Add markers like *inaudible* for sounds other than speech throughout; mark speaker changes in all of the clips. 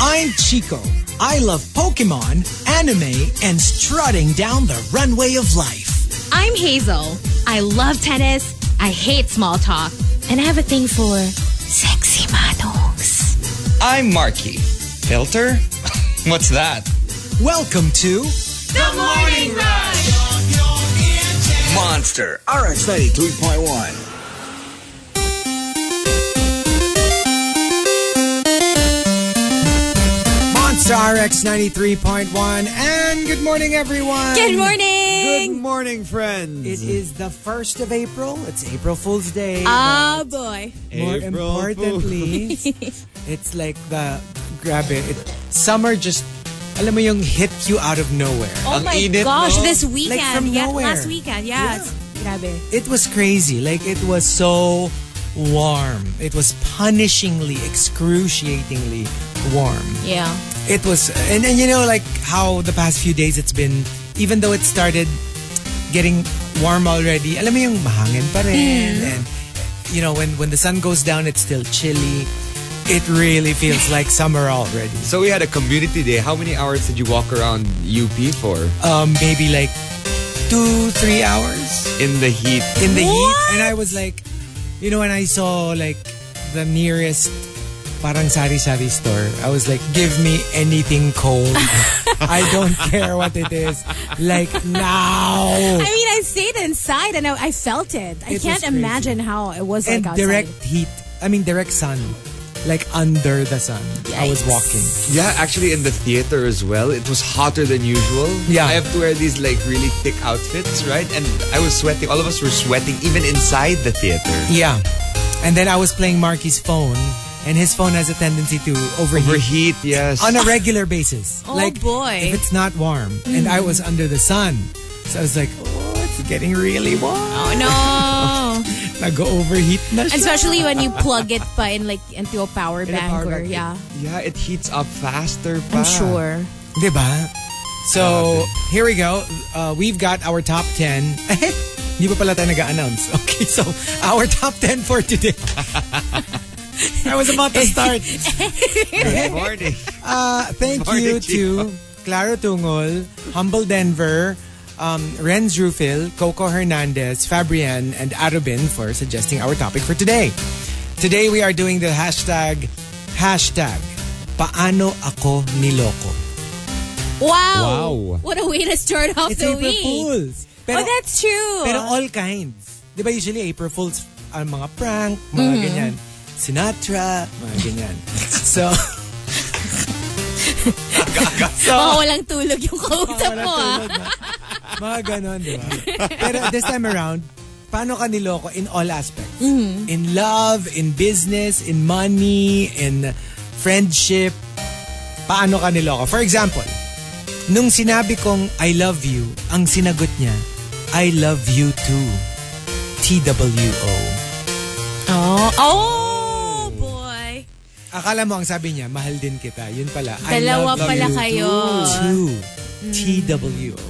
Speaker 1: I'm Chico. I love Pokemon, anime, and strutting down the runway of life.
Speaker 2: I'm Hazel. I love tennis. I hate small talk. And I have a thing for sexy manos.
Speaker 3: I'm Marky. Filter? *laughs* What's that?
Speaker 1: Welcome to
Speaker 4: The Morning Rush!
Speaker 3: Monster.
Speaker 5: RX 93.1.
Speaker 1: Monster RX 93.1. And good morning, everyone.
Speaker 2: Good morning!
Speaker 6: Good morning, friends.
Speaker 1: It is the 1st of April. It's April Fool's Day.
Speaker 2: Ah, boy.
Speaker 1: More
Speaker 6: April
Speaker 1: importantly, *laughs* it's like the, grabe, it, summer just, alam mo yung hit you out of nowhere.
Speaker 2: Oh
Speaker 3: Ang
Speaker 2: my
Speaker 3: init,
Speaker 2: gosh,
Speaker 3: no?
Speaker 2: this weekend.
Speaker 1: Like from
Speaker 2: yeah,
Speaker 1: nowhere.
Speaker 2: last weekend, yeah. it's- Grabe.
Speaker 1: It was crazy. Like, it was so warm. It was punishingly, excruciatingly warm.
Speaker 2: Yeah.
Speaker 1: It was, and, and you know, like how the past few days it's been, even though it started getting warm already, alam mo yung mahangin pa rin. And, you know, when, when the sun goes down, it's still chilly. It really feels like summer already.
Speaker 3: So we had a community day. How many hours did you walk around UP for?
Speaker 1: Um, maybe like two, three hours.
Speaker 3: In the heat.
Speaker 1: in the heat and I was like you know when I saw like the nearest parang sari-sari store I was like give me anything
Speaker 2: *laughs*
Speaker 1: cold I don't care what it is like now
Speaker 2: I mean, I stayed inside and I, I felt it. I
Speaker 1: It was
Speaker 2: can't
Speaker 1: crazy.
Speaker 2: imagine how it was
Speaker 1: and
Speaker 2: like outside.
Speaker 1: direct heat I mean direct sun like under the sun I was
Speaker 2: Yikes.
Speaker 1: walking
Speaker 3: Yeah, actually in the theater as well. It was hotter than usual.
Speaker 1: Yeah.
Speaker 3: I have to wear these like really thick outfits, right? And I was sweating. All of us were sweating even inside the theater.
Speaker 1: yeah and then I was playing Marky's phone and his phone has a tendency to overheat
Speaker 3: Overheat, yes.
Speaker 1: on a regular basis.
Speaker 2: Oh,
Speaker 1: like,
Speaker 2: boy.
Speaker 1: If it's not warm. And I was under the sun. So I was like, oh, it's getting really warm.
Speaker 2: Oh, no.
Speaker 1: *laughs* Nag-overheat na siya.
Speaker 2: Especially when you plug it pa in like into a power
Speaker 1: In a
Speaker 2: bank
Speaker 1: power
Speaker 2: or
Speaker 1: bank.
Speaker 2: yeah.
Speaker 3: yeah, it heats up faster.
Speaker 2: I'm
Speaker 3: pa.
Speaker 2: sure.
Speaker 1: Diba? So, here we go. Uh, we've got our top 10. *laughs* Hindi pa pala tayo nag-announce. *laughs* Okay, so our top 10 for today. I was about
Speaker 2: *laughs*
Speaker 1: to start.
Speaker 3: Good
Speaker 1: *laughs*
Speaker 3: morning.
Speaker 1: Uh, thank you
Speaker 3: Morning,
Speaker 1: to Claro Tungol, Humble Denver, um, Renz Rufil, Coco Hernandez, Fabrian, and Arubin for suggesting our topic for today. Today we are doing the hashtag, hashtag, paano ako niloko.
Speaker 2: Wow.
Speaker 3: Wow.
Speaker 2: What a way to start off
Speaker 1: It's
Speaker 2: the
Speaker 1: April
Speaker 2: week.
Speaker 1: Fools.
Speaker 2: oh, that's true.
Speaker 1: Pero all kinds. Di ba usually April Fools ang mga prank, mga
Speaker 2: Mm-hmm.
Speaker 1: ganyan. Sinatra, mga
Speaker 2: *laughs*
Speaker 1: ganyan. so,
Speaker 2: Baka walang tulog yung kausap mo, ah.
Speaker 1: Tulad na. Mga ganon, di ba? Pero this time around, paano ka niloko in all aspects?
Speaker 2: Mm-hmm.
Speaker 1: In love, in business, in money, in friendship. Paano ka niloko? For example, nung sinabi kong I love you, ang sinagot niya, I love you too. TWO.
Speaker 2: Oh, oh boy.
Speaker 1: Akala mo ang sabi niya, mahal din kita. Yun pala,
Speaker 2: Dalawa
Speaker 1: I love
Speaker 2: pala
Speaker 1: you
Speaker 2: kayo. Hmm.
Speaker 1: Two. TWO.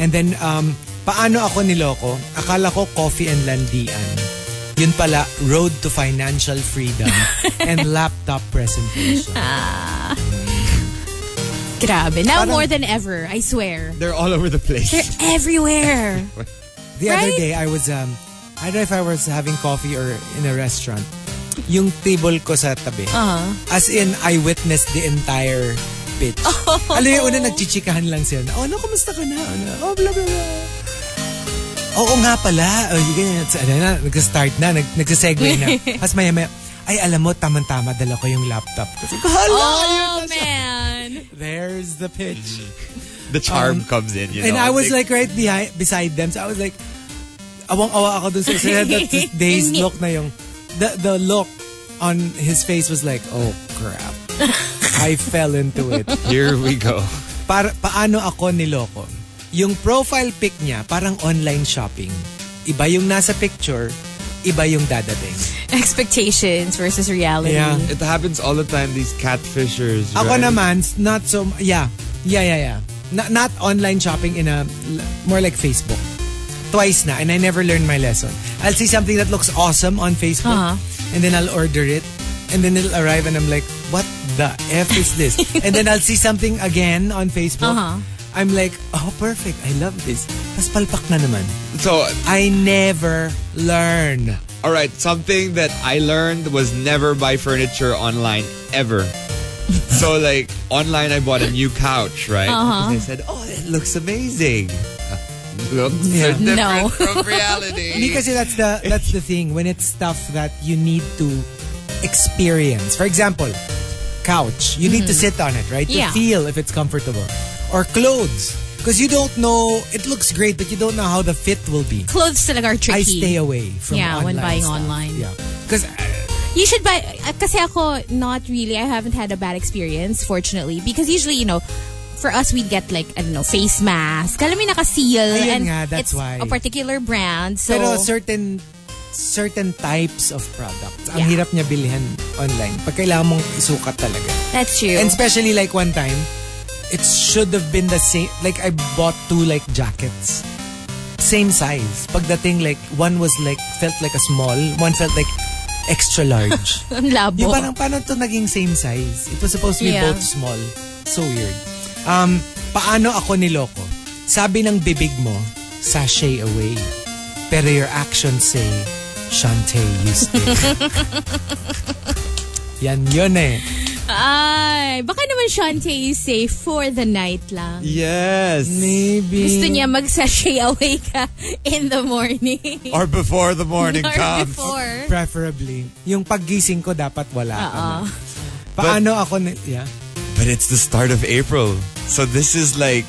Speaker 1: And then, um, paano ako niloko? Akala ko coffee and landian. Yun pala, road to financial
Speaker 2: *laughs*
Speaker 1: freedom and laptop presentation.
Speaker 2: Grabe. Now
Speaker 1: Parang-
Speaker 2: more than ever, I swear.
Speaker 3: They're all over the place.
Speaker 2: They're everywhere.
Speaker 1: The other
Speaker 2: Right?
Speaker 1: day, I was, um, I don't know if I was having coffee or in a restaurant. Yung table ko sa tabi.
Speaker 2: Uh-huh.
Speaker 1: As in, I witnessed the entire pitch.
Speaker 2: *laughs*
Speaker 1: Alam mo, yung una nagchichikahan lang sila. na, Oh, ano, kamusta ka na? Ano, oh, blah, blah, blah. Oo nga pala. Oh, yung ganyan. So, Ano na, nag-start na. Nag nagsisegue
Speaker 2: *laughs*
Speaker 1: na. Tapos maya maya, ay alam mo, tamang-tama dala ko yung laptop. Kasi ko, hala, ayun
Speaker 2: oh
Speaker 1: na siya.
Speaker 2: man.
Speaker 1: There's the pitch.
Speaker 3: the charm
Speaker 1: Um,
Speaker 3: comes in, you
Speaker 1: And
Speaker 3: know.
Speaker 1: I was like right behind, beside them. So I was like, awang-awa ako dun sa isa that this day's
Speaker 2: Yung-
Speaker 1: look na yung, the, the look on his face was like, oh crap. I fell into it.
Speaker 3: Here we go.
Speaker 1: *laughs* Para, paano ako niloko? Yung profile pic niya, parang online shopping. Iba yung nasa picture, iba yung dadating.
Speaker 2: Expectations versus reality.
Speaker 1: Yeah.
Speaker 3: It happens all the time, these catfishers.
Speaker 1: Ako
Speaker 3: right?
Speaker 1: naman, not so, yeah. Yeah, yeah, yeah. Not, not online shopping in a, more like Facebook. Twice na, and I never learned my lesson. I'll see something that looks awesome on Facebook,
Speaker 2: Uh-huh.
Speaker 1: and then I'll order it, and then it'll arrive, and I'm like, what the F is
Speaker 2: *laughs*
Speaker 1: this? and then I'll see something again on Facebook.
Speaker 2: Uh-huh.
Speaker 1: I'm like, oh, perfect. I love this. Tapos palpak na naman.
Speaker 3: So,
Speaker 1: I never learn.
Speaker 3: all right, something that I learned was never buy furniture online
Speaker 2: *laughs*
Speaker 3: ever. so, like online, I bought a new couch, right? Because I said, "Oh, it looks amazing." *laughs* Uh, Looks so different
Speaker 2: Uh-huh. No.
Speaker 3: from reality.
Speaker 1: Hindi kasi that's the that's the thing when it's stuff that you need to experience. For example, couch. You need to sit on it, right?
Speaker 2: Mm-hmm. Yeah.
Speaker 1: To feel if it's comfortable. Or clothes. Because you don't know it looks great, but you don't know how the fit will be.
Speaker 2: Clothes talaga are tricky.
Speaker 1: I stay away from
Speaker 2: Yeah, when
Speaker 1: online
Speaker 2: buying
Speaker 1: stuff.
Speaker 2: online.
Speaker 1: Yeah. uh, Because
Speaker 2: You should buy, uh, kasi ako, not really, I haven't had a bad experience, fortunately. Because usually, you know, for us, we'd get like, I don't know, face mask. Alam mo yung naka-seal.
Speaker 1: Ayun
Speaker 2: and
Speaker 1: nga, that's
Speaker 2: it's
Speaker 1: why.
Speaker 2: a particular brand. So,
Speaker 1: pero certain certain types of products ang
Speaker 2: Yeah.
Speaker 1: hirap niya bilhin online. Pag kailangan mong isukat talaga.
Speaker 2: that's true.
Speaker 1: And especially like one time, it should have been the same. Like I bought two like jackets, same size. Pagdating like one was like felt like a small, one felt like extra
Speaker 2: *laughs*
Speaker 1: large.
Speaker 2: *laughs* Ang labo.
Speaker 1: Yung parang paano to naging same size? It was supposed to be
Speaker 2: Yeah.
Speaker 1: both small. So weird. Um, paano ako niloko? Sabi ng bibig mo, sashay away. Pero your actions say, Shante, you
Speaker 2: *laughs*
Speaker 1: stay. Yan yun eh.
Speaker 2: Ay, baka naman Shante you say for the night lang.
Speaker 3: Yes.
Speaker 1: Maybe.
Speaker 2: Gusto niya mag-sashay away ka in the morning.
Speaker 3: Or before the morning
Speaker 2: *laughs* Or
Speaker 3: comes.
Speaker 2: before.
Speaker 1: Preferably. Yung paggising ko dapat wala. ka
Speaker 2: Oo.
Speaker 1: na. Paano ako na... Yeah.
Speaker 3: But it's the start of April. So this is like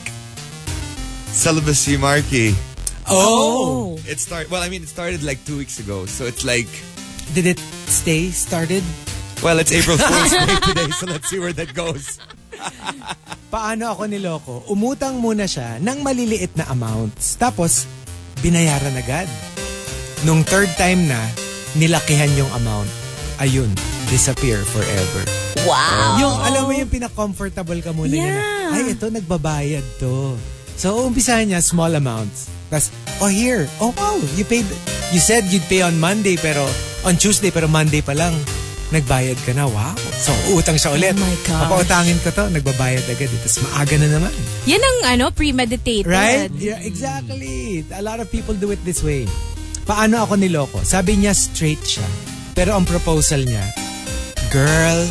Speaker 3: celibacy marquee.
Speaker 2: Oh.
Speaker 3: It start well, I mean it started like two weeks ago. So it's like
Speaker 1: Did it stay? Started?
Speaker 3: well, it's April Fool's Day today, so let's see where that goes.
Speaker 1: Paano ako niloko? Umutang muna siya ng maliliit na amounts. Tapos, binayaran agad. Nung third time na, nilakihan yung amount. Ayun, disappear forever.
Speaker 2: Wow.
Speaker 1: Yung, alam mo yung pinaka-comfortable ka muna niya na,
Speaker 2: Yeah.
Speaker 1: ay, ito, nagbabayad to. So, umpisa niya, small amounts. Tapos, oh, here. Oh, wow. You paid, you said you'd pay on Monday, pero, on Tuesday, pero Monday pa lang, nagbayad ka na. Wow. So, utang siya ulit.
Speaker 2: Oh my gosh.
Speaker 1: Papautangin ko to, nagbabayad agad. Tapos, maaga na naman.
Speaker 2: Yan ang ano, premeditated.
Speaker 1: Right? Yeah, exactly. A lot of people do it this way. Paano ako niloko? Sabi niya straight siya. Pero ang proposal niya, Girl,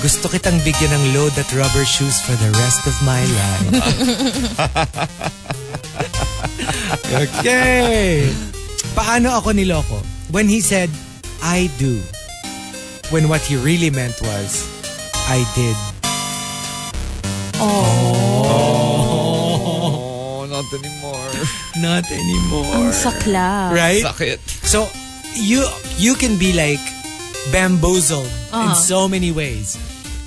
Speaker 1: gusto kitang bigyan ng load at rubber shoes for the rest of my *laughs* life. okay. Paano ako niloko? When he said, I do. When what he really meant was, I did.
Speaker 3: Oh, not anymore.
Speaker 1: Not anymore.
Speaker 2: Sakla.
Speaker 1: Right?
Speaker 3: Suck it.
Speaker 1: So you you can be like bamboozled in so many ways.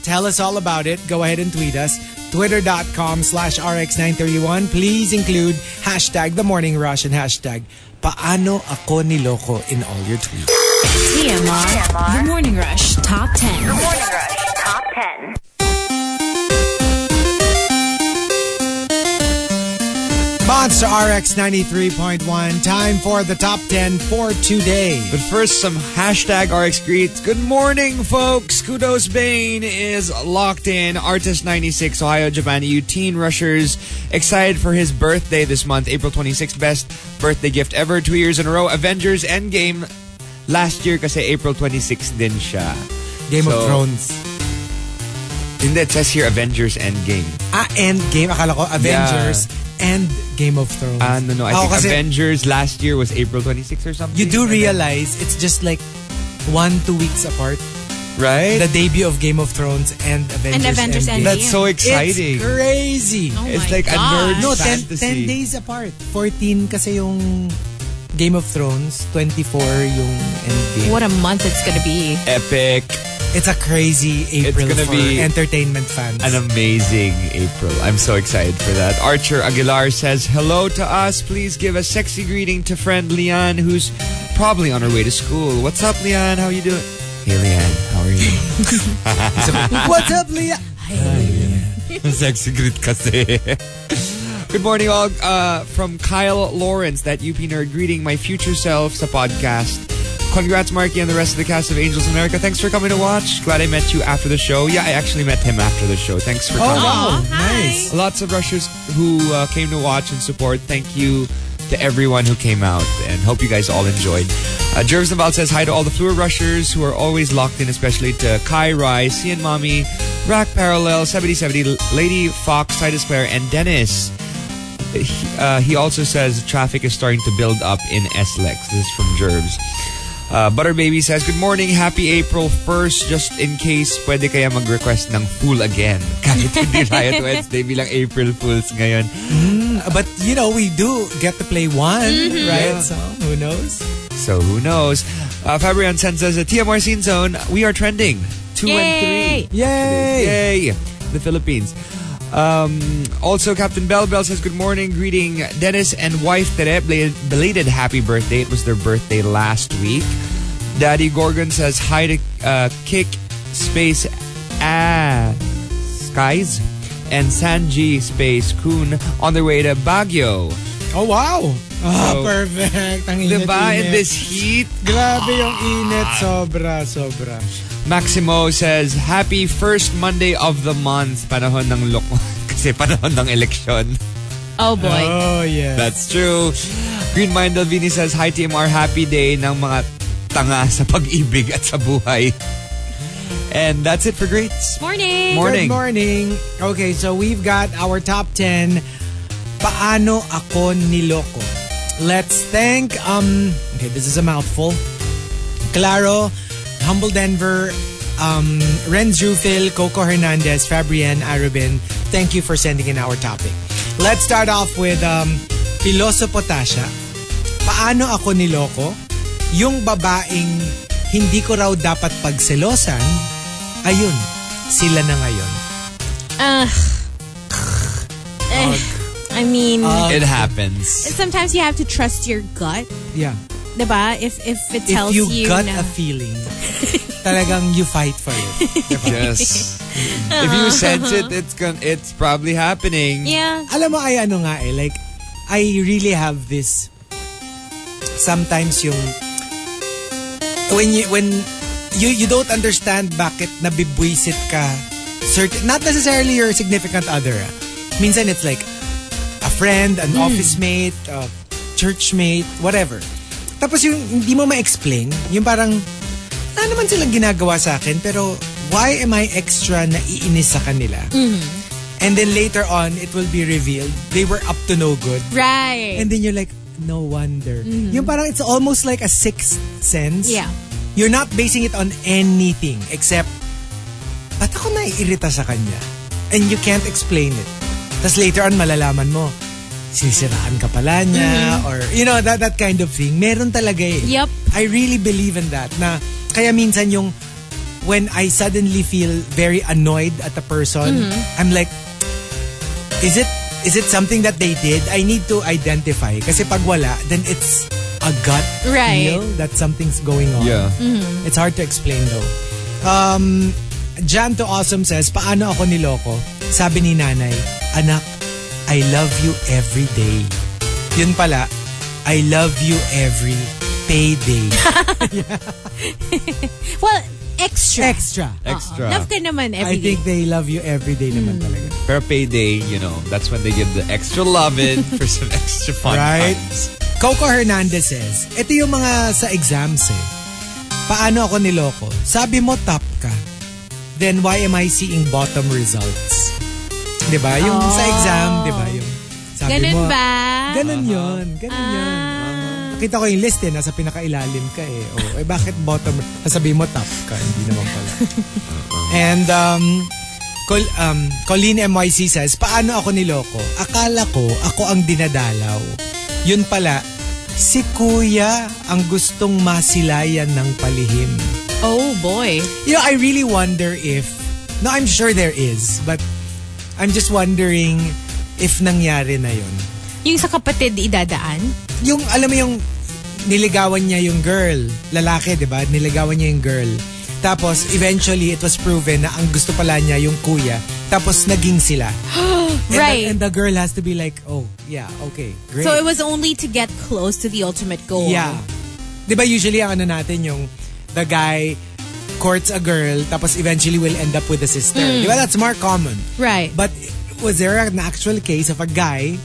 Speaker 1: Tell us all about it. Go ahead and tweet us. Twitter.com slash RX931. Please include hashtag the morning rush and hashtag paano ako niloko in all your tweets.
Speaker 7: TMR, The Morning Rush Top 10.
Speaker 8: Morning Rush Top 10.
Speaker 1: Monster RX 93.1. Time for the top 10 for today.
Speaker 3: But first, some hashtag RX greets. Good morning, folks. Kudos Bane is locked in. Artist 96, Ohio, Japan, EU teen rushers. Excited for his birthday this month, April 26th. Best birthday gift ever. Two years in a row. Avengers Endgame last year kasi April 26 din siya.
Speaker 1: Game of
Speaker 3: So-
Speaker 1: Thrones.
Speaker 3: Hindi, it says here Avengers Endgame.
Speaker 1: Ah, and game. Akala ko Avengers and Game of Thrones.
Speaker 3: Ah, no, no. I
Speaker 1: Ako
Speaker 3: think
Speaker 1: kasi-
Speaker 3: Avengers last year was April 26 or something.
Speaker 1: You do
Speaker 3: And then-
Speaker 1: realize it's just like one, two weeks apart.
Speaker 3: right?
Speaker 1: The debut of Game of Thrones and Avengers,
Speaker 2: Avengers
Speaker 1: Endgame.
Speaker 2: Endgame.
Speaker 3: That's so exciting.
Speaker 1: It's crazy.
Speaker 2: Oh
Speaker 3: It's
Speaker 2: my
Speaker 3: like a nerd
Speaker 2: gosh.
Speaker 1: No, 10,
Speaker 3: fantasy.
Speaker 1: 10 days apart. 14 kasi yung Game of Thrones, 24 yung Endgame.
Speaker 2: What a month it's gonna be.
Speaker 3: Epic.
Speaker 1: It's a crazy April
Speaker 3: gonna
Speaker 1: for
Speaker 3: be Ano
Speaker 1: entertainment fans.
Speaker 3: An amazing April. I'm so excited for that. Archer Aguilar says, Hello to us. Please give a sexy greeting to friend Leanne, who's probably on her way to school. What's up, Leanne? How you doing? Hey, Leanne. How are you?
Speaker 1: What's up, Leah?
Speaker 3: *laughs* sexy greet kasi. Good morning, all. Uh, from Kyle Lawrence, that UP nerd greeting my future self sa podcast. Congrats, Marky, and the rest of the cast of Angels in America. Thanks for coming to watch. Glad I met you after the show. Yeah, I actually met him after the show. Thanks for coming.
Speaker 1: wow. Nice.
Speaker 3: Lots of rushers who uh, came to watch and support. Thank you to everyone who came out and hope you guys all enjoyed. Uh, Jervis Naval says hi to all the Fleur rushers who are always locked in, especially to Kai Rai, C and Mommy, Rack Parallel, 7070, Lady Fox, Titus Player, and Dennis. He- Uh, he also says traffic is starting to build up in SLEX. This is from Jervis. Uh, Butter Baby says, Good morning, happy April 1st. Just in case, pwede kaya mag-request ng Fool again. *laughs* Kahit hindi Riot Wednesday bilang April Fools ngayon.
Speaker 1: But you know, we do get to play one,
Speaker 2: Mm-hmm.
Speaker 1: right? So who knows?
Speaker 3: So who knows? Uh, Fabrian sends us a TMR Scene Zone. We are trending. Two
Speaker 2: Yay!
Speaker 3: and three. Yay! Yay! The Philippines. Um, also, Captain Bell Bell says good morning, greeting Dennis and wife Tere. Belated, belated happy birthday. It was their birthday last week. Daddy Gorgon says hi to uh, Kick Space Ah Skies and Sanji Space Kun on their way to Baguio.
Speaker 1: Oh wow! Ah,
Speaker 3: So,
Speaker 1: perfect. Ang init,
Speaker 3: Diba?
Speaker 1: init.
Speaker 3: In this heat,
Speaker 1: Grabe yung init. Sobra, sobra.
Speaker 3: Maximo says, Happy first Monday of the month. Panahon ng lok. *laughs* Kasi panahon ng eleksyon.
Speaker 2: Oh boy.
Speaker 1: Oh, yes.
Speaker 3: That's true. Green Mind Delvini says, Hi TMR, happy day ng mga tanga sa pag-ibig at sa buhay. And that's it for greats.
Speaker 2: Morning.
Speaker 3: Morning.
Speaker 1: Good morning. Okay, so we've got our top 10 Paano ako niloko. Let's thank um okay, this is a mouthful. Claro, Humble Denver, um Renz Rufil, Coco Hernandez, Fabrienne Arubin. Thank you for sending in our topic. Let's start off with um Piloso Potasha. Paano ako niloko? Yung babaeng hindi ko raw dapat pagselosan, ayun, sila na ngayon.
Speaker 2: Ugh. Eh, I mean,
Speaker 3: It happens.
Speaker 2: sometimes you have to trust your gut,
Speaker 1: Yeah.
Speaker 2: diba? If if it
Speaker 1: If
Speaker 2: tells
Speaker 1: you, got
Speaker 2: na,
Speaker 1: a feeling, talagang you fight for it.
Speaker 3: *laughs* Yes. If you sense it, it's gon- it's probably happening.
Speaker 2: yeah,
Speaker 1: Alam mo, ay ano nga eh, like, I really have this, sometimes yung, when you, when, you, you don't understand bakit nabibwisit ka, certain, not necessarily your significant other. ah. Minsan it's like, a friend, an office mate, a church mate, whatever. Tapos yung hindi mo ma-explain, yung parang, na naman silang ginagawa sa akin, pero why am I extra naiinis sa kanila? And then later on, it will be revealed, they were up to no good.
Speaker 2: right.
Speaker 1: And then you're like, no wonder. Yung parang it's almost like a sixth sense.
Speaker 2: Mm-hmm. Yeah.
Speaker 1: You're not basing it on anything except, ba't ako naiirita sa kanya? And you can't explain it. Tapos later on, malalaman mo, sinisiraan ka pala niya or, you know, that, that kind of thing. Meron talaga eh.
Speaker 2: Mm-hmm. Yup.
Speaker 1: I really believe in that. Na, kaya minsan yung, when I suddenly feel very annoyed at a person,
Speaker 2: Mm-hmm.
Speaker 1: I'm like, is it is it something that they did? I need to identify. Kasi pag wala, then it's a gut
Speaker 2: Right. Mm-hmm.
Speaker 1: feel that something's going on.
Speaker 3: Yeah.
Speaker 1: It's hard to explain though. Um, Jan to Awesome says, Paano ako niloko? Sabi ni nanay, Anak, I love you every day. Yun pala, I love you every payday.
Speaker 2: Well, *laughs* extra.
Speaker 1: Extra.
Speaker 3: Extra.
Speaker 2: Love ka naman
Speaker 1: I
Speaker 2: every day.
Speaker 1: think they love you every day naman
Speaker 2: Hmm.
Speaker 1: talaga.
Speaker 3: Pero payday, you know, that's when they give the extra love in for some *laughs* extra fun
Speaker 1: Right.
Speaker 3: times.
Speaker 1: Coco Hernandez says, ito yung mga sa exams eh. Paano ako niloko? Sabi mo top ka. Then why am I seeing bottom results? 'Di ba? Yung sa exam, 'di ba? Yung sabi
Speaker 2: Ah. Ganun
Speaker 1: mo.
Speaker 2: ba? Ah.
Speaker 1: Ganun 'yon. Ganun 'yon. Nakita ko yung list eh, nasa pinakailalim ka eh. Oh, eh bakit bottom? Sabi mo top ka, hindi naman pala. And um Col um, Colleen MYC says, Paano ako niloko? Akala ko ako ang dinadalaw. Yun pala, si kuya ang gustong masilayan ng palihim.
Speaker 2: Oh boy.
Speaker 1: You know, I really wonder if, no, I'm sure there is, but I'm just wondering if nangyari na yun.
Speaker 2: Yung sa kapatid idadaan?
Speaker 1: Yung, alam mo yung niligawan niya yung girl, lalaki, di ba? Niligawan niya yung girl. Tapos, eventually, it was proven na ang gusto pala niya yung kuya. Tapos, naging sila. And the-
Speaker 2: Right.
Speaker 1: and the girl has to be like, oh, yeah, okay, great.
Speaker 2: So it was only to get close to the ultimate goal.
Speaker 1: Yeah. di ba usually ang ano natin yung the guy courts a girl tapos eventually will end up with a sister. Di ba? That's more common.
Speaker 2: Right.
Speaker 1: But was there an actual case of a guy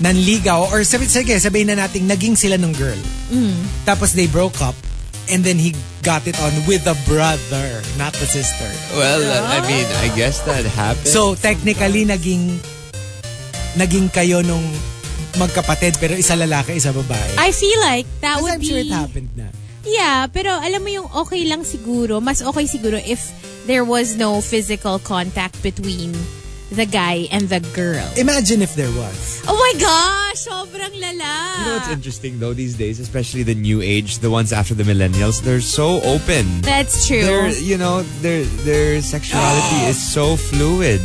Speaker 1: nanligaw or sabi, sige, sabihin na natin naging sila ng girl.
Speaker 2: Mm.
Speaker 1: Tapos they broke up and then he got it on with the brother, not the sister.
Speaker 3: Well, uh, I mean, I guess that happened.
Speaker 1: So technically naging naging kayo nung magkapatid pero isa lalaki, isa babae.
Speaker 2: I feel like Ah, that
Speaker 1: Because
Speaker 2: would
Speaker 1: I'm
Speaker 2: be...
Speaker 1: sure it happened na.
Speaker 2: Yeah, pero alam mo yung okay lang siguro, mas okay siguro if there was no physical contact between the guy and the girl.
Speaker 1: Imagine if there was.
Speaker 2: Oh my gosh! Sobrang lala!
Speaker 3: You know what's interesting though these days, especially the new age, the ones after the millennials, they're so open.
Speaker 2: That's true.
Speaker 3: Their, you know, their their
Speaker 2: *gasps*
Speaker 3: sexuality is so fluid.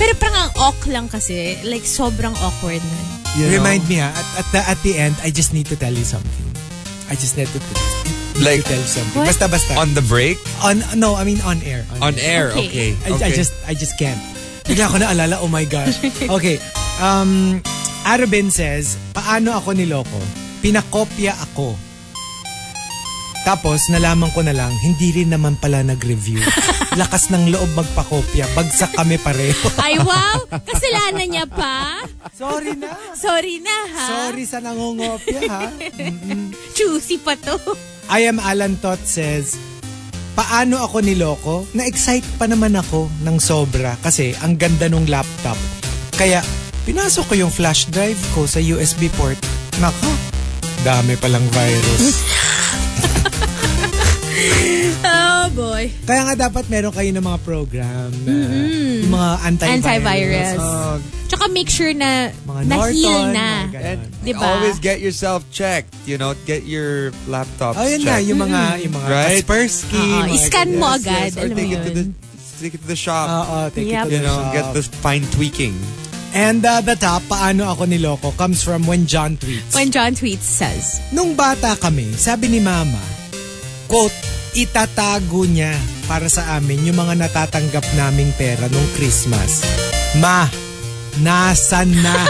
Speaker 2: Pero parang ang awk lang kasi. Like, sobrang awkward na.
Speaker 3: You know?
Speaker 1: Remind me ha, at, at, the, at the end, I just need to tell you something. I just need to, need
Speaker 3: Like-
Speaker 1: to tell you something.
Speaker 2: What?
Speaker 1: Basta basta.
Speaker 3: On the break,
Speaker 1: On, no, I mean on air.
Speaker 3: on air, okay.
Speaker 2: Okay.
Speaker 1: I, I just I just can't. Bigla ko naalala, oh my gosh.
Speaker 2: *laughs*
Speaker 1: Okay. Um, Arabin says, paano ako niloko? Pinakopya ako. Tapos, nalaman ko na lang, hindi rin naman pala
Speaker 2: *laughs*
Speaker 1: nag-review. Lakas ng loob magpakopya. Bagsak kami pareho.
Speaker 2: *laughs* Ay, wow! Kasalanan niya pa.
Speaker 1: Sorry na.
Speaker 2: Sorry na, ha?
Speaker 1: Sorry sa nangungopya, ha?
Speaker 2: Choosy pa to.
Speaker 1: I am Alan Tot says, Paano ako niloko? Na-excite pa naman ako ng sobra kasi ang ganda nung laptop. Kaya pinasok ko yung flash drive ko sa USB port. Nako, dami palang
Speaker 2: *laughs*
Speaker 1: virus.
Speaker 2: Oh, boy.
Speaker 1: Kaya nga dapat meron kayo ng mga program na yung mga antivirus.
Speaker 2: Mm-hmm. Antivirus.
Speaker 1: oh,
Speaker 2: Tsaka make sure na
Speaker 1: mga
Speaker 2: na-heal
Speaker 1: Norton,
Speaker 2: na.
Speaker 1: mga ganun.
Speaker 3: and
Speaker 2: Diba?
Speaker 3: always get yourself checked. You know, get your laptop
Speaker 1: Oh, yun na,
Speaker 3: checked.
Speaker 1: yung mga, yung mga
Speaker 3: Right?
Speaker 1: Kaspersky.
Speaker 2: Oo,
Speaker 1: mga ganyan.
Speaker 2: iscan Mm-hmm. mo
Speaker 3: Yes,
Speaker 2: agad.
Speaker 3: yes, or
Speaker 2: Alam mo
Speaker 3: take it to the
Speaker 2: yun.
Speaker 3: take it to the shop.
Speaker 1: Oo, take
Speaker 2: Yep.
Speaker 1: it to
Speaker 3: you
Speaker 1: the
Speaker 3: know,
Speaker 1: shop.
Speaker 3: get the fine tweaking.
Speaker 1: And uh, the top, paano ako niloko, comes from when John tweets.
Speaker 2: When John tweets says,
Speaker 1: Nung bata kami, sabi ni mama, quote, itatago niya para sa amin yung mga natatanggap naming pera nung Christmas. Ma, nasan na?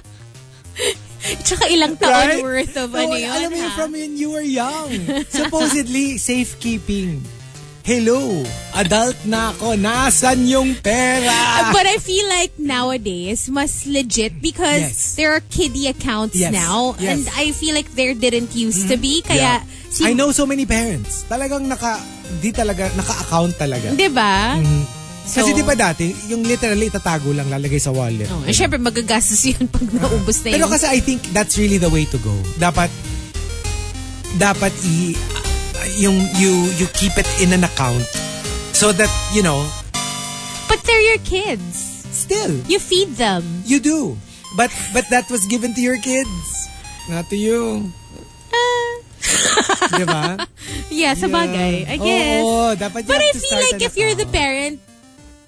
Speaker 2: *laughs* tsaka ilang taon
Speaker 1: Right?
Speaker 2: worth of
Speaker 1: No,
Speaker 2: ano yun,
Speaker 1: Alam mo yun,
Speaker 2: ha?
Speaker 1: from when you were young. Supposedly, safekeeping. Hello, adult na ako. Nasan yung pera?
Speaker 2: But I feel like nowadays mas legit because
Speaker 1: Yes.
Speaker 2: there are kiddie accounts
Speaker 1: Yes. Yes.
Speaker 2: now
Speaker 1: Mm-hmm.
Speaker 2: and I feel like there didn't used to be kaya si-
Speaker 1: I know so many parents. Talagang naka, di talaga, naka-account talaga.
Speaker 2: 'di ba? Diba? So,
Speaker 1: Mm-hmm. Kasi di ba dati, yung literally itatago lang, lalagay sa wallet.
Speaker 2: Oh, eh, syempre magagastos 'yun pag naubos na
Speaker 1: Pero
Speaker 2: yun.
Speaker 1: kasi I think that's really the way to go. Dapat dapat i yung you you keep it in an account so that you know
Speaker 2: But they're your kids.
Speaker 1: still
Speaker 2: You feed them.
Speaker 1: you do. But but that was given to your kids, not to you. *laughs* Di ba?
Speaker 2: Yeah, Oh, sa bagay, I guess.
Speaker 1: Oo, dapat you
Speaker 2: But I
Speaker 1: have to
Speaker 2: feel
Speaker 1: start
Speaker 2: like
Speaker 1: an
Speaker 2: if you're the
Speaker 1: account.
Speaker 2: parent,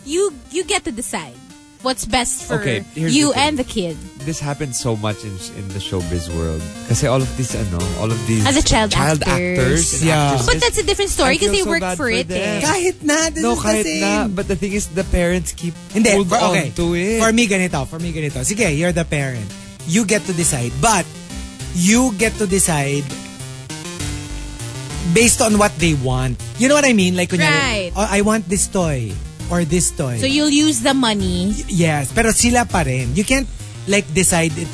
Speaker 2: you you get to decide what's best for
Speaker 3: Okay, here's
Speaker 2: you
Speaker 3: the thing.
Speaker 2: and the kid
Speaker 3: This happens so much in, in the showbiz world. Kasi all of these, ano, all of these
Speaker 2: as a child,
Speaker 3: child actors, and
Speaker 1: Yeah.
Speaker 3: actresses,
Speaker 2: But that's a different
Speaker 3: I
Speaker 2: story because
Speaker 3: feel
Speaker 2: they
Speaker 3: so
Speaker 2: work
Speaker 3: bad
Speaker 2: for
Speaker 3: for
Speaker 2: it.
Speaker 3: them.
Speaker 2: eh.
Speaker 1: kahit na this
Speaker 3: No,
Speaker 1: is
Speaker 3: kahit
Speaker 1: the same.
Speaker 3: na. But the thing is, the parents keep
Speaker 1: Hindi,
Speaker 3: hold
Speaker 1: for- okay.
Speaker 3: on to it.
Speaker 1: For me, ganito. For me, ganito. Sige, you're the parent. You get to decide. But, you get to decide based on what they want. You know what I mean? Like, kunyari,
Speaker 2: Right.
Speaker 1: "Oh, I want this toy or this toy.
Speaker 2: So you'll use the money.
Speaker 1: yes, pero sila pa rin. You can't, like, decide it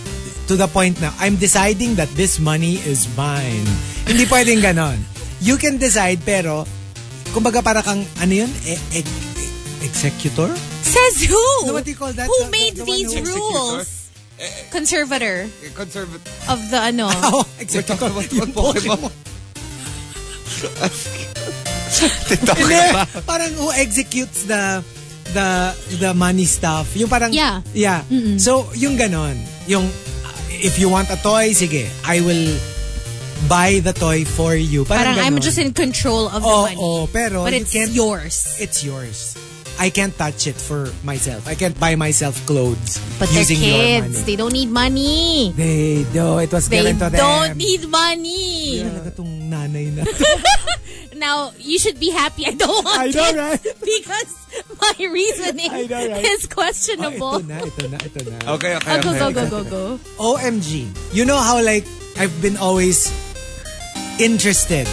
Speaker 1: to the point na, I'm deciding that this money is mine. Hindi pwedeng ganon. You can decide, pero, kumbaga para kang, ano yun? E- e- e- executor?
Speaker 2: Says who?
Speaker 1: No, what do you call that?
Speaker 2: Who
Speaker 1: The- the-
Speaker 2: made
Speaker 1: the one
Speaker 2: these
Speaker 1: who-
Speaker 2: rules? Conservator
Speaker 3: Conservative.
Speaker 2: of the ano.
Speaker 1: *laughs* Oh, executor. Yung Pokemon.
Speaker 3: TikTok
Speaker 1: *laughs*
Speaker 3: *laughs*
Speaker 1: Hindi,
Speaker 3: na ba?
Speaker 1: parang who executes the the the money stuff. Yung parang
Speaker 2: Yeah.
Speaker 1: Yeah. So, yung ganon. Yung uh, if you want a toy, sige, I will buy the toy for you. Parang,
Speaker 2: Parang I'm
Speaker 1: ganon.
Speaker 2: just in control of the
Speaker 1: Oo,
Speaker 2: money.
Speaker 1: oo, pero
Speaker 2: but
Speaker 1: you
Speaker 2: it's
Speaker 1: can't-
Speaker 2: yours.
Speaker 1: it's yours. I can't touch it for myself. I can't buy myself clothes
Speaker 2: But they're
Speaker 1: using your
Speaker 2: kids.
Speaker 1: money.
Speaker 2: They don't need money.
Speaker 1: They do. It was
Speaker 2: They
Speaker 1: given to them.
Speaker 2: don't need money.
Speaker 1: Talaga tong nanay
Speaker 2: *laughs*
Speaker 1: na.
Speaker 2: Now you should be happy. I don't
Speaker 1: I
Speaker 2: want
Speaker 1: know,
Speaker 2: it
Speaker 1: right?
Speaker 2: *laughs* because my reasoning
Speaker 1: I know, right? Oh,
Speaker 2: is Ano questionable.
Speaker 1: ito na, ito na, ito na.
Speaker 3: Okay, okay,
Speaker 2: Oh, go, go,
Speaker 3: okay.
Speaker 2: go, go, go.
Speaker 1: OMG. You know how like I've been always interested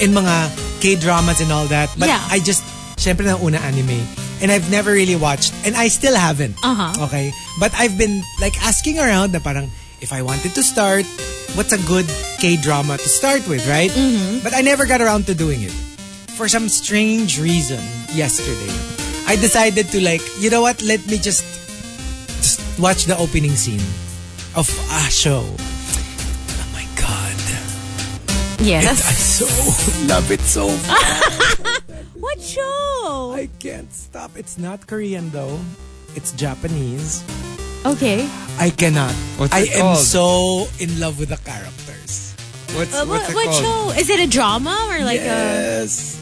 Speaker 1: in mga K-dramas and all that. But
Speaker 2: Yeah.
Speaker 1: I just, syempre na una anime. And I've never really watched. And I still haven't.
Speaker 2: Uh-huh.
Speaker 1: Okay? But I've been like asking around na parang, if I wanted to start, what's a good K-drama to start with, right?
Speaker 2: Mm-hmm.
Speaker 1: But I never got around to doing it. For some strange reason, yesterday, I decided to like, you know what, let me just, just watch the opening scene of a show. Oh my God. *laughs* I
Speaker 2: Yes.
Speaker 1: so love it so much.
Speaker 2: What show?
Speaker 1: I can't stop. It's not Korean though. It's Japanese.
Speaker 2: Okay.
Speaker 1: I cannot.
Speaker 3: What's
Speaker 1: I
Speaker 3: it
Speaker 1: am
Speaker 3: called?
Speaker 1: so in love with the characters.
Speaker 3: What's,
Speaker 2: Uh,
Speaker 3: what's
Speaker 2: what
Speaker 3: it
Speaker 2: what
Speaker 3: called?
Speaker 2: show? Is it a drama or
Speaker 3: uh,
Speaker 2: like a?
Speaker 1: Yes.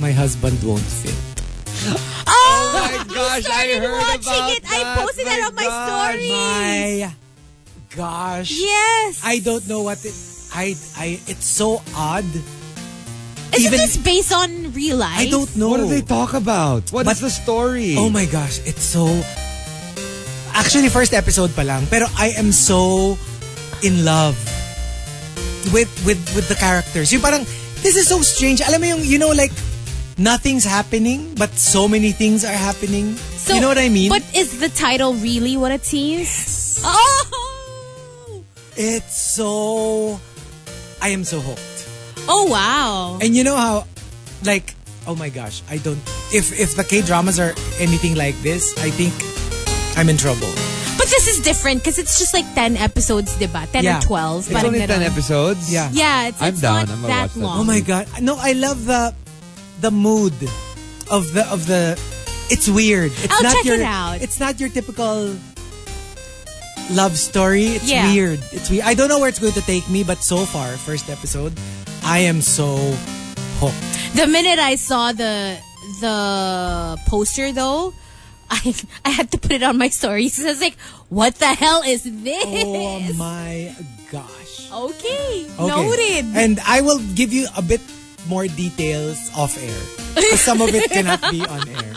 Speaker 1: My husband won't fit.
Speaker 2: *laughs* Oh,
Speaker 3: my gosh,
Speaker 2: I
Speaker 3: I
Speaker 2: started
Speaker 3: heard
Speaker 2: watching
Speaker 3: about
Speaker 2: it.
Speaker 3: that.
Speaker 2: I posted that on my
Speaker 3: God.
Speaker 2: story.
Speaker 1: My gosh.
Speaker 2: Yes.
Speaker 1: I don't know what it I I it's so odd.
Speaker 2: Is
Speaker 1: even-
Speaker 2: it just based on real life?
Speaker 1: I don't know.
Speaker 3: What do they talk about? What's
Speaker 1: But-
Speaker 3: the story?
Speaker 1: Oh my gosh, it's so... Actually, first episode pa lang. Pero I am so in love with with with the characters. Yung parang, this is so strange. Alam mo yung, you know, like, nothing's happening, but so many things are happening.
Speaker 2: So,
Speaker 1: you know what I mean?
Speaker 2: But is the title really what it seems? Oh.
Speaker 1: it's so... I am so hooked.
Speaker 2: Oh wow.
Speaker 1: And you know how, like, oh my gosh, I don't... If, if the K-dramas are anything like this, I think I'm in trouble.
Speaker 2: But this is different because it's just like ten episodes, diba? Ten
Speaker 1: Yeah.
Speaker 2: or twelve.
Speaker 3: It's only
Speaker 2: parang
Speaker 3: 10
Speaker 2: ganun.
Speaker 3: episodes?
Speaker 1: Yeah.
Speaker 2: Yeah, it's,
Speaker 3: I'm
Speaker 2: it's
Speaker 3: down.
Speaker 2: not
Speaker 3: I'm gonna
Speaker 2: that
Speaker 3: watch that.
Speaker 2: long.
Speaker 1: Oh my god. No, I love the the mood of the of the it's weird. It's
Speaker 2: I'll
Speaker 1: not
Speaker 2: check
Speaker 1: your,
Speaker 2: it out.
Speaker 1: It's not your typical love story. It's
Speaker 2: Yeah.
Speaker 1: weird. It's weird. I don't know where it's going to take me, but so far, first episode, I am so
Speaker 2: *laughs*
Speaker 1: hooked.
Speaker 2: The minute I saw the the poster though, *laughs* I I had to put it on my stories. I was like, what the hell is
Speaker 1: Oh
Speaker 2: this?
Speaker 1: my gosh.
Speaker 2: okay.
Speaker 1: Okay.
Speaker 2: Noted.
Speaker 1: And I will give you a bit more details off air. 'Cause Some of it cannot be on air.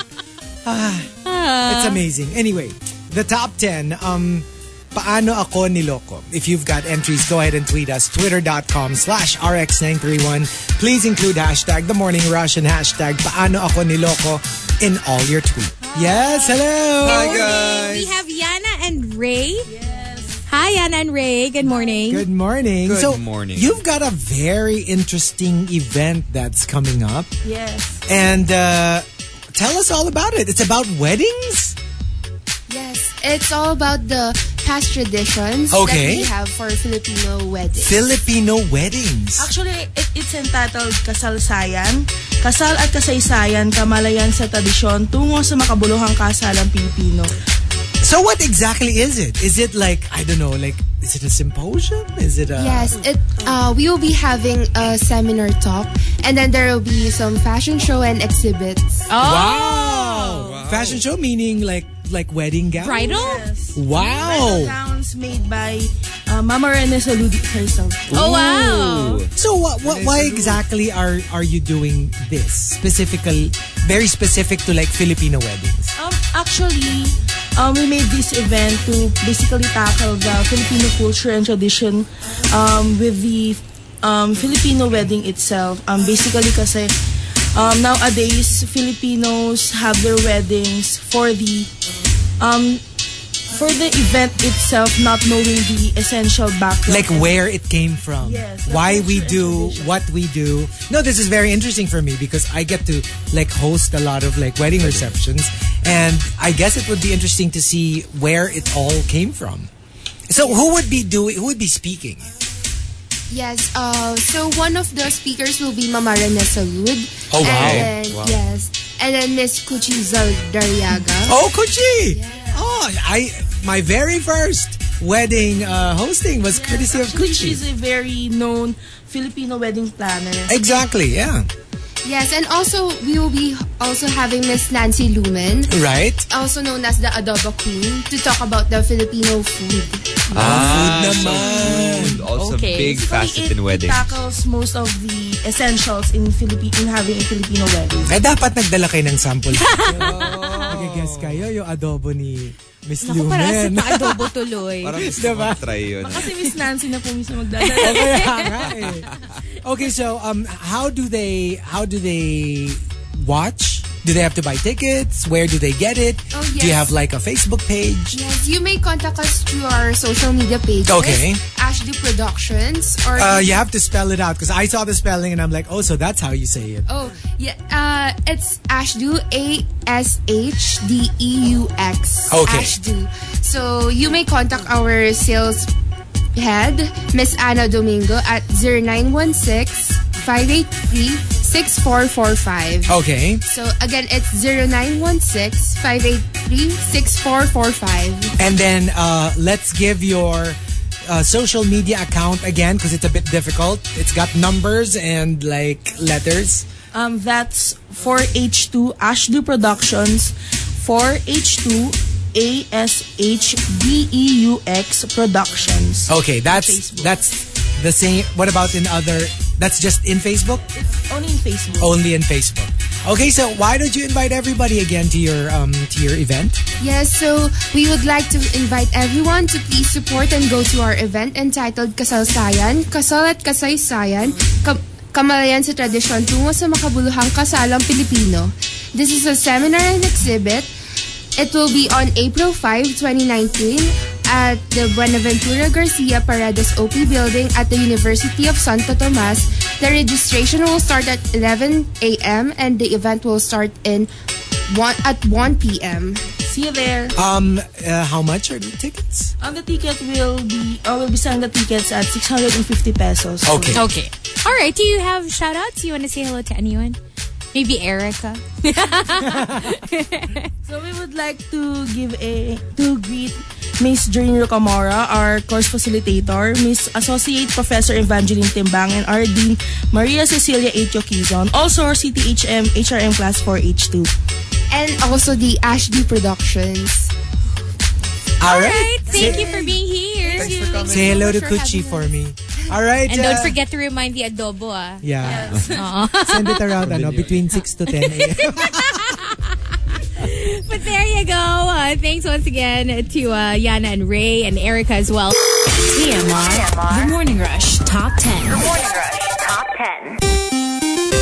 Speaker 1: Ah, it's amazing. Anyway, the top 10. Um, paano ako niloko? If you've got entries, go ahead and tweet us. Twitter.com slash RX931. Please include hashtag The Morning Rush and hashtag paano ako niloko in all your tweets. Yes, hello.
Speaker 3: Hi, guys.
Speaker 2: We have Yana and Ray. Yes. Hi, Yana and Ray. Good morning.
Speaker 1: Good morning.
Speaker 3: Good
Speaker 1: so
Speaker 3: morning.
Speaker 1: You've got a very interesting event that's coming up.
Speaker 9: Yes.
Speaker 1: And uh, tell us all about it. It's about weddings?
Speaker 9: Yes. It's all about the past traditions
Speaker 1: Okay.
Speaker 9: that we have for Filipino weddings.
Speaker 1: Filipino weddings.
Speaker 10: Actually, it, it's entitled Kasalsayan. Kasal at kasaysayan, kamalayan sa tradisyon tungo sa makabuluhang kasalang Pilipino.
Speaker 1: So what exactly is it? Is it like, I don't know, like, is it a symposium? Is it a...
Speaker 9: Yes, it. Uh, we will be having a seminar talk, and then there will be some fashion show and exhibits.
Speaker 2: Oh.
Speaker 1: Wow. Oh, Fashion show meaning like like wedding gown?
Speaker 2: Bridal?
Speaker 1: Wow.
Speaker 10: Bridal gowns made by uh, Mama Renessa Ludi herself.
Speaker 2: Oh, wow.
Speaker 1: So what, what why exactly are are you doing this? Specifically very specific to like Filipino weddings.
Speaker 10: Um, actually, um, we made this event to basically tackle the Filipino culture and tradition um, with the um, Filipino wedding itself. Um, basically kasi um, nowadays, Filipinos have their weddings for the um, for the event itself, not knowing the essential background.
Speaker 1: Like where it came from.
Speaker 10: Yes, the
Speaker 1: why we
Speaker 10: culture
Speaker 1: do
Speaker 10: and tradition.
Speaker 1: what we do. No, this is very interesting for me because I get to like host a lot of like wedding receptions and I guess it would be interesting to see where it all came from. So who would be doing who would be speaking?
Speaker 9: Yes. Uh, so one of the speakers will be Mama Renessa Wood.
Speaker 1: Oh, wow.
Speaker 9: And then, Yes. And then Miss Kuchi Zaldariaga.
Speaker 1: Oh, Kuchi! Oh, I my very first wedding uh, hosting was courtesy of
Speaker 10: Actually,
Speaker 1: Kuchi.
Speaker 10: she's a very known Filipino wedding planner.
Speaker 1: Exactly, yeah.
Speaker 9: Yes, and also we will be also having Miss Nancy Lumen.
Speaker 1: Right?
Speaker 9: also known as the Adobo Queen, to talk about the Filipino food.
Speaker 3: Ah,
Speaker 1: Food
Speaker 3: so
Speaker 1: naman.
Speaker 3: food. Also
Speaker 2: Okay.
Speaker 3: big facet
Speaker 10: Basically,
Speaker 3: in
Speaker 10: it
Speaker 3: weddings.
Speaker 10: tackles most of the essentials in Philippi- in having a Filipino wedding. *laughs*
Speaker 1: Eh, dapat nagdala kayo ng sample. Nag-guess kayo yung adobo ni Miss
Speaker 2: Naku,
Speaker 1: Lumen.
Speaker 2: parang sa pa-adobo tuloy.
Speaker 3: *laughs* Parang gusto
Speaker 1: Diba?
Speaker 3: kong try yun.
Speaker 10: Kasi Miss Nancy na po mismo magdadala.
Speaker 1: Oh, kaya nga eh. *laughs* Okay, so um, how do they how do they watch? Do they have to buy tickets? Where do they get it?
Speaker 9: Oh,
Speaker 1: Do you have
Speaker 9: yes.
Speaker 1: like a Facebook page?
Speaker 9: Yes, you may contact us through our social media pages.
Speaker 1: Okay.
Speaker 9: Ashley Productions or
Speaker 1: Uh, you have to spell it out because I saw the spelling and I'm like, oh, so that's how you say it.
Speaker 9: Oh, yeah. Uh, it's Ashdu. A S H D E U X.
Speaker 1: Okay.
Speaker 9: Ashdu. So you may contact our sales head, Miss Ana Domingo, at 0916 583 6445.
Speaker 1: Okay.
Speaker 9: So again, it's 0916 583 6445.
Speaker 1: And then uh, let's give your uh, social media account again because it's a bit difficult. It's got numbers and like letters.
Speaker 10: *laughs* Um, that's 4H2 Ashdu Productions, 4H2 A S H D E U X Productions.
Speaker 1: Okay, that's
Speaker 10: Facebook.
Speaker 1: that's the same. What about in other? That's just in Facebook.
Speaker 10: Only in Facebook.
Speaker 1: only in Facebook. Okay, so why don't you invite everybody again to your um to your event?
Speaker 9: Yes, so we would like to invite everyone to please support and go to our event entitled Kasalsayan, Kasal at Kasaysayan, Kam- Kamalayan sa Tradisyon tungo sa makabuluhang kasalang Pilipino. This is a seminar and exhibit. It will be on April 5, 2019 at the Buenaventura Garcia Paredes OP building at the University of Santo Tomas. The registration will start at 11 a.m. and the event will start in one, at 1 p.m.
Speaker 10: See you there.
Speaker 1: Um, uh, how much are the tickets?
Speaker 10: On the ticket will be, uh, will be selling the tickets at 650 pesos. So,
Speaker 1: Okay.
Speaker 2: Okay. All right. Do you have shout outs? You want to say hello to anyone? Maybe Erica.
Speaker 10: So we would like to give a to greet Miss Jane Rocamora, our course facilitator, Miss Associate Professor Evangeline Timbang, and our Dean Maria Cecilia H. Quezon, also our CTHM HRM Class 4H2.
Speaker 9: and also the Ashby Productions.
Speaker 1: All
Speaker 2: Right. Thank
Speaker 1: Say,
Speaker 2: you for being here.
Speaker 1: say hello to
Speaker 9: Thank
Speaker 1: Kuchi
Speaker 9: you for having
Speaker 1: for me. All right.
Speaker 2: And don't
Speaker 1: uh,
Speaker 2: forget to remind the adobo ah.
Speaker 1: Yeah. *laughs* Send it around ano, between 6 to 10 *laughs* a.m.
Speaker 2: But there you go. Uh, thanks once again to uh, Yana and Ray and Erica as well.
Speaker 7: TMR. The Morning Rush Top 10.
Speaker 8: Morning Rush Top 10.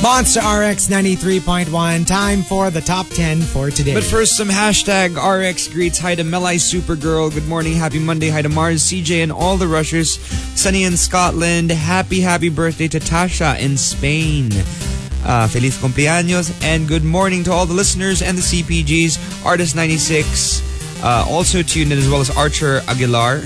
Speaker 1: Monster RX 93.1. Time for the top 10 for today.
Speaker 3: But first, some hashtag RX greets. Hi to Melai Supergirl. Good morning. Happy Monday. Hi to Mars, CJ, and all the rushers. Sunny in Scotland. Happy, happy birthday to Tasha in Spain. Uh, feliz cumpleaños. And good morning to all the listeners and the CPGs. Artist96 uh, also tuned in, as well as Archer Aguilar.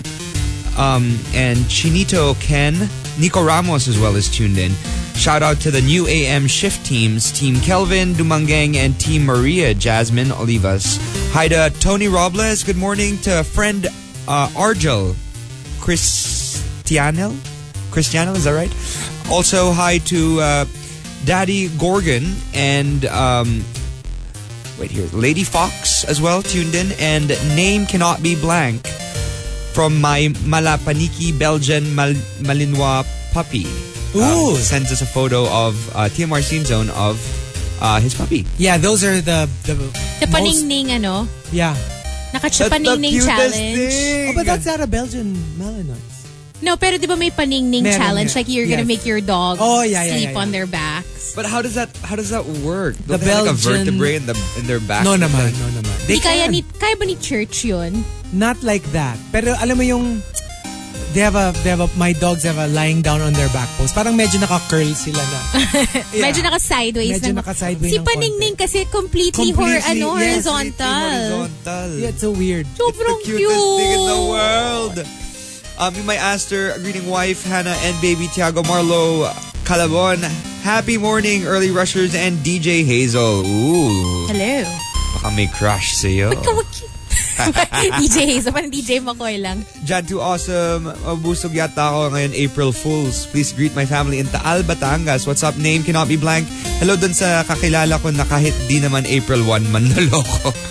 Speaker 3: Um, and Chinito Ken. Nico Ramos as well is tuned in. Shout out to the new AM shift teams, Team Kelvin, Dumangang, and Team Maria Jasmine Olivas. Hi to Tony Robles. Good morning to friend uh, Argel Cristianel. Cristianel, is that right? Also, hi to uh, Daddy Gorgon and um, wait here, Lady Fox as well tuned in, and name cannot be blank from my Malapaniki Belgian Mal- Malinois puppy. Um,
Speaker 1: Ooh.
Speaker 3: sends us a photo of uh, TMR Scene Zone of uh, his puppy.
Speaker 1: yeah, those are the the,
Speaker 2: The
Speaker 1: most,
Speaker 2: paningning ano?
Speaker 1: Yeah.
Speaker 2: Nakachapaningning challenge.
Speaker 1: Oh, but that's not a Belgian Malinois.
Speaker 2: No, pero di ba may paningning
Speaker 1: Meron
Speaker 2: challenge?
Speaker 1: yan.
Speaker 2: Like you're
Speaker 1: Yes.
Speaker 2: gonna make your dog
Speaker 1: Oh, yeah, yeah,
Speaker 2: sleep
Speaker 1: yeah,
Speaker 2: on
Speaker 1: yeah.
Speaker 2: their backs.
Speaker 3: But how does that how does that work?
Speaker 1: The
Speaker 3: Don't they have, like, a
Speaker 1: Belgian-
Speaker 3: vertebrae in the in their back.
Speaker 1: No naman, Ah. no naman.
Speaker 2: Di
Speaker 3: They
Speaker 2: kaya,
Speaker 3: can.
Speaker 2: ni, kaya ba ni Church yun?
Speaker 1: Not like that. Pero alam mo yung they have a they have a, my dogs have a lying down on their back pose. Parang medyo naka-curl sila na. Yeah.
Speaker 2: Medyo naka-sideways.
Speaker 1: Medyo
Speaker 2: ng-
Speaker 1: naka-sideways
Speaker 2: Si
Speaker 1: ng
Speaker 2: Paningning kasi completely, hor,
Speaker 1: Completely,
Speaker 2: ano,
Speaker 1: yes,
Speaker 2: horizontal.
Speaker 3: Horizontal.
Speaker 1: Yeah, it's so weird.
Speaker 2: Sobrang cute.
Speaker 3: the cutest thing in the world. Um, you might ask her, greeting wife Hannah and baby Tiago Marlo Calabon. Happy morning, early rushers and DJ Hazel. Ooh,
Speaker 2: Hello.
Speaker 3: baka may crush sa'yo.
Speaker 2: Kawaki. *laughs* DJ Hazel. Parang DJ McCoy lang.
Speaker 3: Jan to awesome. Mabusog yata ako ngayon April Fools. Please greet my family in Taal, Batangas. What's up? Name cannot be blank. Hello dun sa kakilala ko na kahit di naman April 1 man naloko.
Speaker 2: *laughs*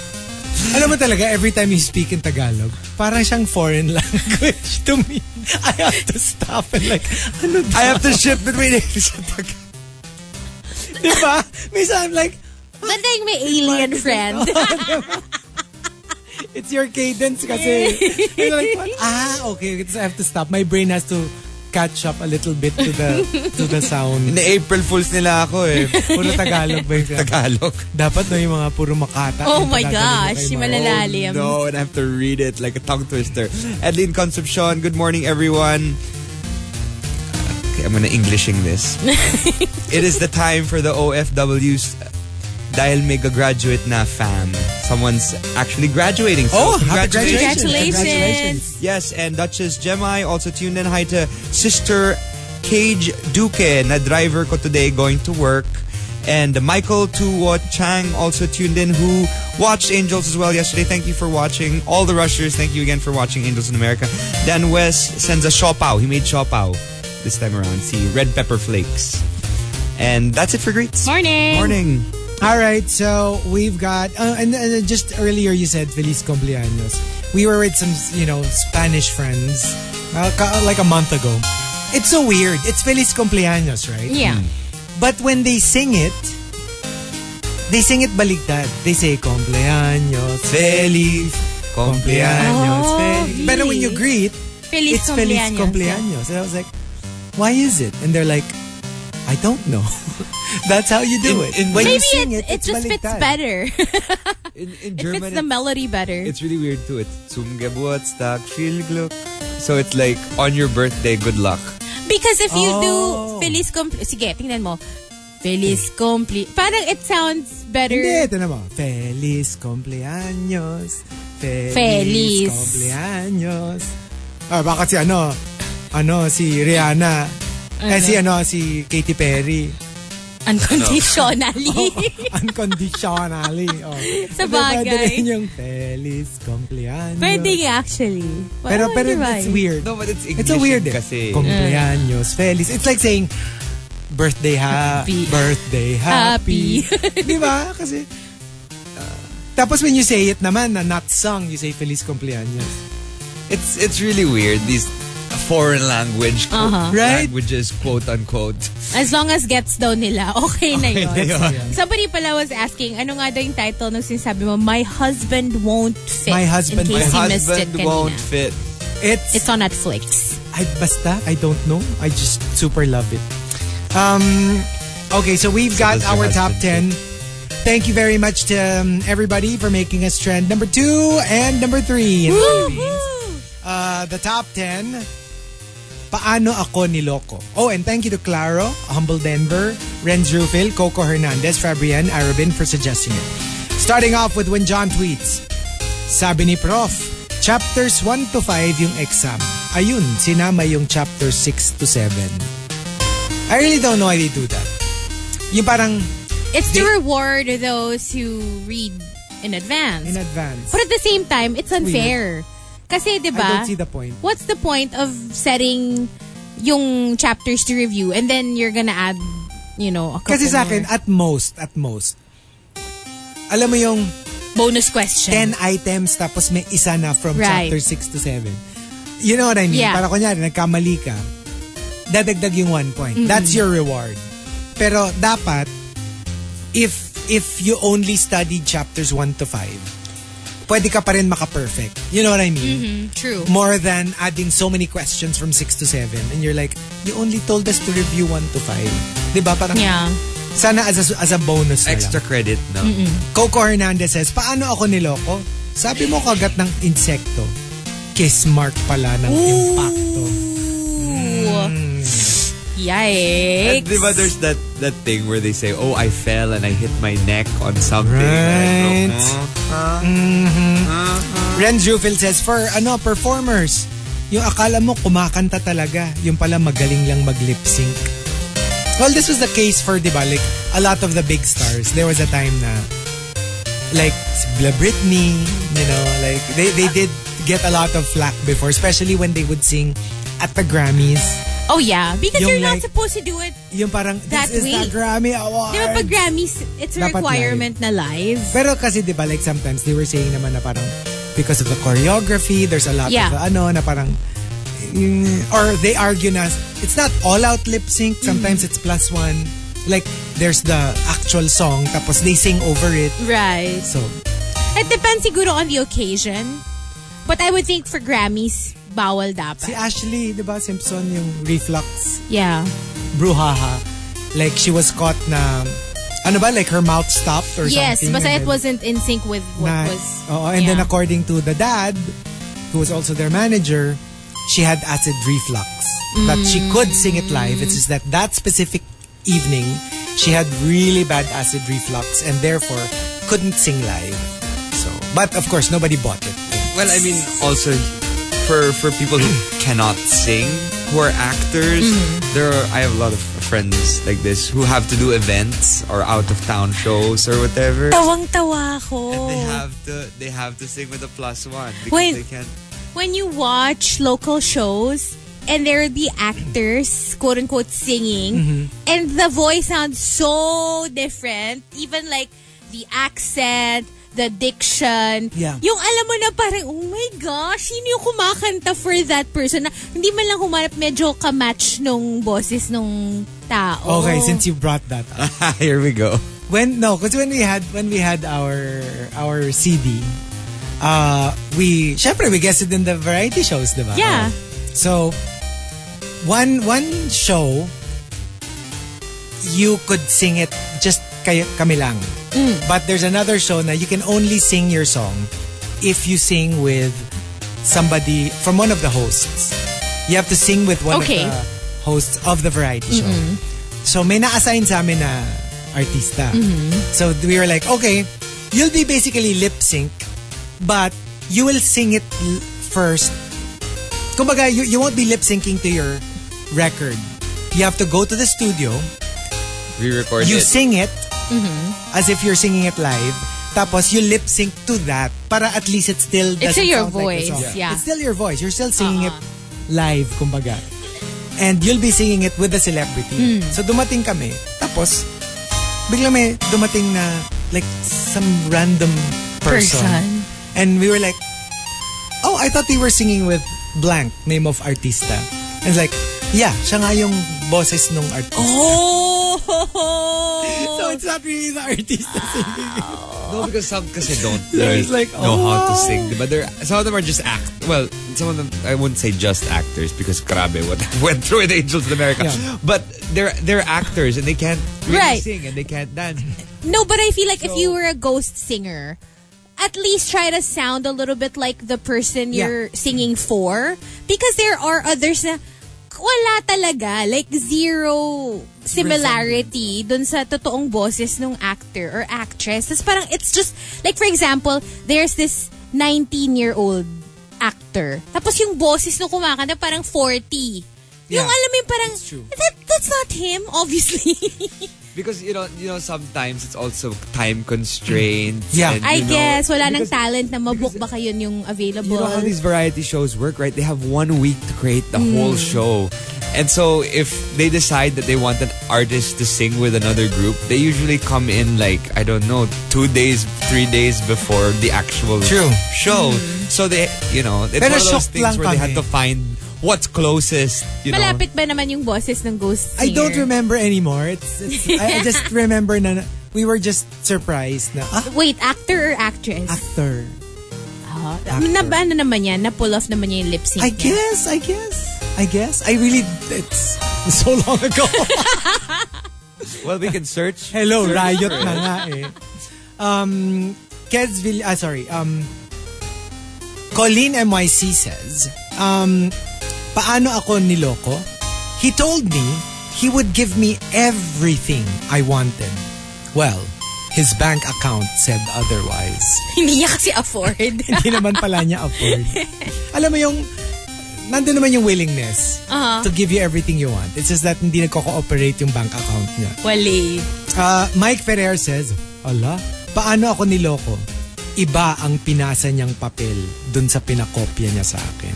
Speaker 1: Alam mo talaga, every time you speak in Tagalog, parang siyang foreign *laughs* language to me. I have to stop and like, ano daw? *laughs*
Speaker 3: I have to shift between English and Tagalog.
Speaker 1: Di ba? Diba? Minsan I'm like, *laughs* "Oh,
Speaker 2: Ganda yung may alien friend.
Speaker 1: It's your cadence kasi. And you're like, what? ah, okay. So I have to stop. My brain has to catch up a little bit to the to the sound.
Speaker 3: Na-April Fools nila ako
Speaker 2: *laughs*
Speaker 3: eh.
Speaker 1: Puro Tagalog ba yung
Speaker 3: Tagalog.
Speaker 1: Dapat na yung mga puro Makata.
Speaker 2: oh
Speaker 1: yung
Speaker 2: my
Speaker 1: Tagalog
Speaker 2: gosh,
Speaker 1: yung
Speaker 2: yung
Speaker 1: kay Maro.
Speaker 2: malalalim.
Speaker 3: Oh, No, and I have to read it like a tongue twister. Adeline Concepcion, good morning, everyone. Okay, I'm gonna Englishing this. it is the time for the OFWs. uh, Dahil mega graduate na fam. Someone's actually graduating.
Speaker 1: Oh,
Speaker 3: So
Speaker 1: happy
Speaker 3: congratulations.
Speaker 2: Congratulations.
Speaker 3: Yes, and Duchess Gemai also tuned in. Hi to Sister Cage Duque, na driver ko today going to work. And Michael Tuwo Chang also tuned in, who watched Angels as well yesterday. Thank you for watching. All the rushers, thank you again for watching Angels in America. Dan West sends a shopao. He made shopao this time around. See, red pepper flakes. And that's it for greets.
Speaker 2: *laughs* Morning.
Speaker 3: Morning.
Speaker 1: All right, so we've got uh, and, and just earlier you said feliz cumpleaños. We were with some you know Spanish friends uh, ca- like a month ago. It's so weird. It's feliz cumpleaños, right?
Speaker 2: Yeah.
Speaker 1: But when they sing it, they sing it baligtad. They say cumpleaños
Speaker 3: Feliz
Speaker 1: cumpleaños.
Speaker 2: Oh,
Speaker 1: feliz. But when you
Speaker 2: really?
Speaker 1: greet,
Speaker 2: Feliz
Speaker 1: it's feliz
Speaker 2: cumpleaños.
Speaker 1: cumpleaños. And I was like, why is it? And they're like, I don't know. *laughs* That's how you do
Speaker 3: In-
Speaker 1: it.
Speaker 3: in-
Speaker 1: when you
Speaker 2: Maybe
Speaker 1: sing
Speaker 2: it,
Speaker 1: it,
Speaker 2: it
Speaker 1: it's
Speaker 2: just fits
Speaker 1: baligtad.
Speaker 2: better. *laughs*
Speaker 3: In, in
Speaker 2: it fits the melody better.
Speaker 3: It's really weird too. It's zum Geburtstag viel Glück. So it's like on your birthday, good luck.
Speaker 2: Because if you
Speaker 1: Oh.
Speaker 2: do Feliz Cumpli... Sige, tingnan mo. Feliz Cumpli... Parang it sounds better.
Speaker 1: Hindi, tinan mo. Feliz cumpleaños. Feliz,
Speaker 2: Feliz.
Speaker 1: cumpleaños. Ah, baka si ano, ano, si Rihanna. Eh, si ano, si Katy Perry. *laughs*
Speaker 2: Unconditionally.
Speaker 1: Oh,
Speaker 2: *laughs*
Speaker 1: Unconditionally. Oh.
Speaker 2: Sa
Speaker 1: Pero Pwede
Speaker 2: bagay.
Speaker 1: rin yung Feliz cumpleaños.
Speaker 2: Pwede nga Oh, actually. Why
Speaker 1: Pero,
Speaker 2: would
Speaker 1: pero
Speaker 2: you buy?
Speaker 1: it's weird.
Speaker 3: but it's
Speaker 1: It's so weird eh.
Speaker 3: Kasi,
Speaker 1: Cumpleaños, feliz. It's like saying, birthday ha,
Speaker 2: Happy.
Speaker 1: birthday happy. *laughs* Di ba? Kasi, uh, tapos when you say it naman, na not sung, you say feliz cumpleaños.
Speaker 3: it's it's really weird. These foreign language quote,
Speaker 2: Uh-huh.
Speaker 1: Right?
Speaker 3: languages, quote unquote.
Speaker 2: As long as gets daw nila, okay na yun.
Speaker 3: na yun.
Speaker 2: Somebody pala was asking, ano nga daw yung title nung sinasabi mo, My Husband Won't Fit.
Speaker 1: My Husband
Speaker 2: In
Speaker 1: Won't-
Speaker 2: case
Speaker 3: My
Speaker 2: you missed it
Speaker 3: husband
Speaker 2: kanina.
Speaker 3: won't fit.
Speaker 1: It's,
Speaker 2: It's on Netflix.
Speaker 1: I, basta, I don't know. I just super love it. Um, okay, so we've got
Speaker 3: does
Speaker 1: our
Speaker 3: your
Speaker 1: top
Speaker 3: husband
Speaker 1: 10. Thank you very much to um, everybody for making us trend number two and number three. in the Philippines. Uh, the top 10, Paano Ako Niloko. Oh, and thank you to Claro, Humble Denver, Renz Rufil, Coco Hernandez, Fabrian Arabin for suggesting it. Starting off with when John tweets, Sabi ni Prof, chapters 1 to 5 yung exam. Ayun, sinama yung chapter 6 to 7. I really don't know why they do that. Yung parang
Speaker 2: It's to
Speaker 1: They-
Speaker 2: reward those who read in advance.
Speaker 1: in advance.
Speaker 2: But at the same time, it's unfair. Kasi,
Speaker 1: I
Speaker 2: di ba,
Speaker 1: don't see the point.
Speaker 2: what's the point of setting yung chapters to review and then you're gonna add, you know, a couple
Speaker 1: Kasi sa akin,
Speaker 2: more
Speaker 1: at most, at most, alam mo yung
Speaker 2: bonus question.
Speaker 1: 10 items tapos may isa na from
Speaker 2: Right.
Speaker 1: chapter 6 to 7. You know what I mean?
Speaker 2: Yeah.
Speaker 1: Para kunyari, nagkamali ka, dadagdag yung one point. That's your reward. Pero dapat, if if you only studied chapters 1 to 5, pwede ka pa rin maka-perfect. You know what I
Speaker 2: Mm-hmm.
Speaker 1: mean?
Speaker 2: True.
Speaker 1: More than adding so many questions from 6 to 7 and you're like, you only told us to review 1 to 5. 'Di ba? Parang,
Speaker 2: Yeah.
Speaker 1: sana as a, as a bonus na lang.
Speaker 3: Extra credit, no?
Speaker 1: Coco Hernandez says, paano ako niloko? Sabi mo kagat ng insekto. Kiss mark pala ng impacto.
Speaker 2: Ooh.
Speaker 3: And
Speaker 2: Yikes.
Speaker 3: diba there's that, that thing where they say, oh, I fell and I hit my neck on something.
Speaker 1: Right.
Speaker 3: Like, uh-huh.
Speaker 1: Ren Zufil says, for ano, performers, yung akala mo kumakanta talaga, yung pala magaling lang mag-lip sync. Well, this was the case for, di ba, like, a lot of the big stars. There was a time na, like, si Bla Britney, you know, like, they, they did get a lot of flack before, especially when they would sing at the Grammys.
Speaker 2: Oh, yeah. Because
Speaker 1: Yung
Speaker 2: you're not
Speaker 1: like-
Speaker 2: supposed to do it.
Speaker 1: Yung parang,
Speaker 2: That
Speaker 1: this is the
Speaker 2: week.
Speaker 1: Grammy Award.
Speaker 2: Di ba pag Grammys, it's a
Speaker 1: Dapat
Speaker 2: requirement na live.
Speaker 1: Pero kasi di ba like sometimes they were saying naman na parang because of the choreography, there's a lot
Speaker 2: Yeah.
Speaker 1: of ano na parang mm, or they
Speaker 2: Mm-hmm.
Speaker 1: argue na it's not all out lip sync, sometimes it's plus one. Like there's the act actual song tapos they sing over it.
Speaker 2: Right.
Speaker 1: So,
Speaker 2: It depends siguro on the occasion. But I would think for Grammys, bawal dapat.
Speaker 1: si Ashley, di ba, Simpson, yung reflux,
Speaker 2: yeah.
Speaker 1: brouhaha, like she was caught na, ano ba, like her mouth stopped or
Speaker 2: Yes,
Speaker 1: something.
Speaker 2: basta
Speaker 1: and
Speaker 2: it
Speaker 1: then-
Speaker 2: wasn't in sync with what
Speaker 1: na,
Speaker 2: was...
Speaker 1: Oo, and then
Speaker 2: yeah.
Speaker 1: according to the dad, who was also their manager, she had acid reflux. That she could sing it live. It's just that that specific evening, she had really bad acid reflux and therefore couldn't sing live. So, but of course, nobody bought it.
Speaker 3: Well, I mean, also for for
Speaker 1: *clears throat*
Speaker 3: people who cannot sing, who are actors,
Speaker 1: Mm-hmm.
Speaker 3: there are, I have a lot of friends like this who have to do events or out of town shows or whatever.
Speaker 1: Oh.
Speaker 11: Tawang-tawa ako.
Speaker 3: They have to they have to sing with a plus one because
Speaker 2: Wait.
Speaker 3: they can't.
Speaker 2: When you watch local shows and there will be actors, quote-unquote, singing,
Speaker 1: Mm-hmm.
Speaker 2: and the voice sounds so different, even like the accent, the diction.
Speaker 11: Yeah.
Speaker 2: Yung alam mo na parang, oh my gosh, sino yung kumakanta for that person na hindi man lang humanap, medyo kamatch nung boses nung tao.
Speaker 1: Okay, since you brought that up.
Speaker 3: *laughs* Here we go.
Speaker 1: Oh. when no because when we had when we had our our CD uh we syempre we guessed it in the variety shows diba
Speaker 2: Yeah.
Speaker 1: so one one show you could sing it just kayo, kami lang but there's another show na you can only sing your song if you sing with somebody from one of the hosts you have to sing with one
Speaker 2: Okay.
Speaker 1: of the hosts of the variety show so may na-assign sa amin na artista. So we were like, okay, you'll be basically lip sync, but you will sing it l- first. Kumbaga, you, you won't be lip syncing to your record. You have to go to the studio,
Speaker 3: Re-record
Speaker 1: you
Speaker 3: it.
Speaker 1: sing it
Speaker 2: Mm-hmm.
Speaker 1: as if you're singing it live, tapos you lip sync to that para at least it still doesn't
Speaker 2: It's still your
Speaker 1: sound like the
Speaker 2: voice,
Speaker 1: song.
Speaker 2: yeah. Uh-huh.
Speaker 1: It's still your voice. You're still singing it live, kumbaga. And you'll be singing it with the celebrity.
Speaker 2: Hmm.
Speaker 1: So dumating kami, tapos bigla may dumating na like some random person.
Speaker 2: Person.
Speaker 1: And we were like, oh, I thought they were singing with blank, name of artista. And it's like, yeah, siya nga yung boses nung artista.
Speaker 2: Oh!
Speaker 1: *laughs* So it's not really the artista singing.
Speaker 3: No, because some kasi don't
Speaker 1: *laughs* Yeah,
Speaker 3: really
Speaker 1: it's like,
Speaker 3: know
Speaker 1: oh,
Speaker 3: how to
Speaker 1: wow.
Speaker 3: sing. But they're, some of them are just act. Well, some of them I wouldn't say just actors because grabe what *laughs* I went through with Angels in America.
Speaker 1: Yeah.
Speaker 3: But they're they're actors and they can't really
Speaker 2: Right.
Speaker 3: sing and they can't dance.
Speaker 2: No, but I feel like if
Speaker 3: So-
Speaker 2: you were a ghost singer, at least try to sound a little bit like the person
Speaker 1: Yeah.
Speaker 2: you're singing for. Because there are others na wala talaga. Like, zero similarity dun sa totoong boses nung actor or actress. Tapos parang it's just, like for example, there's this 19-year-old actor. Tapos yung boses nung kumakanta parang 40. Yung
Speaker 1: Yeah.
Speaker 2: alam mo yung parang,
Speaker 1: It's true.
Speaker 2: that, that's not him, obviously. *laughs*
Speaker 3: Because you know, you know, sometimes it's also time constraints.
Speaker 1: Yeah.
Speaker 3: and,
Speaker 2: I
Speaker 3: you know,
Speaker 2: guess, wala nang
Speaker 3: because
Speaker 2: talent na mabook ba kayo yung
Speaker 3: You
Speaker 2: available.
Speaker 3: know how these variety shows work, right? They have one week to create the whole
Speaker 2: Mm.
Speaker 3: show. And so if they decide that they want an artist to sing with another group, they usually come in like, I don't know, two days, three days before the actual
Speaker 1: True.
Speaker 3: show.
Speaker 2: Mm.
Speaker 3: So they, you know, it's
Speaker 1: Pero
Speaker 3: one of those
Speaker 1: shocked lang
Speaker 3: things where they had
Speaker 1: kami.
Speaker 3: to find what's closest, you know.
Speaker 2: Malapit ba naman yung boses ng ghost singer?
Speaker 1: I don't remember anymore. It's,
Speaker 3: *laughs*
Speaker 1: it's I, I just remember na we were just surprised na ah,
Speaker 2: Wait, actor or actress?
Speaker 1: actor.
Speaker 2: Ah,
Speaker 1: actor.
Speaker 2: Na ba ano naman yan? Na-pull off naman niya yung lip sync
Speaker 1: I
Speaker 2: niya.
Speaker 1: guess, I guess, I guess. I really it's so long ago.
Speaker 3: Well, we can search.
Speaker 1: Hello, riot na nga eh. Um, Kedsville, ah sorry, um, Colleen MYC says, um, paano ako niloko? He told me he would give me everything I wanted. Well, his bank account said otherwise.
Speaker 2: *laughs*
Speaker 1: *laughs*
Speaker 2: Hindi niya kasi afford. *laughs*
Speaker 1: Hindi naman pala niya afford. Alam mo yung, nandun naman yung willingness to give you everything you want. It's just that hindi nagko-cooperate yung bank account niya.
Speaker 2: Wali.
Speaker 1: Ah, Mike Ferrer says, Ala, paano ako niloko? Iba ang pinasa niyang papel dun sa pinakopya niya sa akin.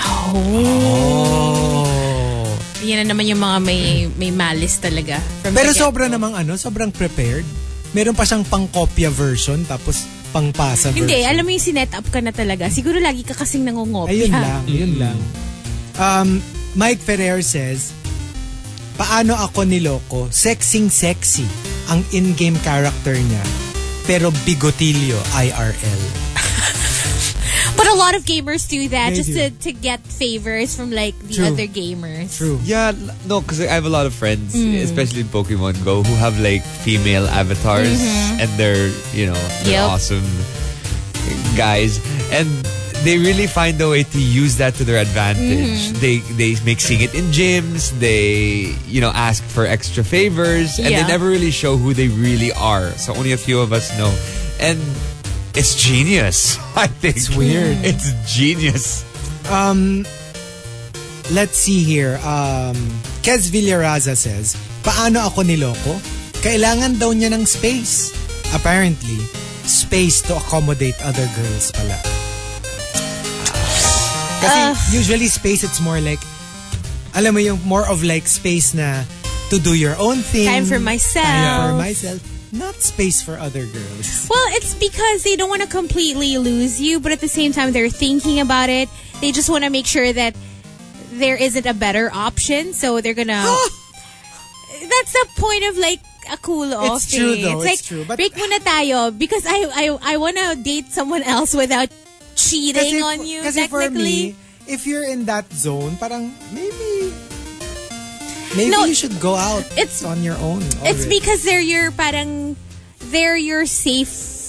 Speaker 1: Oh.
Speaker 2: Yan na naman yung mga may may malice talaga. From
Speaker 1: Pero
Speaker 2: the get-go.
Speaker 1: sobra namang ano, sobrang prepared. Meron pa siyang pangkopya version tapos pangpasa version.
Speaker 2: Hindi, alam mo yung sinet up ka na talaga. Siguro lagi ka kasing nangungopia.
Speaker 1: Ayun lang, yun lang. Um, Mike Ferrer says, Paano ako niloko? Sexing sexy ang in-game character niya. Pero bigotilyo IRL.
Speaker 2: But a lot of gamers do that
Speaker 1: They
Speaker 2: just
Speaker 1: do.
Speaker 2: to, to get favors from like the
Speaker 1: True.
Speaker 2: other gamers.
Speaker 1: True.
Speaker 3: Yeah, l- no, because I have a lot of friends,
Speaker 2: Mm.
Speaker 3: especially in Pokemon Go, who have like female avatars,
Speaker 2: Mhm.
Speaker 3: and they're you know they're
Speaker 2: Yep.
Speaker 3: awesome guys, and they really find a way to use that to their advantage.
Speaker 2: Mhm.
Speaker 3: They they make sing it in gyms. They you know ask for extra favors, and they
Speaker 2: Yeah.
Speaker 3: never really show who they really are. So only a few of us know, and it's genius. *laughs* I think it's
Speaker 1: weird.
Speaker 3: It's genius.
Speaker 1: Um, let's see here. Um, Kez Villaraza says, Paano ako niloko? Kailangan daw niya ng space. Apparently, space to accommodate other girls pala. Kasi
Speaker 2: Ah.
Speaker 1: usually space, it's more like, alam mo yung more of like space na to do your own thing.
Speaker 2: Time for myself.
Speaker 1: Time for myself. Not space for other girls.
Speaker 2: Well, it's because they don't want to completely lose you, but at the same time, they're thinking about it. They just want to make sure that there isn't a better option, so they're
Speaker 1: *gasps*
Speaker 2: gonna. That's the point of like a cool off.
Speaker 1: It's true,
Speaker 2: eh.
Speaker 1: though. It's
Speaker 2: It's, like
Speaker 1: true, but-
Speaker 2: break muna tayo because I I I want to date someone else without
Speaker 1: Kasi-
Speaker 2: cheating on you.
Speaker 1: Kasi for me,
Speaker 2: technically,
Speaker 1: if you're in that zone, parang maybe maybe
Speaker 2: No,
Speaker 1: you should go out.
Speaker 2: it's-
Speaker 1: on your own.
Speaker 2: it's
Speaker 1: already.
Speaker 2: because they're your parang they're your safe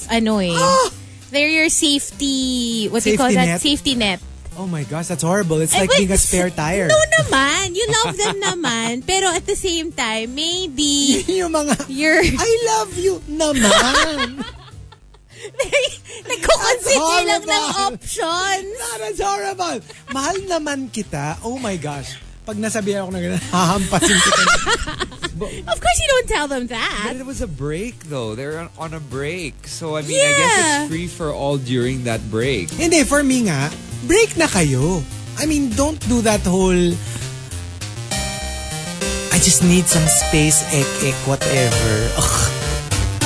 Speaker 2: ano eh.
Speaker 1: *gasps*
Speaker 2: They're your safety. What do you call
Speaker 1: Safety net?
Speaker 2: that? Safety net.
Speaker 1: Oh my gosh, that's horrible. It's like
Speaker 2: Ay, Eh, wait,
Speaker 1: being a spare tire. *laughs*
Speaker 2: *laughs* No naman. You love them naman. Pero at the same time, maybe
Speaker 1: yung mga
Speaker 2: you're...
Speaker 1: I love you naman. *laughs*
Speaker 2: *laughs* Nagkukonsider lang ng
Speaker 1: horrible.
Speaker 2: options.
Speaker 1: Ah, that's horrible. Mahal naman kita. Oh my gosh. Pag nasabihan ako na gano'n, *laughs* hahampasin kita.
Speaker 2: Of course, you don't tell them that.
Speaker 3: But it was a break, though. They're on, on a break. So, I mean, I guess
Speaker 2: Yeah.
Speaker 3: it's free for all during that break.
Speaker 1: Hindi, for me nga, break na kayo. I mean, don't do that whole I just need some space, ek, ek, whatever. Ugh.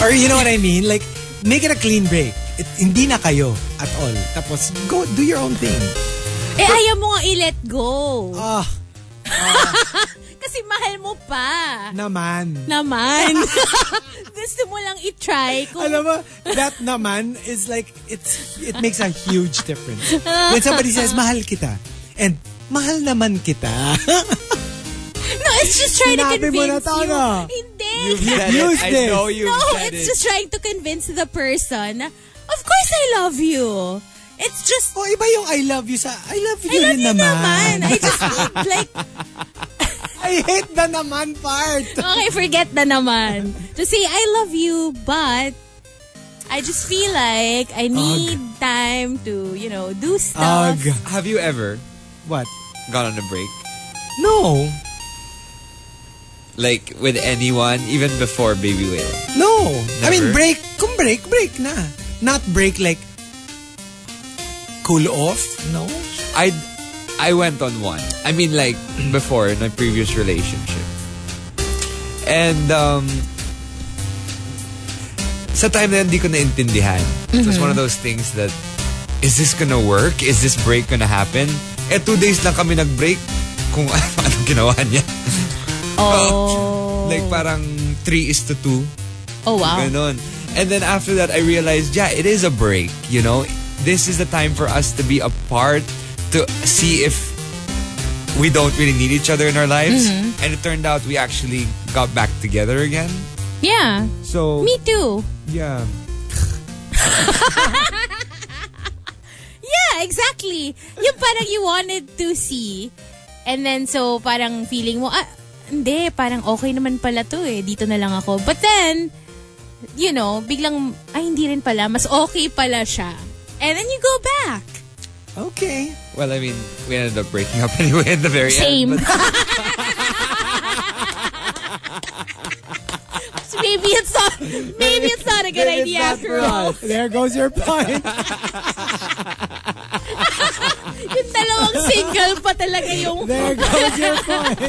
Speaker 1: Or you know what I mean? Like, make it a clean break. It, hindi na kayo at all. Tapos, go, do your own thing.
Speaker 2: Eh, ayaw mo nga i-let go.
Speaker 1: Ah,
Speaker 2: Kasi mahal mo pa.
Speaker 1: naman.
Speaker 2: Naman. *laughs* Gusto mo lang i-try kung...
Speaker 1: Alam mo, that naman is like, it's it makes a huge difference. When somebody says, mahal kita, and mahal naman kita. *laughs*
Speaker 2: no, it's just trying to
Speaker 1: Sinabi
Speaker 2: convince
Speaker 1: mo na to,
Speaker 2: you.
Speaker 1: no?
Speaker 2: Hindi.
Speaker 3: said
Speaker 1: used
Speaker 3: it. I
Speaker 1: this.
Speaker 3: know you
Speaker 2: *laughs* no,
Speaker 3: said
Speaker 2: it's
Speaker 3: it.
Speaker 2: just trying to convince the person na, of course I love you. It's just
Speaker 1: o iba yung I love you sa, I love you
Speaker 2: I love
Speaker 1: rin
Speaker 2: you Eh, naman.
Speaker 1: naman.
Speaker 2: I just need like,
Speaker 1: I hate the naman part.
Speaker 2: okay, forget na naman. To say I love you, but I just feel like I need time to, you know, do stuff.
Speaker 1: Ugh.
Speaker 3: Have you ever
Speaker 1: What?
Speaker 3: gone on a break?
Speaker 1: No.
Speaker 3: Like, with anyone, even before Baby Whale?
Speaker 1: No. I mean,
Speaker 3: Never?
Speaker 1: break. Kung break, break na. Not break like cool off. No.
Speaker 3: I, I went on one. I mean, like, *clears throat* before, in my previous relationship. And, um, sa time na yun, hindi ko naintindihan. It was one of those things that, is this gonna work? Is this break gonna happen? Eh, two days lang kami nag-break kung *laughs* ano ginawa niya.
Speaker 2: Oh.
Speaker 3: *laughs* Like parang 3 is to 2.
Speaker 2: oh, wow.
Speaker 3: Ganon. And then after that, I realized, yeah, it is a break. You know, this is the time for us to be apart to see if we don't really need each other in our lives.
Speaker 2: Mm-hmm.
Speaker 3: And it turned out we actually got back together again.
Speaker 2: Yeah.
Speaker 3: So
Speaker 2: Me too.
Speaker 3: yeah,
Speaker 2: Yeah, exactly. Yung parang you wanted to see. And then so parang feeling mo, ah, hindi, parang okay naman pala to eh. Dito na lang ako. But then, you know, biglang, ay hindi rin pala. Mas okay pala siya. And then you go back.
Speaker 1: Okay.
Speaker 3: well, I mean, we ended up breaking up *laughs* anyway at the very
Speaker 2: Same.
Speaker 3: end. but-
Speaker 2: So maybe it's not, maybe it's not a good idea after all.
Speaker 1: There goes your point.
Speaker 2: Yung dalawang single pa talaga *laughs* yung,
Speaker 1: There goes your point.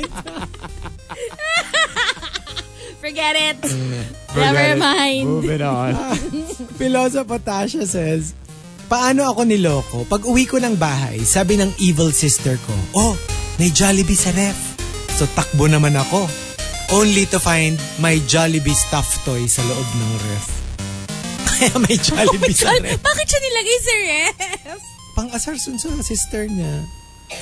Speaker 2: forget it. Never *laughs* mind.
Speaker 3: Moving on.
Speaker 1: *laughs* Pilosa Patasha says, Paano ako niloko? Pag uwi ko ng bahay, sabi ng evil sister ko, Oh, may Jollibee sa ref. So takbo naman ako. only to find my Jollibee stuffed toy sa loob ng ref. *laughs* Kaya may
Speaker 2: *laughs*
Speaker 1: Jollibee sa
Speaker 2: Oh God,
Speaker 1: ref.
Speaker 2: bakit siya nilagay sa ref?
Speaker 1: Pang-asar sun sa sister niya.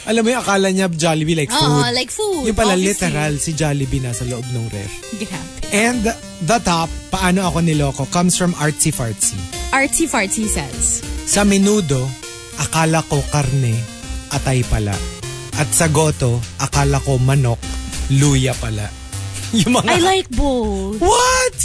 Speaker 1: Alam mo yung akala niya Jollibee like food.
Speaker 2: Oo, like food.
Speaker 1: Yung pala
Speaker 2: obviously.
Speaker 1: literal si Jollibee nasa loob ng ref.
Speaker 2: Grabe.
Speaker 1: And the top, paano ako niloko, comes from Artsy Fartsy.
Speaker 2: Artsy fartsy says.
Speaker 1: Sa menudo, akala ko karne, atay pala. At sa goto, akala ko manok, luya pala. *laughs* Yung mga...
Speaker 2: I like both.
Speaker 1: What?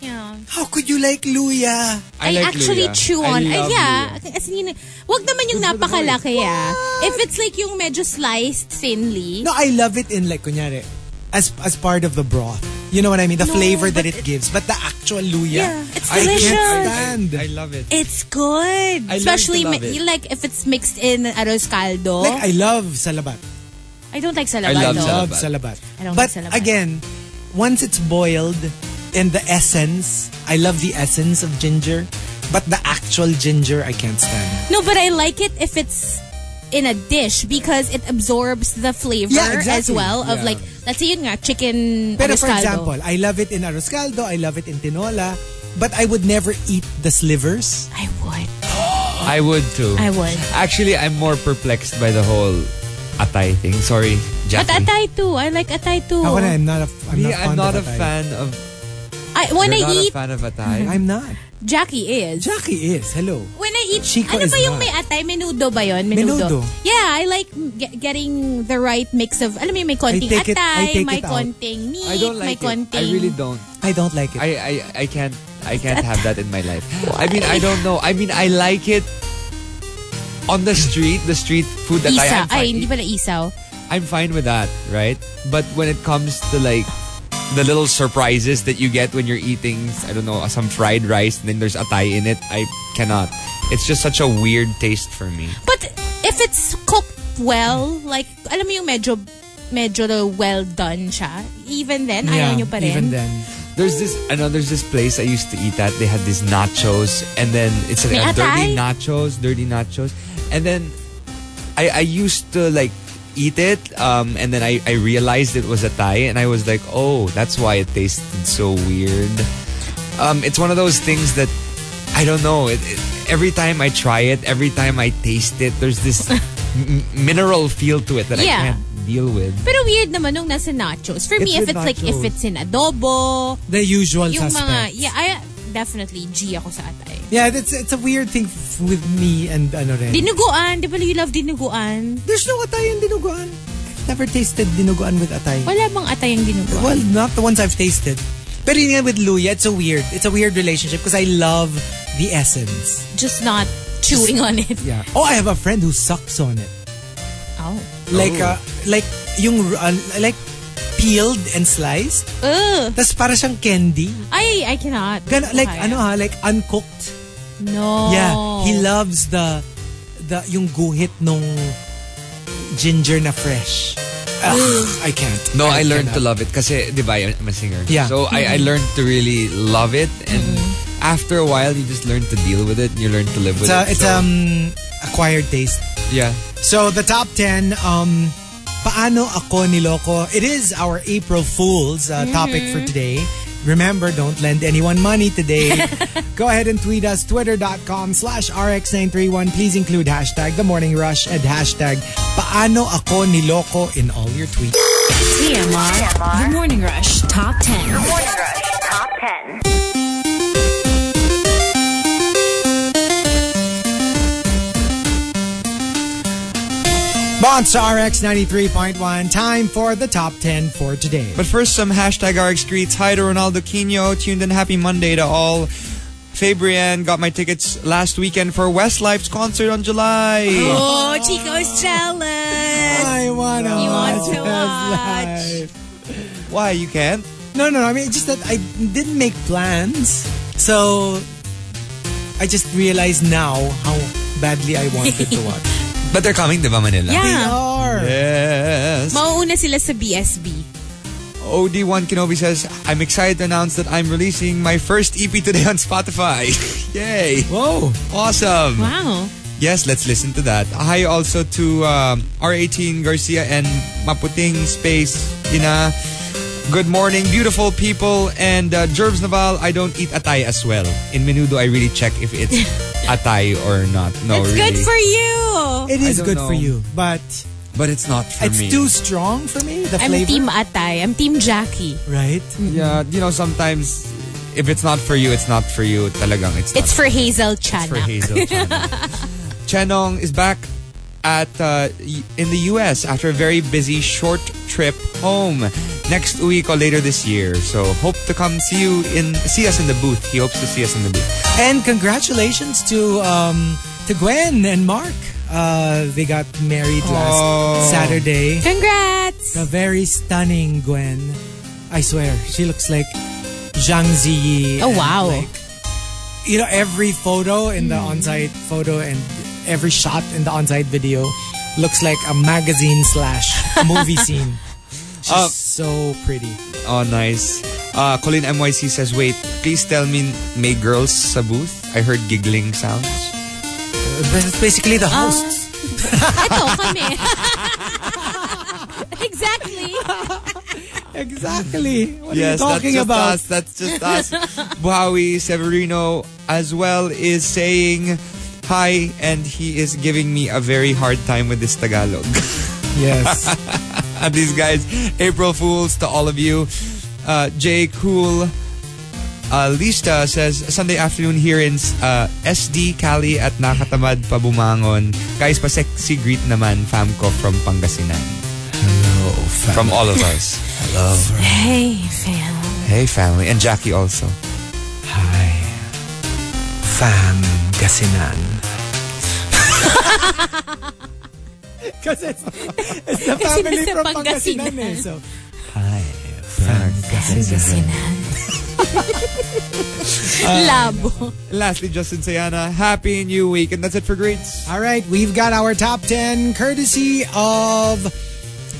Speaker 2: Yeah.
Speaker 1: How could you like luya?
Speaker 2: I, actually chew on.
Speaker 3: I
Speaker 2: Ay,
Speaker 3: love
Speaker 2: yeah. As in, wag naman yung napakalaki ah. If it's like yung medyo sliced thinly.
Speaker 1: No, I love it in like, kunyari, as as part of the broth. You know what I mean? The
Speaker 2: No,
Speaker 1: flavor that
Speaker 2: but
Speaker 1: it, gives. But the actual luya,
Speaker 2: Yeah, it's
Speaker 1: I
Speaker 2: delicious.
Speaker 1: can't stand.
Speaker 3: I love it.
Speaker 2: It's good.
Speaker 3: I learned
Speaker 2: Especially
Speaker 3: to love
Speaker 2: ma-
Speaker 3: it.
Speaker 2: you like if it's mixed in arroz caldo.
Speaker 1: like, I love salabat.
Speaker 2: I don't like
Speaker 3: I
Speaker 2: salabat
Speaker 3: love
Speaker 2: though.
Speaker 1: love
Speaker 3: Salabat.
Speaker 1: salabat.
Speaker 2: I don't
Speaker 1: but
Speaker 2: like salabat.
Speaker 1: again, once it's boiled in the essence, I love the essence of ginger, but the actual ginger I can't stand.
Speaker 2: No, but I like it if it's in a dish because it absorbs the flavor
Speaker 1: Yeah, exactly.
Speaker 2: as well of
Speaker 1: Yeah.
Speaker 2: like let's say yun nga chicken
Speaker 1: Pero
Speaker 2: arroz
Speaker 1: for
Speaker 2: caldo.
Speaker 1: example, I love it in arroz caldo, I love it in tinola, but I would never eat the slivers.
Speaker 2: I would.
Speaker 3: I would too.
Speaker 2: I would.
Speaker 3: Actually, I'm more perplexed by the whole atay thing. Sorry, Jackie.
Speaker 2: But atay too. I like atay too.
Speaker 1: Ako na, I'm not a, I'm
Speaker 3: Me,
Speaker 1: not fond
Speaker 3: I'm not
Speaker 1: of
Speaker 3: a
Speaker 1: atay.
Speaker 3: fan of.
Speaker 2: I when I
Speaker 3: you're not
Speaker 2: eat
Speaker 3: a fan of atay.
Speaker 1: I'm not.
Speaker 2: Jackie is.
Speaker 1: Jackie is. Hello.
Speaker 2: When I eat,
Speaker 1: Chico
Speaker 2: ano
Speaker 1: is
Speaker 2: ba yung
Speaker 1: not.
Speaker 2: may atay? Menudo ba yun? Menudo.
Speaker 1: Menudo.
Speaker 2: Yeah, I like ge- getting the right mix of, alam mo yung may konting
Speaker 1: take it- I
Speaker 2: atay,
Speaker 1: take
Speaker 2: may
Speaker 1: it out.
Speaker 2: konting meat,
Speaker 3: I don't
Speaker 2: may
Speaker 3: like it.
Speaker 2: konting...
Speaker 3: I really don't.
Speaker 1: I don't like it.
Speaker 3: I, I I can't I can't have that in my life. I mean I don't know. I mean I like it on the street, the street food that I
Speaker 2: Isa.
Speaker 3: am
Speaker 2: Ay, hindi pala isaw.
Speaker 3: I'm fine with that, right? But when it comes to like the little surprises that you get when you're eating, I don't know, some fried rice and then there's atay in it, I cannot. It's just such a weird taste for me.
Speaker 2: But if it's cooked well, like, alam mo yung medyo, medyo well done siya, even then, ayaw nyo pa rin.
Speaker 1: Even then.
Speaker 3: There's this, I know there's this place I used to eat at. They had these nachos, and then it's like
Speaker 2: May
Speaker 3: a
Speaker 2: atay?
Speaker 3: dirty nachos, dirty nachos, and then I I used to like eat it, um, and then I I realized it was a Thai, and I was like, oh, that's why it tasted so weird. Um, it's one of those things that I don't know. It, it, every time I try it, every time I taste it, there's this *laughs* m- mineral feel to it that
Speaker 2: Yeah.
Speaker 3: I can't deal with.
Speaker 2: Pero weird naman nung nasa nachos. For me,
Speaker 3: It's
Speaker 2: if
Speaker 3: with
Speaker 2: it's like, if
Speaker 3: nachos.
Speaker 2: it's in adobo,
Speaker 1: The usual
Speaker 2: yung
Speaker 1: suspects.
Speaker 2: mga, yeah, I, definitely G ako sa atay.
Speaker 1: Yeah, it's it's a weird thing f- with me and ano rin.
Speaker 2: Dinuguan, di ba you love dinuguan?
Speaker 1: There's no atay in dinuguan. Never tasted dinuguan with atay.
Speaker 2: Wala bang atay ang dinuguan?
Speaker 1: Well, not the ones I've tasted. Pero yun nga with luya, it's a weird, it's a weird relationship because I love the essence.
Speaker 2: just not chewing on it.
Speaker 1: Yeah. Oh, I have a friend who sucks on it.
Speaker 2: Oh.
Speaker 1: Like, uh, like yung uh, like peeled and sliced.
Speaker 2: Ugh.
Speaker 1: Tapos para siyang candy.
Speaker 2: I I cannot.
Speaker 1: Gan like
Speaker 2: Kaya.
Speaker 1: ano ha, like uncooked.
Speaker 2: No.
Speaker 1: Yeah,
Speaker 2: Oh.
Speaker 1: he loves the the yung guhit nung ginger na fresh. Ugh, I can't.
Speaker 3: No, I, learned to
Speaker 1: cannot.
Speaker 3: love it kasi, di ba, I'm a singer.
Speaker 1: Yeah.
Speaker 3: So I, I learned to really love it and after a while, you just learn to deal with it and you learn to live
Speaker 1: It's,
Speaker 3: with
Speaker 1: a,
Speaker 3: it.
Speaker 1: it's
Speaker 3: So,
Speaker 1: um acquired taste.
Speaker 3: yeah.
Speaker 1: So the top 10 um paano ako niloko? It is our April Fools uh, topic for today. Remember, don't lend anyone money today. Go ahead and tweet us, twitter.com slash rx931. Please include hashtag The Morning Rush and hashtag Paano Ako Niloko in all your tweets.
Speaker 7: TMR. The Morning Rush Top 10.
Speaker 8: Morning Rush Top 10.
Speaker 1: Monster RX 93.1, time for the top 10 for today.
Speaker 3: But first, some hashtag RX greets. Hi to Ronaldo Quino. Tuned in. Happy Monday to all. Fabrian got my tickets last weekend for Westlife's concert on July.
Speaker 2: Oh, Chico's jealous.
Speaker 1: I wanna you
Speaker 2: want
Speaker 1: watch
Speaker 2: to
Speaker 1: Best
Speaker 2: watch.
Speaker 1: Life.
Speaker 3: Why? You can't?
Speaker 1: No, no, no. I mean, it's just that I didn't make plans. So, I just realized now how badly I wanted to watch.
Speaker 3: But they're coming to Manila.
Speaker 1: They
Speaker 2: *laughs* Yeah.
Speaker 1: are.
Speaker 3: Yes.
Speaker 2: Mauuna sila sa BSB.
Speaker 3: OD1 Kenobi says, I'm excited to announce that I'm releasing my first EP today on Spotify. *laughs* Yay!
Speaker 1: Whoa.
Speaker 3: Awesome.
Speaker 2: Wow.
Speaker 3: Yes, let's listen to that. Hi also to um, R18 Garcia and Maputing Space Ina. Good morning, beautiful people. And uh, Jervs Naval, I don't eat atay as well. In menudo, I really check if it's
Speaker 2: *laughs*
Speaker 3: atay or not. No,
Speaker 2: it's
Speaker 3: Oh, really.
Speaker 2: good for you.
Speaker 1: It is
Speaker 3: I don't
Speaker 1: good
Speaker 3: know.
Speaker 1: for you, but
Speaker 3: But it's not for
Speaker 1: it's
Speaker 3: me.
Speaker 1: too strong for me. The
Speaker 2: I'm
Speaker 1: flavor,
Speaker 2: team Atay. I'm team Jackie.
Speaker 1: right?
Speaker 3: Yeah, you know, sometimes if it's not for you, it's not for you. Talagang it's not
Speaker 2: It's for Hazel
Speaker 3: It's for
Speaker 2: Chana.
Speaker 3: Hazel. Chanong. Chanong is back at uh, y- in the US after a very busy short trip home next week or later this year. So hope to come see you in see us in the booth. He hopes to see us in the booth.
Speaker 1: And congratulations to um, to Gwen and Mark. Uh, they got married last
Speaker 3: Oh.
Speaker 1: Saturday.
Speaker 2: Congrats!
Speaker 1: The very stunning Gwen. I swear, she looks like Zhang Ziyi.
Speaker 2: Oh,
Speaker 1: and,
Speaker 2: wow.
Speaker 1: like, you know, every photo in the
Speaker 3: Hmm.
Speaker 1: on-site photo and every shot in the on-site video looks like a magazine slash
Speaker 3: *laughs*
Speaker 1: movie scene. She's
Speaker 3: Uh,
Speaker 1: so pretty.
Speaker 3: Oh, nice. Uh, Colin MYC says, wait, please tell me may girls sa booth? I heard giggling sounds.
Speaker 1: But it's basically the
Speaker 3: Uh,
Speaker 1: hosts.
Speaker 3: *laughs*
Speaker 2: Ito kami. *laughs* exactly.
Speaker 1: exactly. What are you
Speaker 3: yes,
Speaker 1: talking
Speaker 3: that's
Speaker 1: about? *laughs*
Speaker 3: just Us. That's just us. Buhawi Severino as well is saying hi, and he is giving me a very hard time with this Tagalog. *laughs*
Speaker 1: Yes.
Speaker 3: And these guys, April Fools to all of you. Uh, Jay Cool. Uh, Lista says, Sunday afternoon here in uh, SD Cali at Nakatamad Pabumangon. Guys, pa-sexy greet naman, Famco from Pangasinan. From all of us.
Speaker 2: Hey, fam.
Speaker 3: *laughs* Hey, family. And Jackie also.
Speaker 1: Hi. Fam *laughs* Gasinan. Because it's, it's the
Speaker 2: Kasi
Speaker 1: family
Speaker 2: nasa
Speaker 1: from
Speaker 2: Pangasinan.
Speaker 1: Pangasinan, eh. So, hi, Fam Gasinan. Uh,
Speaker 2: Labo.
Speaker 3: Lastly, Justin Sayana, happy new week. And that's it for greets.
Speaker 1: All right, we've got our top 10 courtesy of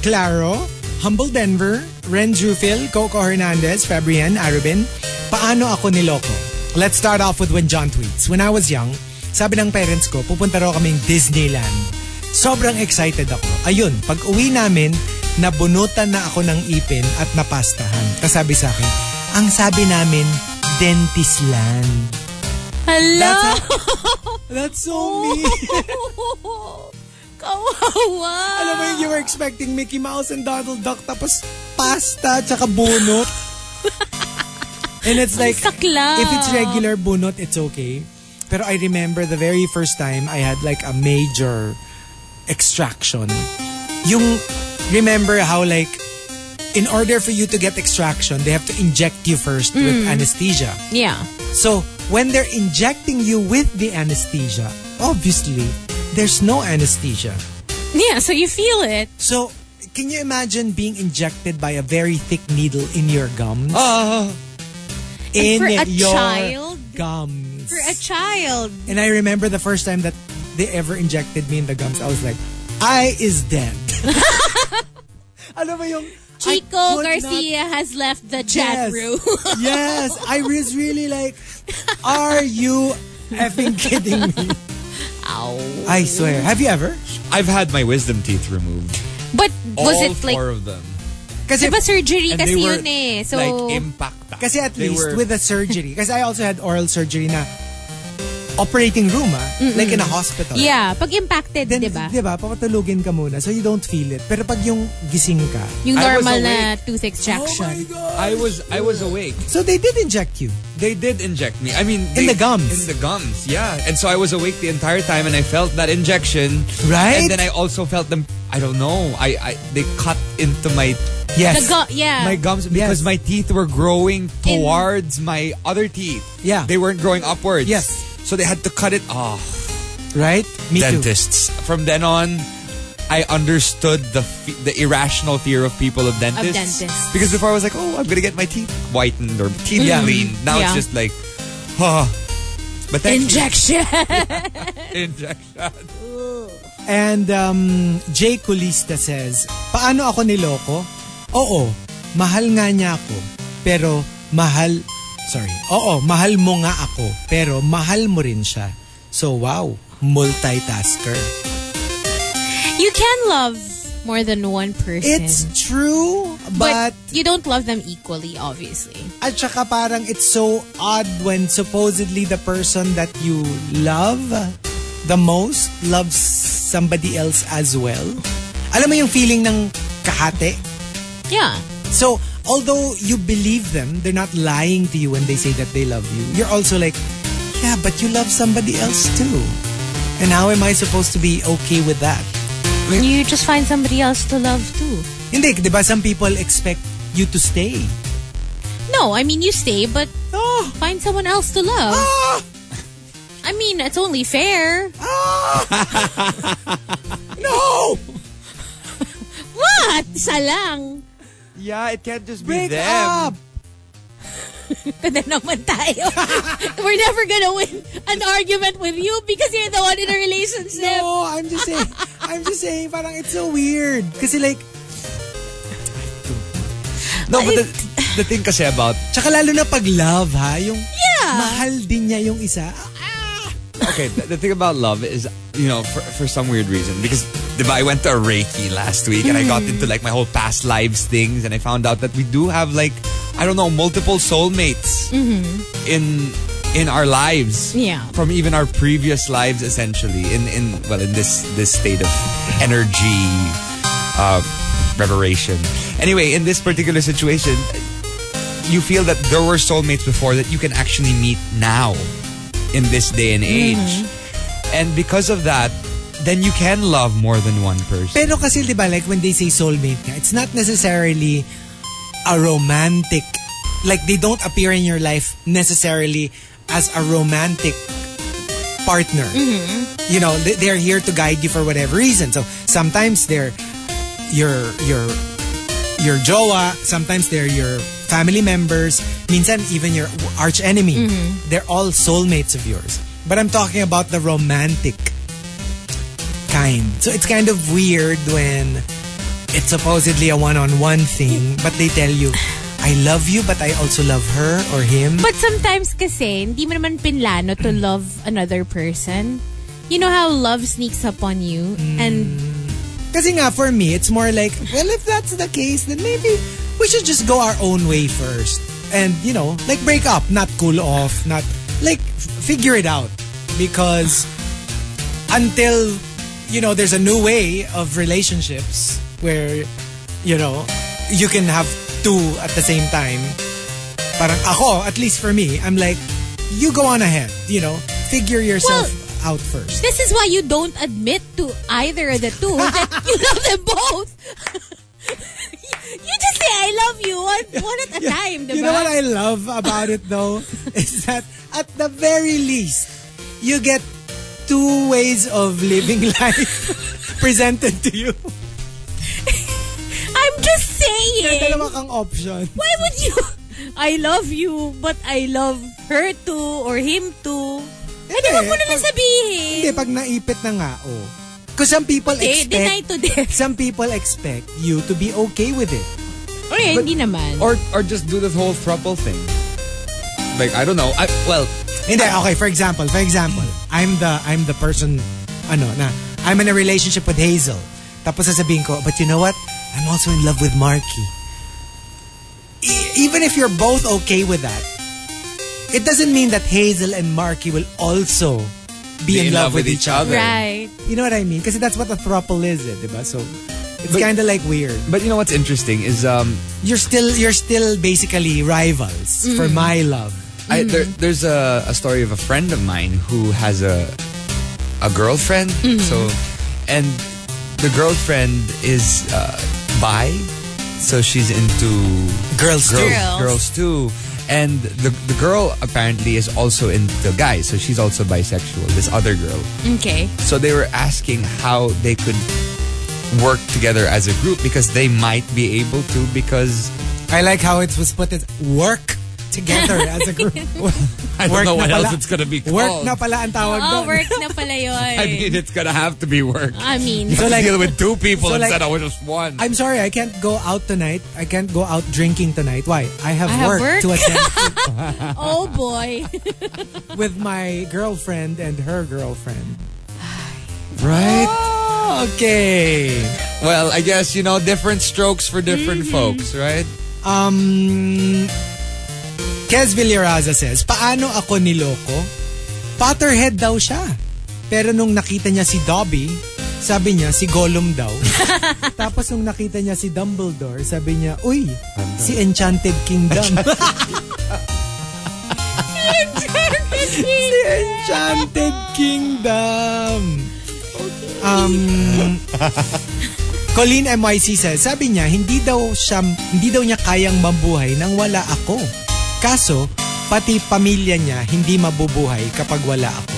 Speaker 1: Claro, Humble Denver, Ren Jufil, Coco Hernandez, Fabrian Arabin, Paano Ako Niloko. Let's start off with when John tweets. When I was young, sabi ng parents ko, pupunta raw kaming Disneyland. Sobrang excited ako. Ayun, pag uwi namin, nabunutan na ako ng ipin at napastahan. Kasabi sa akin, ang sabi namin, Dentisland.
Speaker 2: Hello!
Speaker 1: That's, that's so mean.
Speaker 2: *laughs* Kawawa!
Speaker 1: Alam mo yun, you were expecting Mickey Mouse and Donald Duck, tapos pasta, tsaka bunot. and it's like,
Speaker 2: sakla.
Speaker 1: if it's regular bunot, it's okay. Pero I remember the very first time I had like a major extraction. Yung, remember how like, in order for you to get extraction, they have to inject you first with anesthesia.
Speaker 2: Yeah.
Speaker 1: So, when they're injecting you with the anesthesia, obviously, there's no anesthesia.
Speaker 2: Yeah, so you feel it.
Speaker 1: So, can you imagine being injected by a very thick needle in your gums? in
Speaker 2: for a
Speaker 1: your
Speaker 2: child?
Speaker 1: gums.
Speaker 2: For a child.
Speaker 1: and I remember the first time that they ever injected me in the gums, I was like, I is dead. *laughs* Alam mo yung... I
Speaker 2: Chico
Speaker 1: could not-
Speaker 2: Garcia has left the
Speaker 1: Yes.
Speaker 2: chat room. *laughs*
Speaker 1: yes, I was really like, are you effing kidding me?
Speaker 2: Ow.
Speaker 1: I swear. Have you ever?
Speaker 3: I've had my wisdom teeth removed.
Speaker 2: But was
Speaker 3: all
Speaker 2: it like...
Speaker 3: four of them?
Speaker 1: Kasi
Speaker 2: Diba surgery
Speaker 3: And
Speaker 2: kasi
Speaker 3: they were
Speaker 2: yun eh. So,
Speaker 3: like impacta.
Speaker 1: Kasi at
Speaker 3: They
Speaker 1: least
Speaker 3: were-
Speaker 1: with a surgery, kasi I also had oral surgery na operating room, ah, like in a hospital.
Speaker 2: yeah, diba? pag impacted,
Speaker 1: Then,
Speaker 2: di ba?
Speaker 1: Di ba? Papatulugin ka muna so you don't feel it. Pero pag yung gising ka, Oh
Speaker 2: Yung
Speaker 3: I was
Speaker 2: normal na
Speaker 3: awake.
Speaker 2: tooth extraction.
Speaker 1: God!
Speaker 3: I was I was awake.
Speaker 1: So they did inject you.
Speaker 3: They did inject me. I mean, they-
Speaker 1: the gums.
Speaker 3: In the gums, yeah. And so I was awake the entire time, and I felt that injection.
Speaker 1: Right?
Speaker 3: And then I also felt them. I don't know. I, I they cut into my
Speaker 2: the
Speaker 1: Yes.
Speaker 2: go- yeah.
Speaker 3: my gums
Speaker 1: Yes.
Speaker 3: because my teeth were growing towards my other teeth.
Speaker 1: Yeah.
Speaker 3: They weren't growing upwards.
Speaker 1: Yes.
Speaker 3: So they had to cut it off.
Speaker 1: right? Me
Speaker 3: dentists. From then on, I understood the fe- the irrational fear of people of dentists.
Speaker 2: dentists.
Speaker 3: Because before I was like, oh, I'm gonna get my teeth whitened or teeth
Speaker 1: Yeah.
Speaker 3: cleaned. Now
Speaker 2: Yeah.
Speaker 3: it's just like, huh. But thank you.
Speaker 2: Injection.
Speaker 3: *laughs* injection.
Speaker 1: too. And um, Jay Kulista says, Paano ako niloko? Oo, mahal nga niya ako. Pero mahal, sorry. Oo, mahal mo nga ako. Pero mahal mo rin siya. So wow, multitasker.
Speaker 2: you can love more than one person.
Speaker 1: It's true, but...
Speaker 2: you don't love them equally, obviously.
Speaker 1: At saka parang it's so odd when supposedly the person that you love the most loves somebody else as well. Alam mo yung feeling ng kahate?
Speaker 2: Yeah.
Speaker 1: So, although you believe them, they're not lying to you when they say that they love you. You're also like, yeah, but you love somebody else too. And how am I supposed to be okay with that?
Speaker 2: You just find somebody else to love too.
Speaker 1: Hindi, di ba some people expect you to stay?
Speaker 2: No, I mean you stay, but
Speaker 1: Oh!
Speaker 2: find someone else to love.
Speaker 1: Ah!
Speaker 2: I mean, it's only fair.
Speaker 1: No!
Speaker 2: What? Isa lang.
Speaker 3: Yeah, it can't just be
Speaker 1: Break
Speaker 3: them.
Speaker 1: up!
Speaker 2: Tada naman
Speaker 1: *laughs*
Speaker 2: tayo. We're never gonna win an argument with you because you're the one in a relationship.
Speaker 1: No, Oh, I'm just saying, *laughs* I'm just saying, parang it's so weird. Kasi like,
Speaker 3: No, but the, the thing kasi about
Speaker 1: tsaka lalo na pag love ha, yung
Speaker 2: Yeah.
Speaker 1: mahal din niya yung isa.
Speaker 3: okay, the, the thing about love is, you know, for, for some weird reason, because diba, I went to a Reiki last week and I got into like my whole past lives things and I found out that we do have like, I don't know, multiple soulmates in in our lives.
Speaker 2: Yeah.
Speaker 3: From even our previous lives essentially in in well in this this state of energy uh reverberation. Anyway, in this particular situation, you feel that there were soulmates before that you can actually meet now in this day and age. And because of that, then you can love more than one person.
Speaker 1: Pero kasi 'di ba like when they say soulmate nga, it's not necessarily a romantic like they don't appear in your life necessarily as a romantic partner. You know, they- they're here to guide you for whatever reason. So sometimes they're your your your jowa, sometimes they're your family members, minsan even your arch enemy. They're all soulmates of yours. But I'm talking about the romantic kind. So it's kind of weird when it's supposedly a one-on-one thing, but they tell you, I love you, but I also love her or him.
Speaker 2: But sometimes kasi, hindi mo naman pinlano to love another person. You know how love sneaks up on you
Speaker 1: Mm.
Speaker 2: and
Speaker 1: Kasi nga, for me, it's more like, well, if that's the case, then maybe we should just go our own way first. And, you know, like break up, not cool off, not, like, f- figure it out. Because until, you know, there's a new way of relationships where, you know, you can have two at the same time. Parang ako, at least for me, I'm like, you go on ahead, you know, figure yourself out first.
Speaker 2: this is why you don't admit to either of the two that you love them both. *laughs* you just say I love you one, one
Speaker 1: *laughs*
Speaker 2: at a time, diba?
Speaker 1: You know what I love about it though? is that at the very least, you get two ways of living *laughs* life presented to you.
Speaker 2: I'm just saying.
Speaker 1: Dalawa kang option.
Speaker 2: Why would you? *laughs* I love you, but I love her too or him too. Hindi, wag mo naman
Speaker 1: pag-
Speaker 2: sabihin.
Speaker 1: Hindi, pag naipit na nga, oh. Because some people
Speaker 2: Hindi, deny
Speaker 1: expect,
Speaker 2: to death.
Speaker 1: some people expect you to be okay with it.
Speaker 2: Or eh, hindi naman.
Speaker 3: Or or just do this whole throuple thing. Like I don't know. I, well,
Speaker 1: Hindi, okay, for example, for example, I'm the I'm the person ano na I'm in a relationship with Hazel. Tapos sasabihin ko, but you know what? I'm also in love with Marky. E- even if you're both okay with that, it doesn't mean that Hazel and Marky will also be, in, love, with, each other.
Speaker 2: right.
Speaker 1: You know what I mean? Kasi that's what a throuple is, eh, diba? So it's kind of like weird.
Speaker 3: but you know what's interesting is um
Speaker 1: You're still you're still basically rivals for my love.
Speaker 3: I, there, there's a, a story of a friend of mine who has a a girlfriend.
Speaker 1: Mm-hmm.
Speaker 3: So, and the girlfriend is uh, bi, so she's into
Speaker 1: Girls
Speaker 3: girl,
Speaker 1: too.
Speaker 2: Girls.
Speaker 3: girls too. And the the girl apparently is also into guys, so she's also bisexual. This other girl.
Speaker 2: Okay.
Speaker 3: So they were asking how they could work together as a group because they might be able to because
Speaker 1: I like how it was put as work together as a
Speaker 3: *laughs*
Speaker 1: group.
Speaker 3: I
Speaker 1: Work na pala.
Speaker 3: gonna be
Speaker 1: Work na pala ang tawag
Speaker 2: Oh,
Speaker 1: doon.
Speaker 2: work na pala yun.
Speaker 3: *laughs* I mean, it's gonna have to be work.
Speaker 2: I mean,
Speaker 1: So like,
Speaker 3: deal with two people
Speaker 1: so like-
Speaker 3: instead of just one.
Speaker 1: I'm sorry, I can't go out tonight. I can't go out drinking tonight. Why? I have,
Speaker 2: I have
Speaker 1: work,
Speaker 2: work.
Speaker 1: to
Speaker 2: *laughs*
Speaker 1: attend
Speaker 2: oh boy.
Speaker 1: with my girlfriend and her girlfriend. Right?
Speaker 2: Oh.
Speaker 1: Okay.
Speaker 3: Well, I guess, you know, different strokes for different folks, right?
Speaker 1: Um, Kes Villaraza says, Paano ako niloko? Potterhead daw siya. Pero nung nakita niya si Dobby, sabi niya, si Gollum daw. Tapos nung nakita niya si Dumbledore, sabi niya, Uy, si Enchanted Kingdom. *laughs* si Enchanted Kingdom. Um, Colleen MYC says, sabi niya, hindi daw siya, hindi daw niya kayang mabuhay nang wala ako. Kaso, pati pamilya niya hindi mabubuhay kapag wala ako.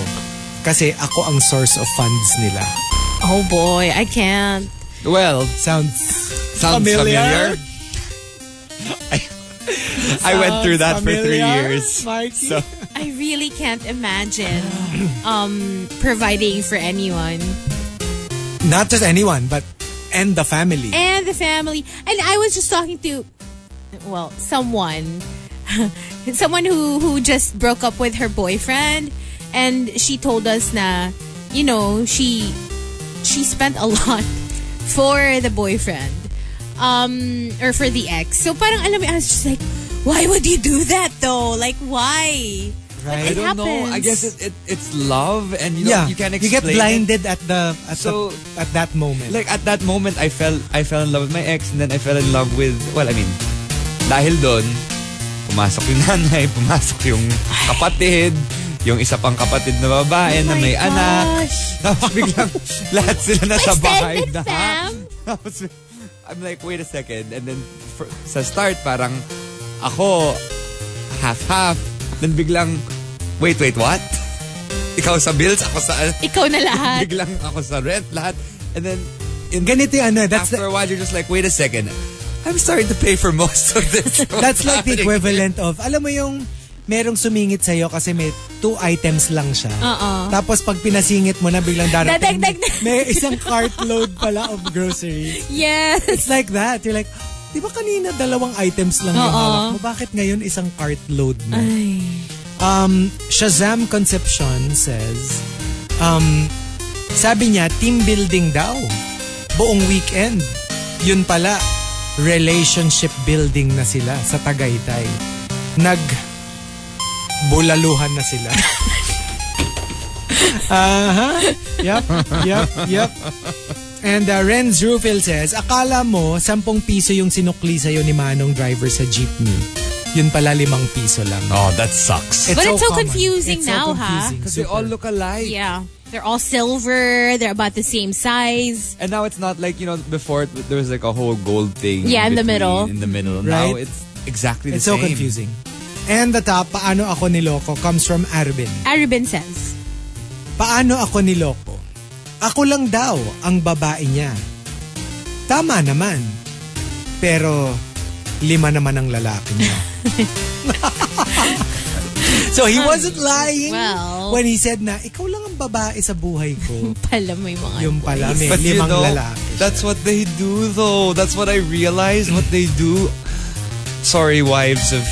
Speaker 1: Kasi ako ang source of funds nila.
Speaker 2: *laughs* Oh boy, I can't.
Speaker 3: Well,
Speaker 1: Sounds,
Speaker 3: sounds familiar.
Speaker 1: familiar?
Speaker 3: I went through that for three
Speaker 1: Familiar,
Speaker 3: years.
Speaker 1: Mikey?
Speaker 3: So-
Speaker 2: I really can't *sighs* imagine um providing for anyone.
Speaker 1: Not just anyone, but and the family.
Speaker 2: and the family. And I was just talking to, well, someone, *laughs* someone who who just broke up with her boyfriend, and she told us na, you know, she she spent a *laughs* lot for the boyfriend, um, or for the ex. So parang alam mo, I was just like, why would you do that though? Like why?
Speaker 3: I
Speaker 1: right?
Speaker 3: don't know. I
Speaker 2: happens.
Speaker 3: guess it, it, it's love and you,
Speaker 1: yeah.
Speaker 3: know, you can
Speaker 1: get
Speaker 3: explain it.
Speaker 1: blinded at the at,
Speaker 3: So-
Speaker 1: the, at that moment.
Speaker 3: Like at that moment, I fell I fell in love with my ex and then I fell in love with, well, I mean, dahil doon, pumasok yung *laughs* nanay, pumasok yung kapatid, yung isa pang kapatid na babae
Speaker 2: Oh
Speaker 3: Eh, na may anak. Tapos
Speaker 1: *laughs*
Speaker 3: biglang lahat sila nasa bahay
Speaker 2: Extended
Speaker 3: na.
Speaker 2: fam.
Speaker 3: Tapos, I'm like, wait a second. And then, for, sa start, parang, ako, half-half. Then biglang, wait, wait, what? Ikaw sa bills, ako sa,
Speaker 2: Ikaw na
Speaker 3: *laughs*
Speaker 2: lahat.
Speaker 3: biglang ako sa rent, lahat. And then, in,
Speaker 1: Ganito yung ano, that's
Speaker 3: after
Speaker 1: the,
Speaker 3: a while, you're just like, wait a second. I'm starting to pay for most of
Speaker 1: *laughs*
Speaker 3: this.
Speaker 1: That's like
Speaker 3: *laughs*
Speaker 1: the equivalent of, alam mo yung merong sumingit sa'yo kasi may two items lang siya.
Speaker 2: Oo.
Speaker 1: Tapos pag pinasingit mo na biglang darating,
Speaker 2: Dadagdag na.
Speaker 1: may isang cartload pala of groceries.
Speaker 2: Yes.
Speaker 1: It's like that. You're like, di ba kanina dalawang items lang yung
Speaker 2: Oo.
Speaker 1: hawak mo? Bakit ngayon isang cartload na? Um, Shazam Concepcion says, um, sabi niya, team building daw. Buong weekend. Yun pala, relationship building na sila sa Tagaytay. Nag bulaluhan na sila. *laughs* Aha. Yep, yep, yep. And uh, Renz Rufil says, akala mo 10 piso yung sinukli sa'yo ni Manong driver sa jeepney. Yun pala limang piso lang.
Speaker 3: Oh, that sucks.
Speaker 2: But it's so
Speaker 1: common.
Speaker 2: confusing
Speaker 1: It's
Speaker 2: now,
Speaker 1: so
Speaker 2: ha?
Speaker 1: confusing.
Speaker 3: Because they
Speaker 1: Super.
Speaker 3: all look alike.
Speaker 2: Yeah. They're all silver. They're about the same size.
Speaker 3: And now it's not like, you know, before it- there was like a whole gold thing.
Speaker 2: Yeah, in the
Speaker 3: between-
Speaker 2: middle.
Speaker 3: In the middle. Now
Speaker 1: Right.
Speaker 3: it's exactly the
Speaker 1: It's so
Speaker 3: same.
Speaker 1: confusing. And the top, paano ako niloko, comes from Arvin.
Speaker 2: Arabin says.
Speaker 1: Paano ako niloko? Ako lang daw ang babae niya. Tama naman. Pero lima naman ang lalaki niya.
Speaker 2: *laughs*
Speaker 1: *laughs* so he wasn't lying
Speaker 2: well.
Speaker 1: when he said na ikaw lang ang babae sa buhay ko.
Speaker 2: *laughs* Pala may mga
Speaker 1: Yung pala may
Speaker 3: But you
Speaker 1: limang
Speaker 3: know,
Speaker 1: lalaki.
Speaker 3: that's what they do though. That's what I realized what they do. Sorry, wives of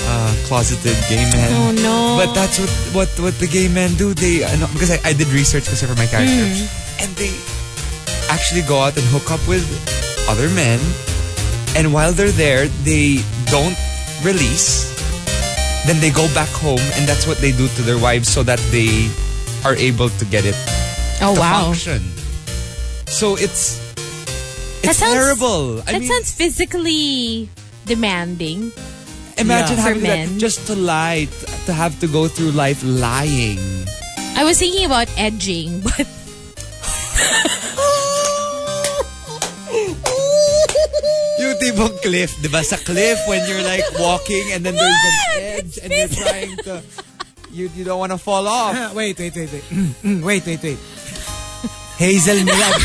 Speaker 3: uh, closeted gay men.
Speaker 2: Oh, no.
Speaker 3: But that's what what, what the gay men do. They ano, because I, I did research because for my character,
Speaker 2: Mm.
Speaker 3: and they actually go out and hook up with other men. And while they're there, they don't release. Then they go back home, and that's what they do to their wives so that they are able to get it
Speaker 2: Oh
Speaker 3: to
Speaker 2: wow.
Speaker 3: function. So it's
Speaker 2: That
Speaker 3: it's
Speaker 2: sounds-
Speaker 3: terrible. I
Speaker 2: that
Speaker 3: mean,
Speaker 2: sounds physically demanding.
Speaker 3: imagine
Speaker 2: Yeah.
Speaker 3: having
Speaker 2: For
Speaker 3: that
Speaker 2: men.
Speaker 3: just to lie, t- to have to go through life lying.
Speaker 2: I was thinking about edging, *laughs* but
Speaker 3: Yung tipong cliff, di ba? Sa cliff when you're like walking and then there's an edge and you're trying to... You, you don't want to fall off.
Speaker 1: Ah, wait, wait, wait, wait. Mm, wait, wait, wait. Hazel Milag.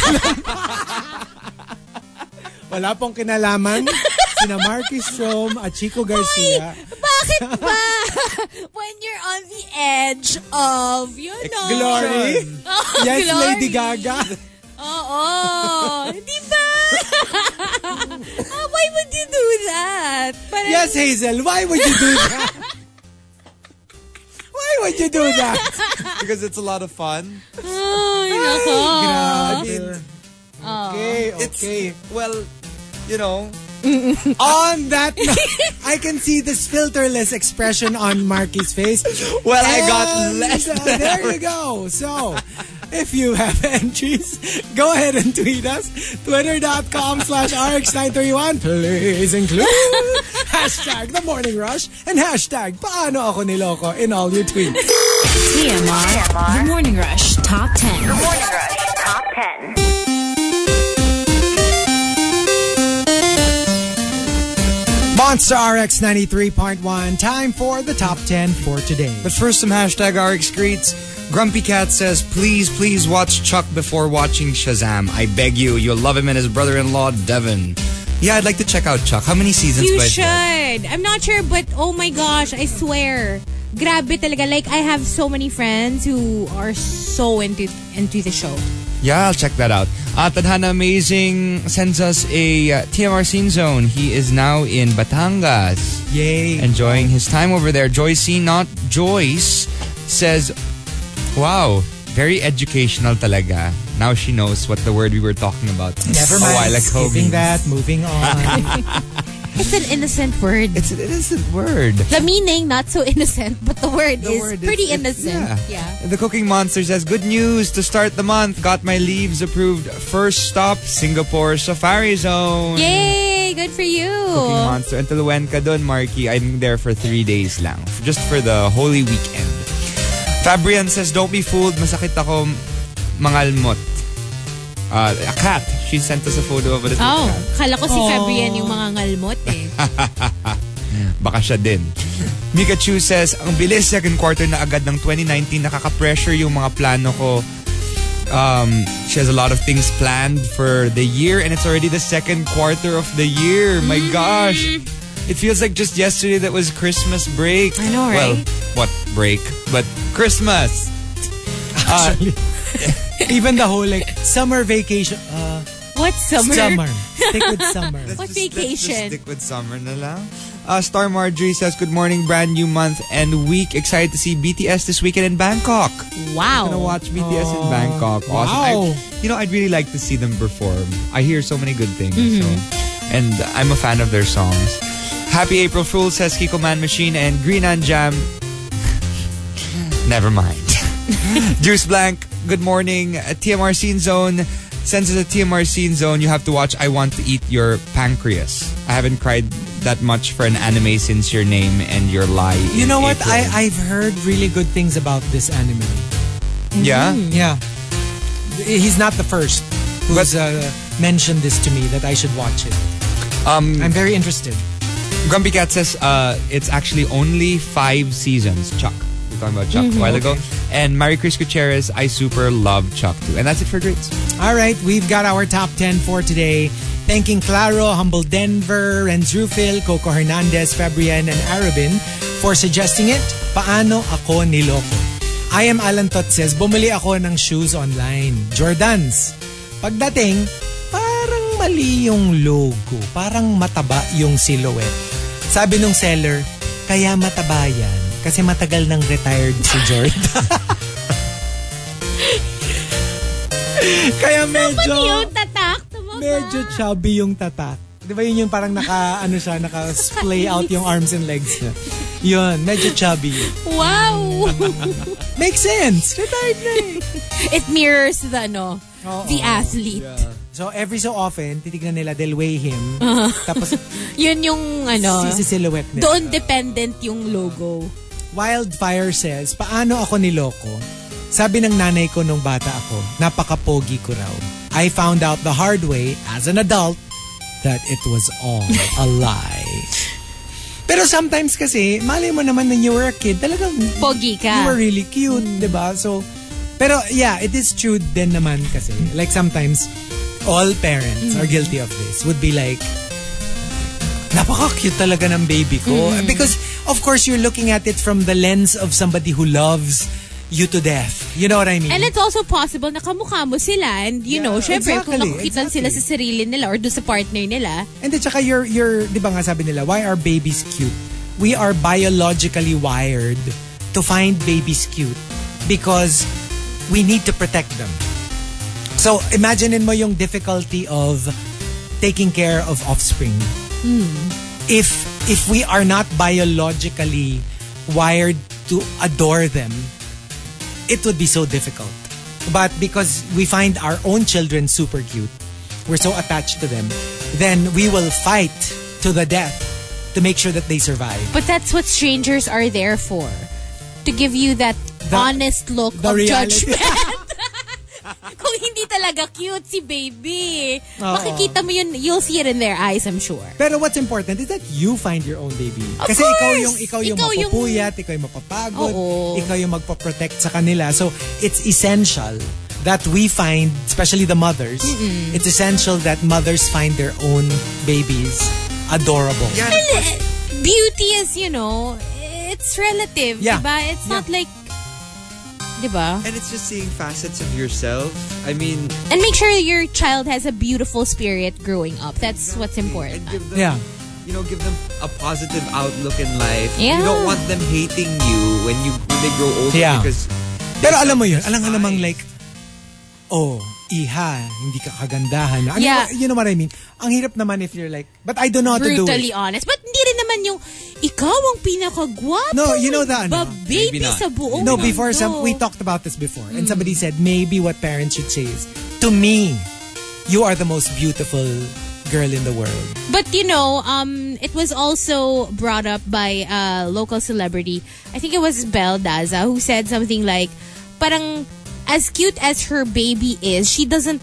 Speaker 1: *laughs* Wala pong kinalaman sina Marky Strom at Chico Garcia.
Speaker 3: *laughs*
Speaker 2: bakit ba when you're on the edge of you know
Speaker 1: Glory.
Speaker 2: Oh,
Speaker 1: Yes,
Speaker 2: glory.
Speaker 1: Lady Gaga.
Speaker 2: Oo. Di ba? *laughs* Ah, why would you do that? Parang,
Speaker 1: Yes, Hazel. Why would you do that? Why would you do that?
Speaker 3: Because it's a lot of fun.
Speaker 2: Uh-huh. Ay, nako.
Speaker 3: I mean,
Speaker 1: Okay, okay.
Speaker 3: It's, well, you know,
Speaker 1: on that *laughs* note, I can see this filterless expression on Marky's face.
Speaker 3: Well, I got
Speaker 1: And,
Speaker 3: less
Speaker 1: uh,
Speaker 3: than
Speaker 1: there you go. So, if you have *laughs* entries, go ahead and tweet us. Twitter.com slash RX931. Please *laughs* include hashtag The Morning Rush and hashtag Paano Ako Niloko in all your tweets.
Speaker 7: TMR. The Morning Rush Top 10.
Speaker 8: Morning Rush Top 10.
Speaker 1: Monster RX 93.1. Time for the top 10 for today.
Speaker 3: But first, some hashtag RX greets. Grumpy Cat says, please, please watch Chuck before watching Shazam. I beg you. You'll love him and his brother-in-law, Devin. Yeah, I'd like to check out Chuck. How many seasons
Speaker 2: You
Speaker 3: by
Speaker 2: should. I'm not sure, but oh my gosh, I swear. Grabe talaga. Like, I have so many friends who are so into into the show.
Speaker 3: Yeah, I'll check that out. Uh, Tadhana Amazing sends us a uh, TMR Scene Zone. He is now in Batangas.
Speaker 1: Yay.
Speaker 3: enjoying his time over there. Joyce, not Joyce, says, Wow, very educational talaga. Now she knows what the word we were talking about Oh,
Speaker 1: Never
Speaker 3: a while
Speaker 1: mind.
Speaker 3: ago.
Speaker 1: Skipping that, moving *laughs* on.
Speaker 2: It's an innocent word.
Speaker 3: It's, it is a word.
Speaker 2: the meaning, not so innocent, but the word
Speaker 3: The
Speaker 2: is
Speaker 3: word is-
Speaker 2: pretty
Speaker 3: it's-
Speaker 2: innocent.
Speaker 3: yeah.
Speaker 2: yeah.
Speaker 3: The Cooking Monster says, Good news to start the month. Got my leaves approved. First stop, Singapore Safari Zone.
Speaker 2: Yay! Good for you.
Speaker 3: Cooking Monster. Until when ka dun, Marky? I'm there for three days lang. Just for the holy weekend. Fabrian says, Don't be fooled. Masakit ako mangalmot. Uh, a cat. She sent us a photo of a little
Speaker 2: Oh,
Speaker 3: cat.
Speaker 2: kala ko si Fabian yung mga ngalmot
Speaker 3: *laughs*
Speaker 2: eh.
Speaker 3: Baka siya din. Mika Chu says, Ang bilis second quarter na agad ng 2019. Nakaka-pressure yung mga plano ko. Um, she has a lot of things planned for the year and it's already the second quarter of the year. My gosh. It feels like just yesterday that was Christmas break.
Speaker 2: I know, right?
Speaker 3: Well, what break? But *laughs* Christmas. Uh,
Speaker 1: Even the whole like summer vacation. Uh,
Speaker 2: What summer? *laughs*
Speaker 1: Summer. Stick with summer.
Speaker 2: What
Speaker 3: Let's just-
Speaker 2: vacation?
Speaker 3: Let's just stick with summer na lang. Uh, Star Marjorie says, Good morning, brand new month and week. Excited to see BTS this weekend in Bangkok.
Speaker 2: Wow.
Speaker 3: Gonna watch BTS in Bangkok. Awesome.
Speaker 1: Wow.
Speaker 3: I- you know, I'd really like to see them perform. I hear so many good things. So,
Speaker 1: Mm-hmm.
Speaker 3: and I'm a fan of their songs. Happy April Fool says Kiko Man Machine and Green and Jam. Never
Speaker 1: *laughs*
Speaker 3: mind. Juice Blank, good morning. Uh, TMR Scene Zone. Since it's a TMR Scene Zone, you have to watch I Want to Eat Your Pancreas. I haven't cried that much for an anime since your name and your lie.
Speaker 1: You
Speaker 3: in
Speaker 1: know what?
Speaker 3: April.
Speaker 1: I, I've heard really good things about this anime.
Speaker 3: Yeah?
Speaker 1: Yeah. He's not the first who's uh, mentioned this to me that I should watch it.
Speaker 3: Um,
Speaker 1: I'm very interested.
Speaker 3: Grumpy Cat says uh, it's actually only five seasons. Chuck. We were talking about Chuck a
Speaker 2: Mm-hmm.
Speaker 3: while ago. And Mary Chris Gutierrez, I super love Chuck too. And that's it for grades.
Speaker 1: All right, we've got our top 10 for today. Thanking Claro, Humble Denver, Renz Rufil, Coco Hernandez, Fabrian, and Arabin for suggesting it. Paano ako niloko? I am Alan Tot says, bumili ako ng shoes online. Jordans. Pagdating, parang mali yung logo. Parang mataba yung silhouette. Sabi nung seller, kaya mataba yan. Kasi matagal nang retired si Jordan. *laughs* kaya medyo...
Speaker 2: Yung tatak, tama ba?
Speaker 1: medyo chubby yung tatak. Di ba yun yung parang naka, *laughs* ano siya, naka-splay out yung arms and legs niya. Yun, medyo chubby.
Speaker 2: Wow.
Speaker 3: *laughs*
Speaker 1: Makes sense! Retired na eh.
Speaker 2: It mirrors the, ano, the athlete.
Speaker 1: So every so often, titignan nila, they'll weigh him. *laughs* Tapos,
Speaker 2: Yun yung, ano,
Speaker 1: si silhouette nila.
Speaker 2: doon dependent yung logo.
Speaker 1: Wildfire says, paano ako niloko? Sabi ng nanay ko nung bata ako, napakapogi ko raw. I found out the hard way as an adult that it was all
Speaker 2: *laughs*
Speaker 1: a lie. Pero sometimes kasi, malay mo naman na you were a kid, talagang
Speaker 2: Pogi ka. Mm.
Speaker 1: you were really cute, di ba? So, pero yeah, it is true din naman kasi. Like sometimes, all parents
Speaker 2: Mm.
Speaker 1: are guilty of this. Would be like, napaka-cute talaga ng baby ko. Because, of course, you're looking at it from the lens of somebody who loves you to death. You know what I mean?
Speaker 2: And it's also possible na kamukha mo sila and you know, syempre kung
Speaker 1: exactly,
Speaker 2: nakukitan
Speaker 1: exactly.
Speaker 2: sila sa sarili nila or doon sa partner nila,
Speaker 1: And then, tsaka your, your, di ba nga sabi nila, why are babies cute? We are biologically wired to find babies cute because we need to protect them. So, imaginein mo yung difficulty of taking care of offspring.
Speaker 2: Mm.
Speaker 1: If if we are not biologically wired to adore them, it would be so difficult. But because we find our own children super cute, we're so attached to them, then we will fight to the death to make sure that they survive.
Speaker 2: But that's what strangers are there for. To give you that
Speaker 1: The-
Speaker 2: honest look
Speaker 1: the
Speaker 2: of
Speaker 1: reality.
Speaker 2: judgment. *laughs* Kung hindi talaga cute si baby.
Speaker 1: Oo.
Speaker 2: Makikita mo yun, you'll see it in their eyes, I'm sure.
Speaker 1: *laughs* Pero what's important is that you find your own baby.
Speaker 2: Of
Speaker 1: Kasi ikaw
Speaker 2: course!
Speaker 1: yung ikaw yung
Speaker 2: Ikaw yung-
Speaker 1: mapupuyat, ikaw yung mapapagod,
Speaker 2: Oo.
Speaker 1: ikaw yung magpo-protect sa kanila. So it's essential that we find, especially the mothers,
Speaker 2: Mm-mm.
Speaker 1: it's essential that mothers find their own babies adorable.
Speaker 2: Well, eh, beauty is, you know, it's relative,
Speaker 3: Yeah.
Speaker 2: diba? It's not like, diba?
Speaker 3: And it's just seeing facets of yourself. I mean,
Speaker 2: And make sure your child has a beautiful spirit growing up. That's what's important.
Speaker 3: give them,
Speaker 1: Yeah.
Speaker 3: you know, give them a positive outlook in life.
Speaker 2: Yeah.
Speaker 3: You don't want them hating you when you when they grow older
Speaker 1: Yeah.
Speaker 3: because
Speaker 1: Pero alam mo yun, alam alam namang like, oh, iha, hindi ka kagandahan. Ano,
Speaker 2: Yeah.
Speaker 1: You know what I mean? Ang hirap naman if you're like, but I don't know how to do it.
Speaker 2: brutally honest. But hindi rin naman yung ikaw ang pinakagwapo.
Speaker 1: No, you know that, ano?
Speaker 2: Baby
Speaker 3: Maybe not.
Speaker 2: sa buong
Speaker 1: no,
Speaker 2: mundo.
Speaker 1: before some we talked about this before,
Speaker 2: Mm.
Speaker 1: and somebody said maybe what parents should say is, to me, you are the most beautiful girl in the world.
Speaker 2: But you know, um, it was also brought up by a local celebrity. I think it was Belle Daza who said something like, parang as cute as her baby is, she doesn't,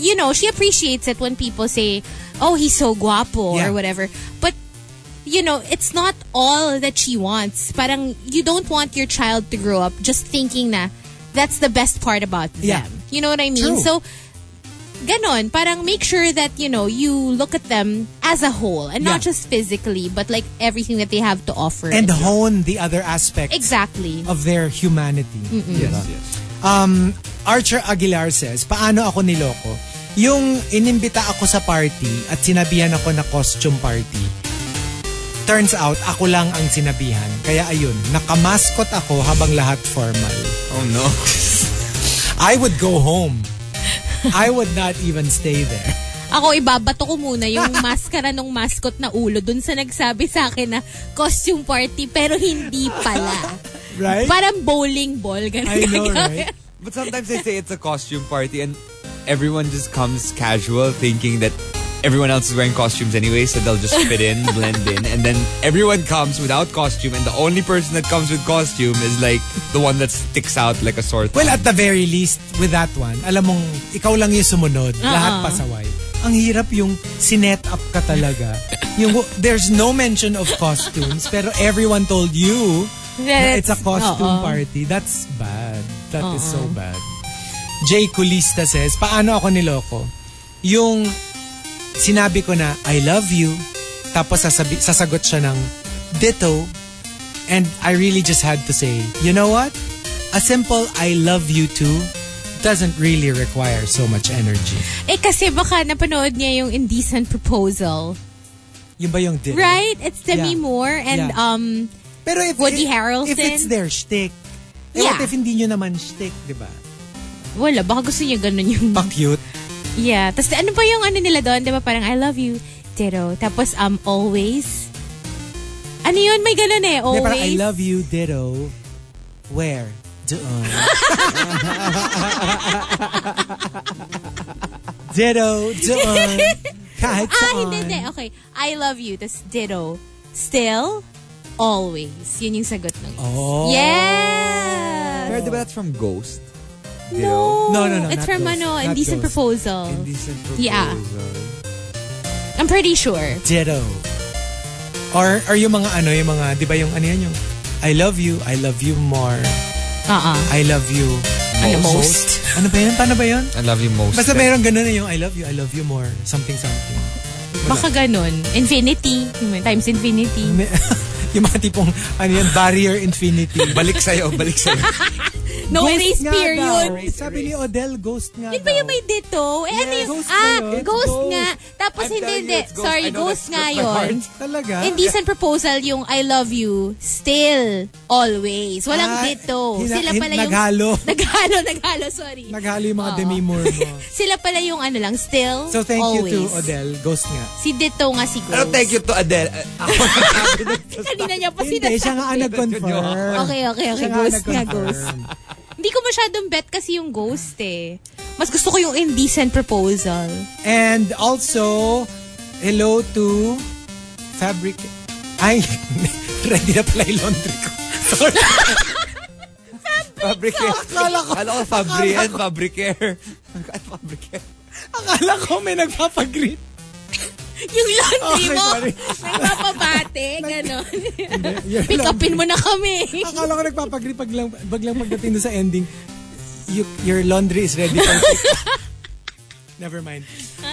Speaker 2: you know, she appreciates it when people say, oh, he's so guapo
Speaker 1: Yeah.
Speaker 2: or whatever. But you know, it's not all that she wants. Parang you don't want your child to grow up just thinking na that's the best part about them.
Speaker 1: Yeah.
Speaker 2: You know what I mean?
Speaker 1: True.
Speaker 2: So ganon, parang make sure that, you know, you look at them as a whole and not
Speaker 1: Yeah.
Speaker 2: just physically, but like everything that they have to offer.
Speaker 1: And hone the other aspects
Speaker 2: Exactly.
Speaker 1: of their humanity.
Speaker 2: Mm. Mm-hmm.
Speaker 3: yes,
Speaker 1: Diba?
Speaker 3: yes.
Speaker 1: Um, Archer Aguilar says, paano ako niloko? Yung inimbita ako sa party at sinabihan ako na costume party, turns out ako lang ang sinabihan. Kaya ayun, nakamaskot ako habang lahat formal.
Speaker 3: Oh no.
Speaker 1: I would go home. I would not even stay there.
Speaker 2: Ako, ibabato ko muna
Speaker 1: *laughs*
Speaker 2: yung maskara ng mascot na ulo dun sa nagsabi sa akin na costume party, pero hindi
Speaker 1: *laughs*
Speaker 2: pala.
Speaker 1: Right?
Speaker 2: Parang bowling ball. Ganun
Speaker 1: I
Speaker 2: *laughs*
Speaker 1: know,
Speaker 2: kagawin.
Speaker 1: right?
Speaker 3: But sometimes they say it's a costume party and everyone just comes casual thinking that everyone else is wearing costumes anyway, so they'll just fit
Speaker 1: *laughs*
Speaker 3: in, blend in, and then everyone comes without costume and the only person that comes with costume is like the one that sticks out like a sore thumb.
Speaker 1: Well, at the very least, with that one, alam mong ikaw lang yung sumunod. Lahat pasaway. Ang hirap yung sinet up ka talaga. yung, there's no mention of costumes, pero everyone told you na it's a costume
Speaker 2: oo.
Speaker 1: party. That's bad. That is so bad. Jay Kulista says, paano ako niloko? Yung sinabi ko na, I love you, tapos sasabi, sasagot siya ng, ditto, and I really just had to say, you know what? A simple I love you too doesn't really require so much energy.
Speaker 2: Eh kasi baka napanood niya yung Indecent Proposal.
Speaker 1: Yun ba yung ditto?
Speaker 2: Right? It's Demi
Speaker 1: Yeah.
Speaker 2: Moore and
Speaker 1: Yeah.
Speaker 2: um
Speaker 1: Pero if,
Speaker 2: Woody
Speaker 1: if-
Speaker 2: Harrelson?
Speaker 1: If it's their shtick. Eh,
Speaker 2: Yeah.
Speaker 1: what
Speaker 2: Mm-hmm.
Speaker 1: if hindi nyo naman shtick, di ba?
Speaker 2: wala, baka gusto niya ganun yung...
Speaker 1: Pa-cute.
Speaker 2: Yeah. Tapos ano pa yung ano nila doon? Di ba parang I love you, ditto. Tapos um, always. Ano yun? May ganun eh.
Speaker 1: Di
Speaker 2: Always.
Speaker 1: ba, parang, I love you, ditto. Where? Doon. *laughs* ditto, doon. Kahit
Speaker 2: Ah,
Speaker 1: saan.
Speaker 2: hindi, hindi. Okay. I love you. Tapos ditto. Still, always. Yun yung sagot nung yes.
Speaker 1: Oh.
Speaker 2: Yes!
Speaker 3: Pero diba that's from Ghost?
Speaker 2: No.
Speaker 1: No, no, no,
Speaker 2: It's
Speaker 1: not
Speaker 2: from
Speaker 1: those.
Speaker 2: ano,
Speaker 1: Not
Speaker 2: Indecent
Speaker 1: those.
Speaker 2: Proposal.
Speaker 3: Indecent proposal.
Speaker 2: Yeah.
Speaker 3: uh,
Speaker 2: I'm pretty sure.
Speaker 1: Ditto. Or, or yung mga ano, yung mga, di ba yung ano yan yung, I love you, I love you more,
Speaker 2: Uh-uh.
Speaker 1: I love you
Speaker 2: Ano, most.
Speaker 1: Ano ba yun? Paano ba yun?
Speaker 3: I love you most.
Speaker 1: Basta mayroong ganun na yung I love you, I love you more, something something.
Speaker 2: Baka ganun. Infinity. Times infinity.
Speaker 1: May- yung mga tipong, ano yun, barrier infinity. *laughs*
Speaker 3: Balik sa'yo, balik sa'yo.
Speaker 2: No erase
Speaker 1: nga
Speaker 2: period.
Speaker 1: daw. Sabi ni Odell, ghost nga
Speaker 2: Yun ba yung
Speaker 1: daw.
Speaker 2: may dito? Eh, ano
Speaker 1: Yes.
Speaker 2: yung,
Speaker 1: Ghost
Speaker 2: ah,
Speaker 1: ba yun?
Speaker 2: ghost
Speaker 1: It's
Speaker 2: nga. Tapos
Speaker 3: I'm
Speaker 2: hindi,
Speaker 3: telling
Speaker 2: hindi.
Speaker 3: you, it's ghost.
Speaker 2: Sorry,
Speaker 3: I know
Speaker 2: ghost
Speaker 3: that
Speaker 2: nga
Speaker 3: slipped my
Speaker 1: *laughs*
Speaker 2: yun.
Speaker 3: heart.
Speaker 1: Talaga?
Speaker 2: Indecent proposal yung I love you still, always. Walang
Speaker 1: Ah,
Speaker 2: dito.
Speaker 1: hina-
Speaker 2: Sila
Speaker 1: hin-
Speaker 2: pala yung...
Speaker 1: naghalo.
Speaker 2: *laughs* Naghalo, naghalo, sorry.
Speaker 1: Naghalo yung mga
Speaker 2: Oo.
Speaker 1: demi-moore mo.
Speaker 2: Sila pala yung ano lang, still,
Speaker 1: So thank
Speaker 2: always.
Speaker 1: you to Odell. Ghost nga.
Speaker 2: Si Dito nga si Ghost.
Speaker 3: Pero thank you to
Speaker 1: *laughs*
Speaker 3: Adele.
Speaker 2: Kanina niya pa
Speaker 1: Hindi, siya
Speaker 2: sinasabi.
Speaker 1: nga ang nag-confirm.
Speaker 2: Okay, okay, okay.
Speaker 1: Siya nga
Speaker 2: Ghost nga,
Speaker 1: nag-confirm.
Speaker 2: ghost. Hindi ko masyadong bet kasi yung ghost eh. Mas gusto ko yung indecent proposal.
Speaker 1: And also, hello to Fabric... Ay, *laughs* ready na pala yung laundry ko. *laughs* Sorry.
Speaker 3: Fabricare.
Speaker 1: Akala ko-
Speaker 3: Akala ko Fabri and Fabricare. At Fabricare.
Speaker 1: Akala ko may nagpapag-greet.
Speaker 2: Yung laundry
Speaker 1: Okay,
Speaker 2: mo,
Speaker 1: sorry. *laughs*
Speaker 2: nagpapabate, ganon.
Speaker 1: Yun
Speaker 2: Pick
Speaker 1: lang.
Speaker 2: upin mo na kami.
Speaker 1: Akala
Speaker 2: *laughs*
Speaker 1: ko nagpapag-greet paglang, baglang pagdating doon sa ending. You, your laundry is ready for pick. *laughs* Never mind.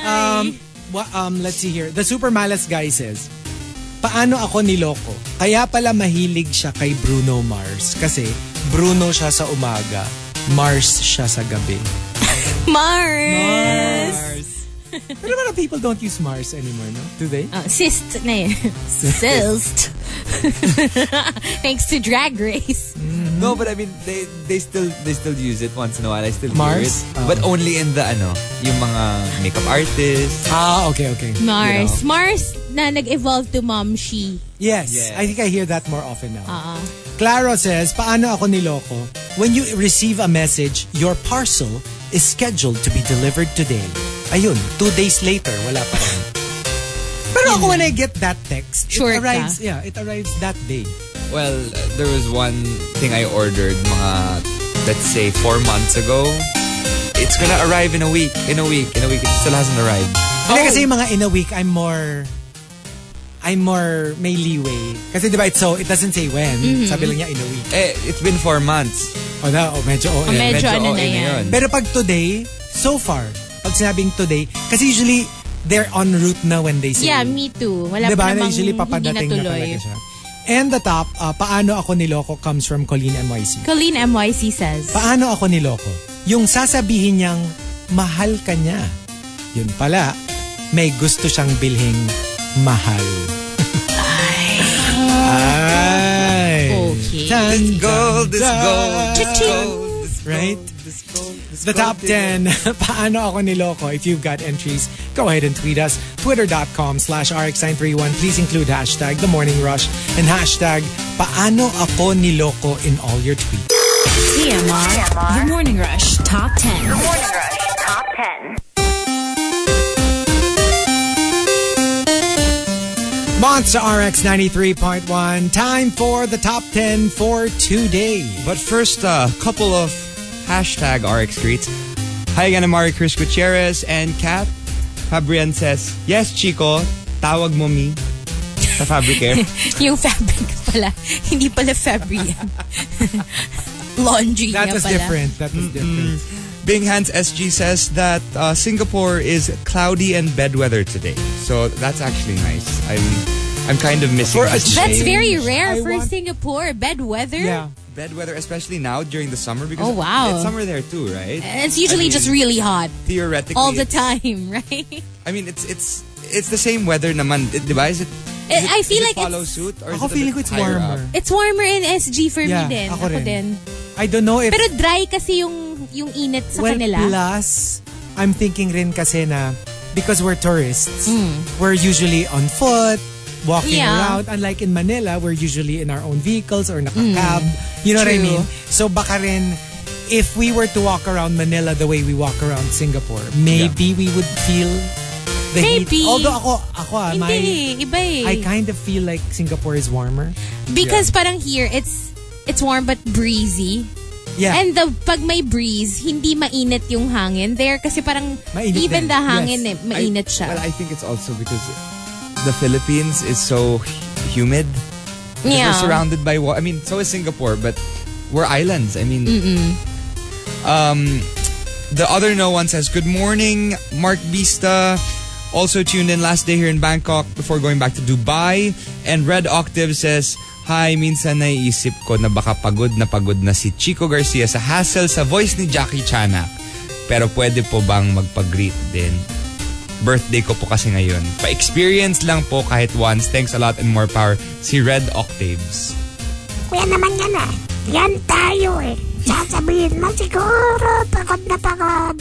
Speaker 1: Um, wa- um, let's see here. The Super Malas guy says, Paano ako niloko? Kaya pala mahilig siya kay Bruno Mars. Kasi Bruno siya sa umaga, Mars siya sa gabi.
Speaker 2: Mars!
Speaker 1: Pero mga people don't use Mars anymore, no? Do they?
Speaker 2: Ah, cyst na yun. Cyst. *laughs* Thanks to Drag Race.
Speaker 3: No, but I mean, they they still they still use it once in a while. I still hear it.
Speaker 1: Mars? Oh.
Speaker 3: But only in the, ano, yung mga makeup artists.
Speaker 1: Ah, okay, okay.
Speaker 2: Mars. Mars na nag-evolve to Momshi.
Speaker 1: Yes,
Speaker 3: Yes.
Speaker 1: I think I hear that more often now.
Speaker 2: Uh-huh.
Speaker 1: Claro says, paano ako niloko? When you receive a message, your parcel is scheduled to be delivered today. Ayun, two days later, wala pa rin. Pero ako when I get that text,
Speaker 2: Sure
Speaker 1: it
Speaker 2: ka.
Speaker 1: arrives, yeah, it arrives that day.
Speaker 3: Well, uh, there was one thing I ordered mga, let's say, four months ago. It's gonna arrive in a week, in a week, in a week. It still hasn't arrived.
Speaker 2: Oh.
Speaker 1: Hindi kasi yung mga in a week, I'm more I'm more may leeway. Kasi di ba, it's so, it doesn't say when.
Speaker 2: Mm-hmm.
Speaker 1: Sabi lang niya in a week.
Speaker 3: Eh, it's been four months.
Speaker 1: O na, o medyo o.
Speaker 2: O medyo ano na
Speaker 3: okay
Speaker 2: yan.
Speaker 3: yun.
Speaker 1: Pero pag today, so far, pag sinabing today, kasi usually, they're on route na when they say
Speaker 2: Yeah, me too. Wala
Speaker 1: Mm. diba?
Speaker 2: pa namang
Speaker 1: usually
Speaker 2: hindi
Speaker 1: papadating na
Speaker 2: natuloy.
Speaker 1: talaga siya. And the top, uh, paano ako niloko comes from Colleen NYC.
Speaker 2: Colleen MYC says,
Speaker 1: Paano ako niloko? Yung sasabihin niyang mahal ka niya. Yun pala, may gusto siyang bilhing mahal. Ay.
Speaker 2: Okay.
Speaker 1: Dun,
Speaker 3: This gold, this
Speaker 1: dun,
Speaker 3: gold,
Speaker 2: Oh.
Speaker 3: this
Speaker 2: Cha-ching.
Speaker 3: gold, this gold,
Speaker 1: Right?
Speaker 3: This gold, this
Speaker 1: The
Speaker 3: gold
Speaker 1: top
Speaker 3: digger.
Speaker 1: 10. *laughs* Paano ako niloko? If you've got entries, go ahead and tweet us. Twitter.com slash RX931. Please include hashtag The Morning Rush and hashtag Paano ako niloko in all your tweets.
Speaker 7: TMR. The Morning Rush Top 10.
Speaker 8: Morning Rush Top 10.
Speaker 1: Monster RX 93.1. Time for the top 10 for today.
Speaker 3: But first, a couple of hashtag RX greets. Hi again, Amari Chris Gutierrez and Kat. Fabrian says, Yes, Chico, tawag mo me. Sa
Speaker 2: *laughs*
Speaker 3: Fabricare.
Speaker 2: *laughs* yung fabric pala, hindi pala fabric yan. *laughs* Laundry
Speaker 1: That
Speaker 2: niya
Speaker 1: was
Speaker 2: pala.
Speaker 1: different. That was different.
Speaker 3: Bing Hans SG says that uh, Singapore is cloudy and bad weather today. So that's actually nice. I'm I'm kind of missing
Speaker 1: For a
Speaker 3: that today.
Speaker 2: That's very rare
Speaker 1: I
Speaker 2: for
Speaker 1: want-
Speaker 2: Singapore. Bad weather.
Speaker 1: Yeah.
Speaker 3: bad weather, especially now during the summer because
Speaker 2: Oh, wow.
Speaker 3: it's summer there too, right?
Speaker 2: And uh, It's usually
Speaker 3: I mean,
Speaker 2: just really hot
Speaker 3: theoretically
Speaker 2: all the
Speaker 3: it's-
Speaker 2: time, *laughs* right?
Speaker 3: I mean, it's it's it's the same weather naman, Di- di ba? Is it?
Speaker 2: Eh,
Speaker 3: Is it
Speaker 2: I feel
Speaker 3: does
Speaker 2: like
Speaker 3: it follow
Speaker 2: it's-
Speaker 3: suit or is
Speaker 1: Ako
Speaker 3: it a
Speaker 1: feeling ko
Speaker 3: bit
Speaker 1: it's
Speaker 3: higher
Speaker 1: warmer.
Speaker 3: up?
Speaker 2: It's warmer in SG for
Speaker 1: Yeah,
Speaker 2: me din.
Speaker 1: ako rin.
Speaker 2: din.
Speaker 1: I don't know if...
Speaker 2: Pero dry kasi yung yung init sa
Speaker 1: well,
Speaker 2: kanila.
Speaker 1: plus, I'm thinking rin kasi na because we're tourists, we're usually on foot, walking
Speaker 2: Hmm. Yeah.
Speaker 1: around. Unlike in Manila, we're usually in our own vehicles or naka-cab. You know what I
Speaker 2: Hmm. True.
Speaker 1: mean? So baka rin, if we were to walk around Manila the way we walk around Singapore, maybe we would feel the
Speaker 2: Maybe.
Speaker 1: heat. Although ako, ako ah,
Speaker 2: Hindi,
Speaker 1: my,
Speaker 2: eh, iba eh.
Speaker 1: I kind of feel like Singapore is warmer.
Speaker 2: Because parang here, it's it's warm but breezy.
Speaker 1: Yeah.
Speaker 2: And the pag may breeze, hindi mainit yung hangin. There kasi parang
Speaker 1: Mainit
Speaker 2: even
Speaker 1: din.
Speaker 2: the hangin
Speaker 1: Yes.
Speaker 2: eh, mainit
Speaker 3: I-
Speaker 2: siya.
Speaker 3: Well, I think it's also because the Philippines is so hu- humid. Because
Speaker 2: Yeah.
Speaker 3: We're surrounded by water. I mean, so is Singapore, but we're islands. I mean, um, the other no one says good morning, Mark Vista. Also tuned in last day here in Bangkok before going back to Dubai. And Red Octave says Hi, minsan naiisip ko na baka pagod na pagod na si Chico Garcia sa hassle sa voice ni Jackie Chanak. Pero pwede po bang magpag-greet din? Birthday ko po kasi ngayon. Pa-experience lang po kahit once. Thanks a lot and more power. Si Red Octaves.
Speaker 11: Kuya naman yan ah. Yan tayo eh. Sasabihin mo siguro pagod na pagod.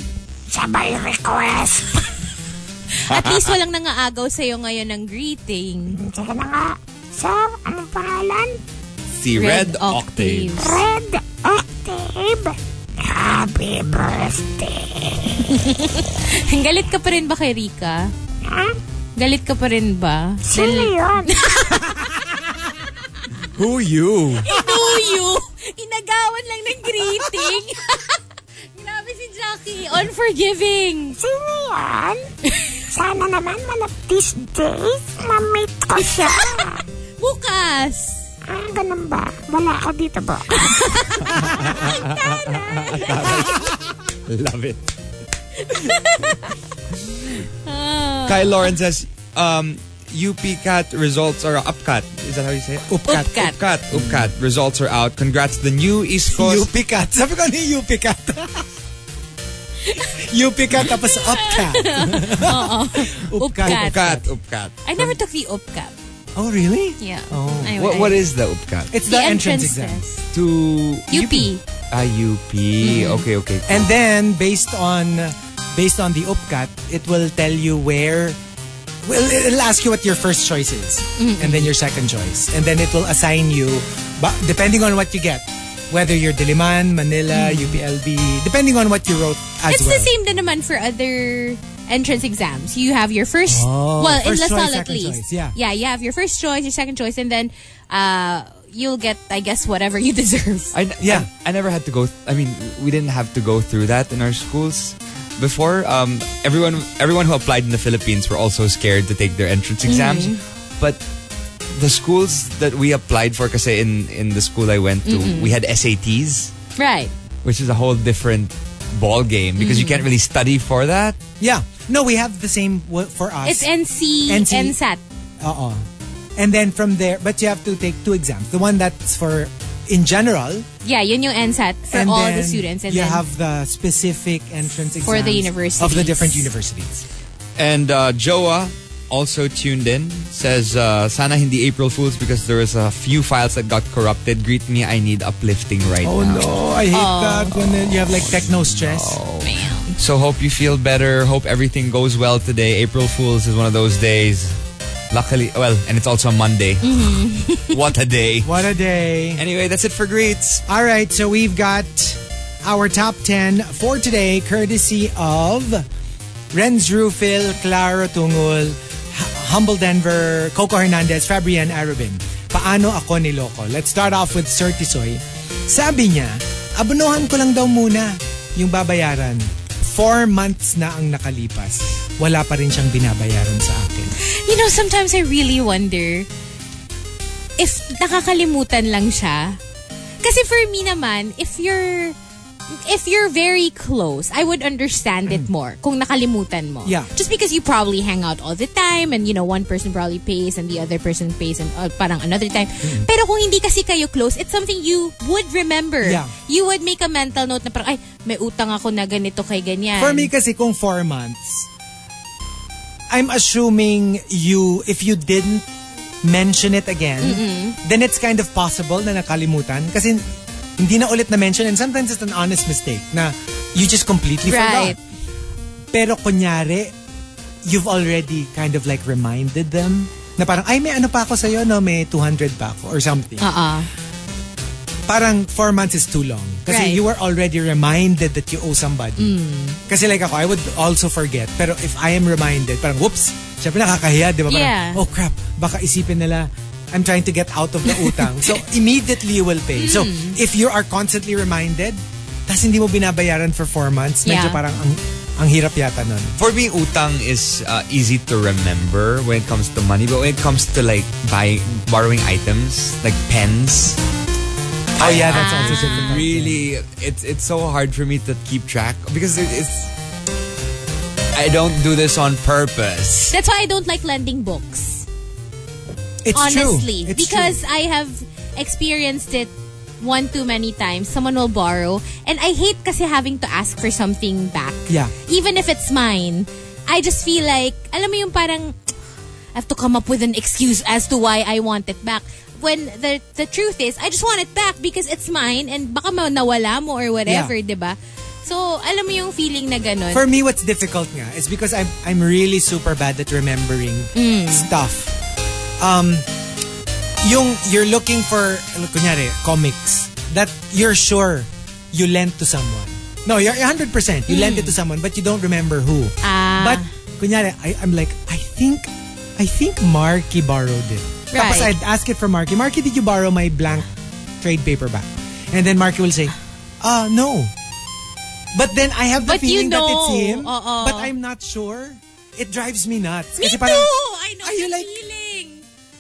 Speaker 11: Sabay request.
Speaker 2: At least walang nangaagaw sa'yo ngayon ng greeting.
Speaker 11: Sige na nga. So, anong pangalan?
Speaker 3: Si Red, Octaves.
Speaker 11: Red Octave. Happy birthday.
Speaker 2: *laughs* Galit ka pa rin ba kay Rika?
Speaker 11: Ha?
Speaker 2: Galit ka pa rin ba?
Speaker 11: Sino yun?
Speaker 3: Who you?
Speaker 2: Ito you! Inagawan lang ng greeting. *laughs* Grabe si Jackie. Unforgiving.
Speaker 11: Sino yan? Sana naman one of these days, mamit ko siya.
Speaker 2: Bukas.
Speaker 11: Ah, ganun ba? Wala ako dito ba?
Speaker 3: Love it. Kai Lauren says, um, UP Cat results are UPCAT. Is that how you say it?
Speaker 1: Upcat.
Speaker 2: Upcat.
Speaker 3: UPCAT, UPCAT results are out. Congrats to the new East Coast.
Speaker 1: UP Cat. *laughs* Sabi ko ano yung UP Cat? *laughs* UP Cat tapos Upcat.
Speaker 2: Oo. Upcat.
Speaker 3: UPCAT, UPCAT.
Speaker 2: I never took the upcat.
Speaker 1: Oh, really?
Speaker 2: Yeah.
Speaker 1: Oh.
Speaker 2: I-
Speaker 3: What,
Speaker 2: I-
Speaker 3: what is the UPCAT?
Speaker 1: It's the, entrance, exam.
Speaker 2: test.
Speaker 3: To
Speaker 2: UP.
Speaker 3: Ah, UP. Okay, okay.
Speaker 1: And then based on based on the upcat, it will tell you where well it'll ask you what your first choice is
Speaker 2: Mm-hmm.
Speaker 1: and then your second choice and then it will assign you but depending on what you get whether you're Diliman, Manila, UPLB, depending on what you wrote as
Speaker 2: Mm-hmm. It's
Speaker 1: well.
Speaker 2: the same din naman for other entrance exams. You have your first,
Speaker 1: Oh,
Speaker 2: well, in
Speaker 1: first choice,
Speaker 2: LaSalle at
Speaker 1: second
Speaker 2: least.
Speaker 1: choice, yeah.
Speaker 2: yeah, you have your first choice, your second choice, and then uh, you'll get, I guess, whatever you *laughs* deserve.
Speaker 3: I, yeah, I, never had to go. I mean, we didn't have to go through that in our schools before. Um, everyone, everyone who applied in the Philippines were also scared to take their entrance exams,
Speaker 1: Mm-hmm.
Speaker 3: but the schools that we applied for, because in in the school I went to,
Speaker 1: Mm-hmm.
Speaker 3: we had SATs,
Speaker 2: Right.
Speaker 3: which is a whole different ball game because you
Speaker 1: Mm-hmm.
Speaker 3: can't really study for that.
Speaker 1: Yeah. No, we have the same w- for us.
Speaker 2: It's NC,
Speaker 1: NC.
Speaker 2: NSAT.
Speaker 1: Oo. And then from there, but you have to take two exams. The one that's for in general,
Speaker 2: Yeah, yun yung NSAT for
Speaker 1: and
Speaker 2: all
Speaker 1: then
Speaker 2: the students. And
Speaker 1: you
Speaker 2: then,
Speaker 1: have the specific entrance exams
Speaker 2: For
Speaker 1: of
Speaker 2: the
Speaker 1: the
Speaker 2: universities.
Speaker 1: different universities.
Speaker 3: And uh, Joa also tuned in. Says, uh, sana hindi April Fools because there was a few files that got corrupted. Greet me, I need uplifting right
Speaker 1: Oh
Speaker 3: now.
Speaker 1: no, I hate that when then you have like techno stress.
Speaker 3: So hope you feel better. Hope everything goes well today. April Fools is one of those days. Luckily, well, and it's also a Monday. *laughs* what a day.
Speaker 1: What a day.
Speaker 3: Anyway, that's it for greets.
Speaker 1: All right, so we've got our top 10 for today, courtesy of Renz Rufil, Claro Tungul, H- Humble Denver, Coco Hernandez, Fabian Arabin. Paano ako niloko? Let's start off with Certisoy. Sabi niya, abunuhan ko lang daw muna yung babayaran. Four months na ang nakalipas. Wala pa rin siyang binabayaran sa akin.
Speaker 2: you know, sometimes I really wonder if nakakalimutan lang siya. Kasi for me naman, if you're if you're very close, I would understand it more kung nakalimutan mo.
Speaker 1: Mm. Yeah.
Speaker 2: Just because you probably hang out all the time and you know, one person probably pays and the other person pays and uh, parang another time.
Speaker 1: Mm.
Speaker 2: Pero kung hindi kasi kayo close, it's something you would remember.
Speaker 1: Yeah.
Speaker 2: You would make a mental note na parang, ay, may utang ako na ganito kay ganyan.
Speaker 1: For me kasi kung four months, I'm assuming you, if you didn't mention it again, then it's kind of possible na nakalimutan. Kasi hindi na ulit na-mention and sometimes it's an honest mistake na you just completely
Speaker 2: Right.
Speaker 1: forgot. Pero kunyari, you've already kind of like reminded them na parang, ay may ano pa ako sa'yo, no? May 200 pa ako or something.
Speaker 2: Uh-uh.
Speaker 1: parang four months is too long. Kasi
Speaker 2: Right. Mm.
Speaker 1: you were already reminded that you owe somebody. Kasi like ako, I would also forget. Pero if I am reminded, parang whoops, syempre nakakahiya, di ba? Parang,
Speaker 2: Yeah.
Speaker 1: oh crap, baka isipin nila, I'm trying to get out of the utang.
Speaker 2: *laughs*
Speaker 1: so immediately you will pay. So
Speaker 2: Mm.
Speaker 1: if you are constantly reminded, tas hindi mo binabayaran for four months, medyo
Speaker 2: Yeah.
Speaker 1: parang ang, ang hirap yata nun.
Speaker 3: For me, utang is uh, easy to remember when it comes to money, but when it comes to like buying, borrowing items like pens,
Speaker 1: Oh yeah, that's also different.
Speaker 3: really, it's it's so hard for me to keep track because it, it's. I don't do this on purpose.
Speaker 2: That's why I don't like lending books.
Speaker 1: It's
Speaker 2: honestly.
Speaker 1: true. It's
Speaker 2: because
Speaker 1: true.
Speaker 2: I have experienced it one too many times. Someone will borrow. And I hate kasi having to ask for something back.
Speaker 1: Yeah.
Speaker 2: Even if it's mine. I just feel like, alam mo yung parang, I have to come up with an excuse as to why I want it back. When the the truth is, I just want it back because it's mine and baka ma- nawala mo or whatever,
Speaker 1: Yeah.
Speaker 2: di ba? So, alam mo yung feeling na ganun.
Speaker 1: For me, what's difficult nga is because I'm I'm really super bad at remembering
Speaker 2: Mm.
Speaker 1: stuff. Um, yung you're looking for, kunyari, comics that you're sure you lent to someone. No, you're 100%. You lent it to someone but you don't remember who.
Speaker 2: Mm. Ah.
Speaker 1: But, kunyari, I, I'm like, I think, I think Marky borrowed it. Tapos
Speaker 2: Right.
Speaker 1: I'd ask it from Marky, Marky, did you borrow my blank trade paperback? And then Marky will say, uh, no. But then I have the
Speaker 2: But you
Speaker 1: feeling that it's
Speaker 2: know.
Speaker 1: him.
Speaker 2: Oo.
Speaker 1: But I'm not sure. It drives me nuts.
Speaker 2: me
Speaker 1: Kasi
Speaker 2: too!
Speaker 1: parang,
Speaker 2: I know
Speaker 1: are you
Speaker 2: the
Speaker 1: like-
Speaker 2: feeling.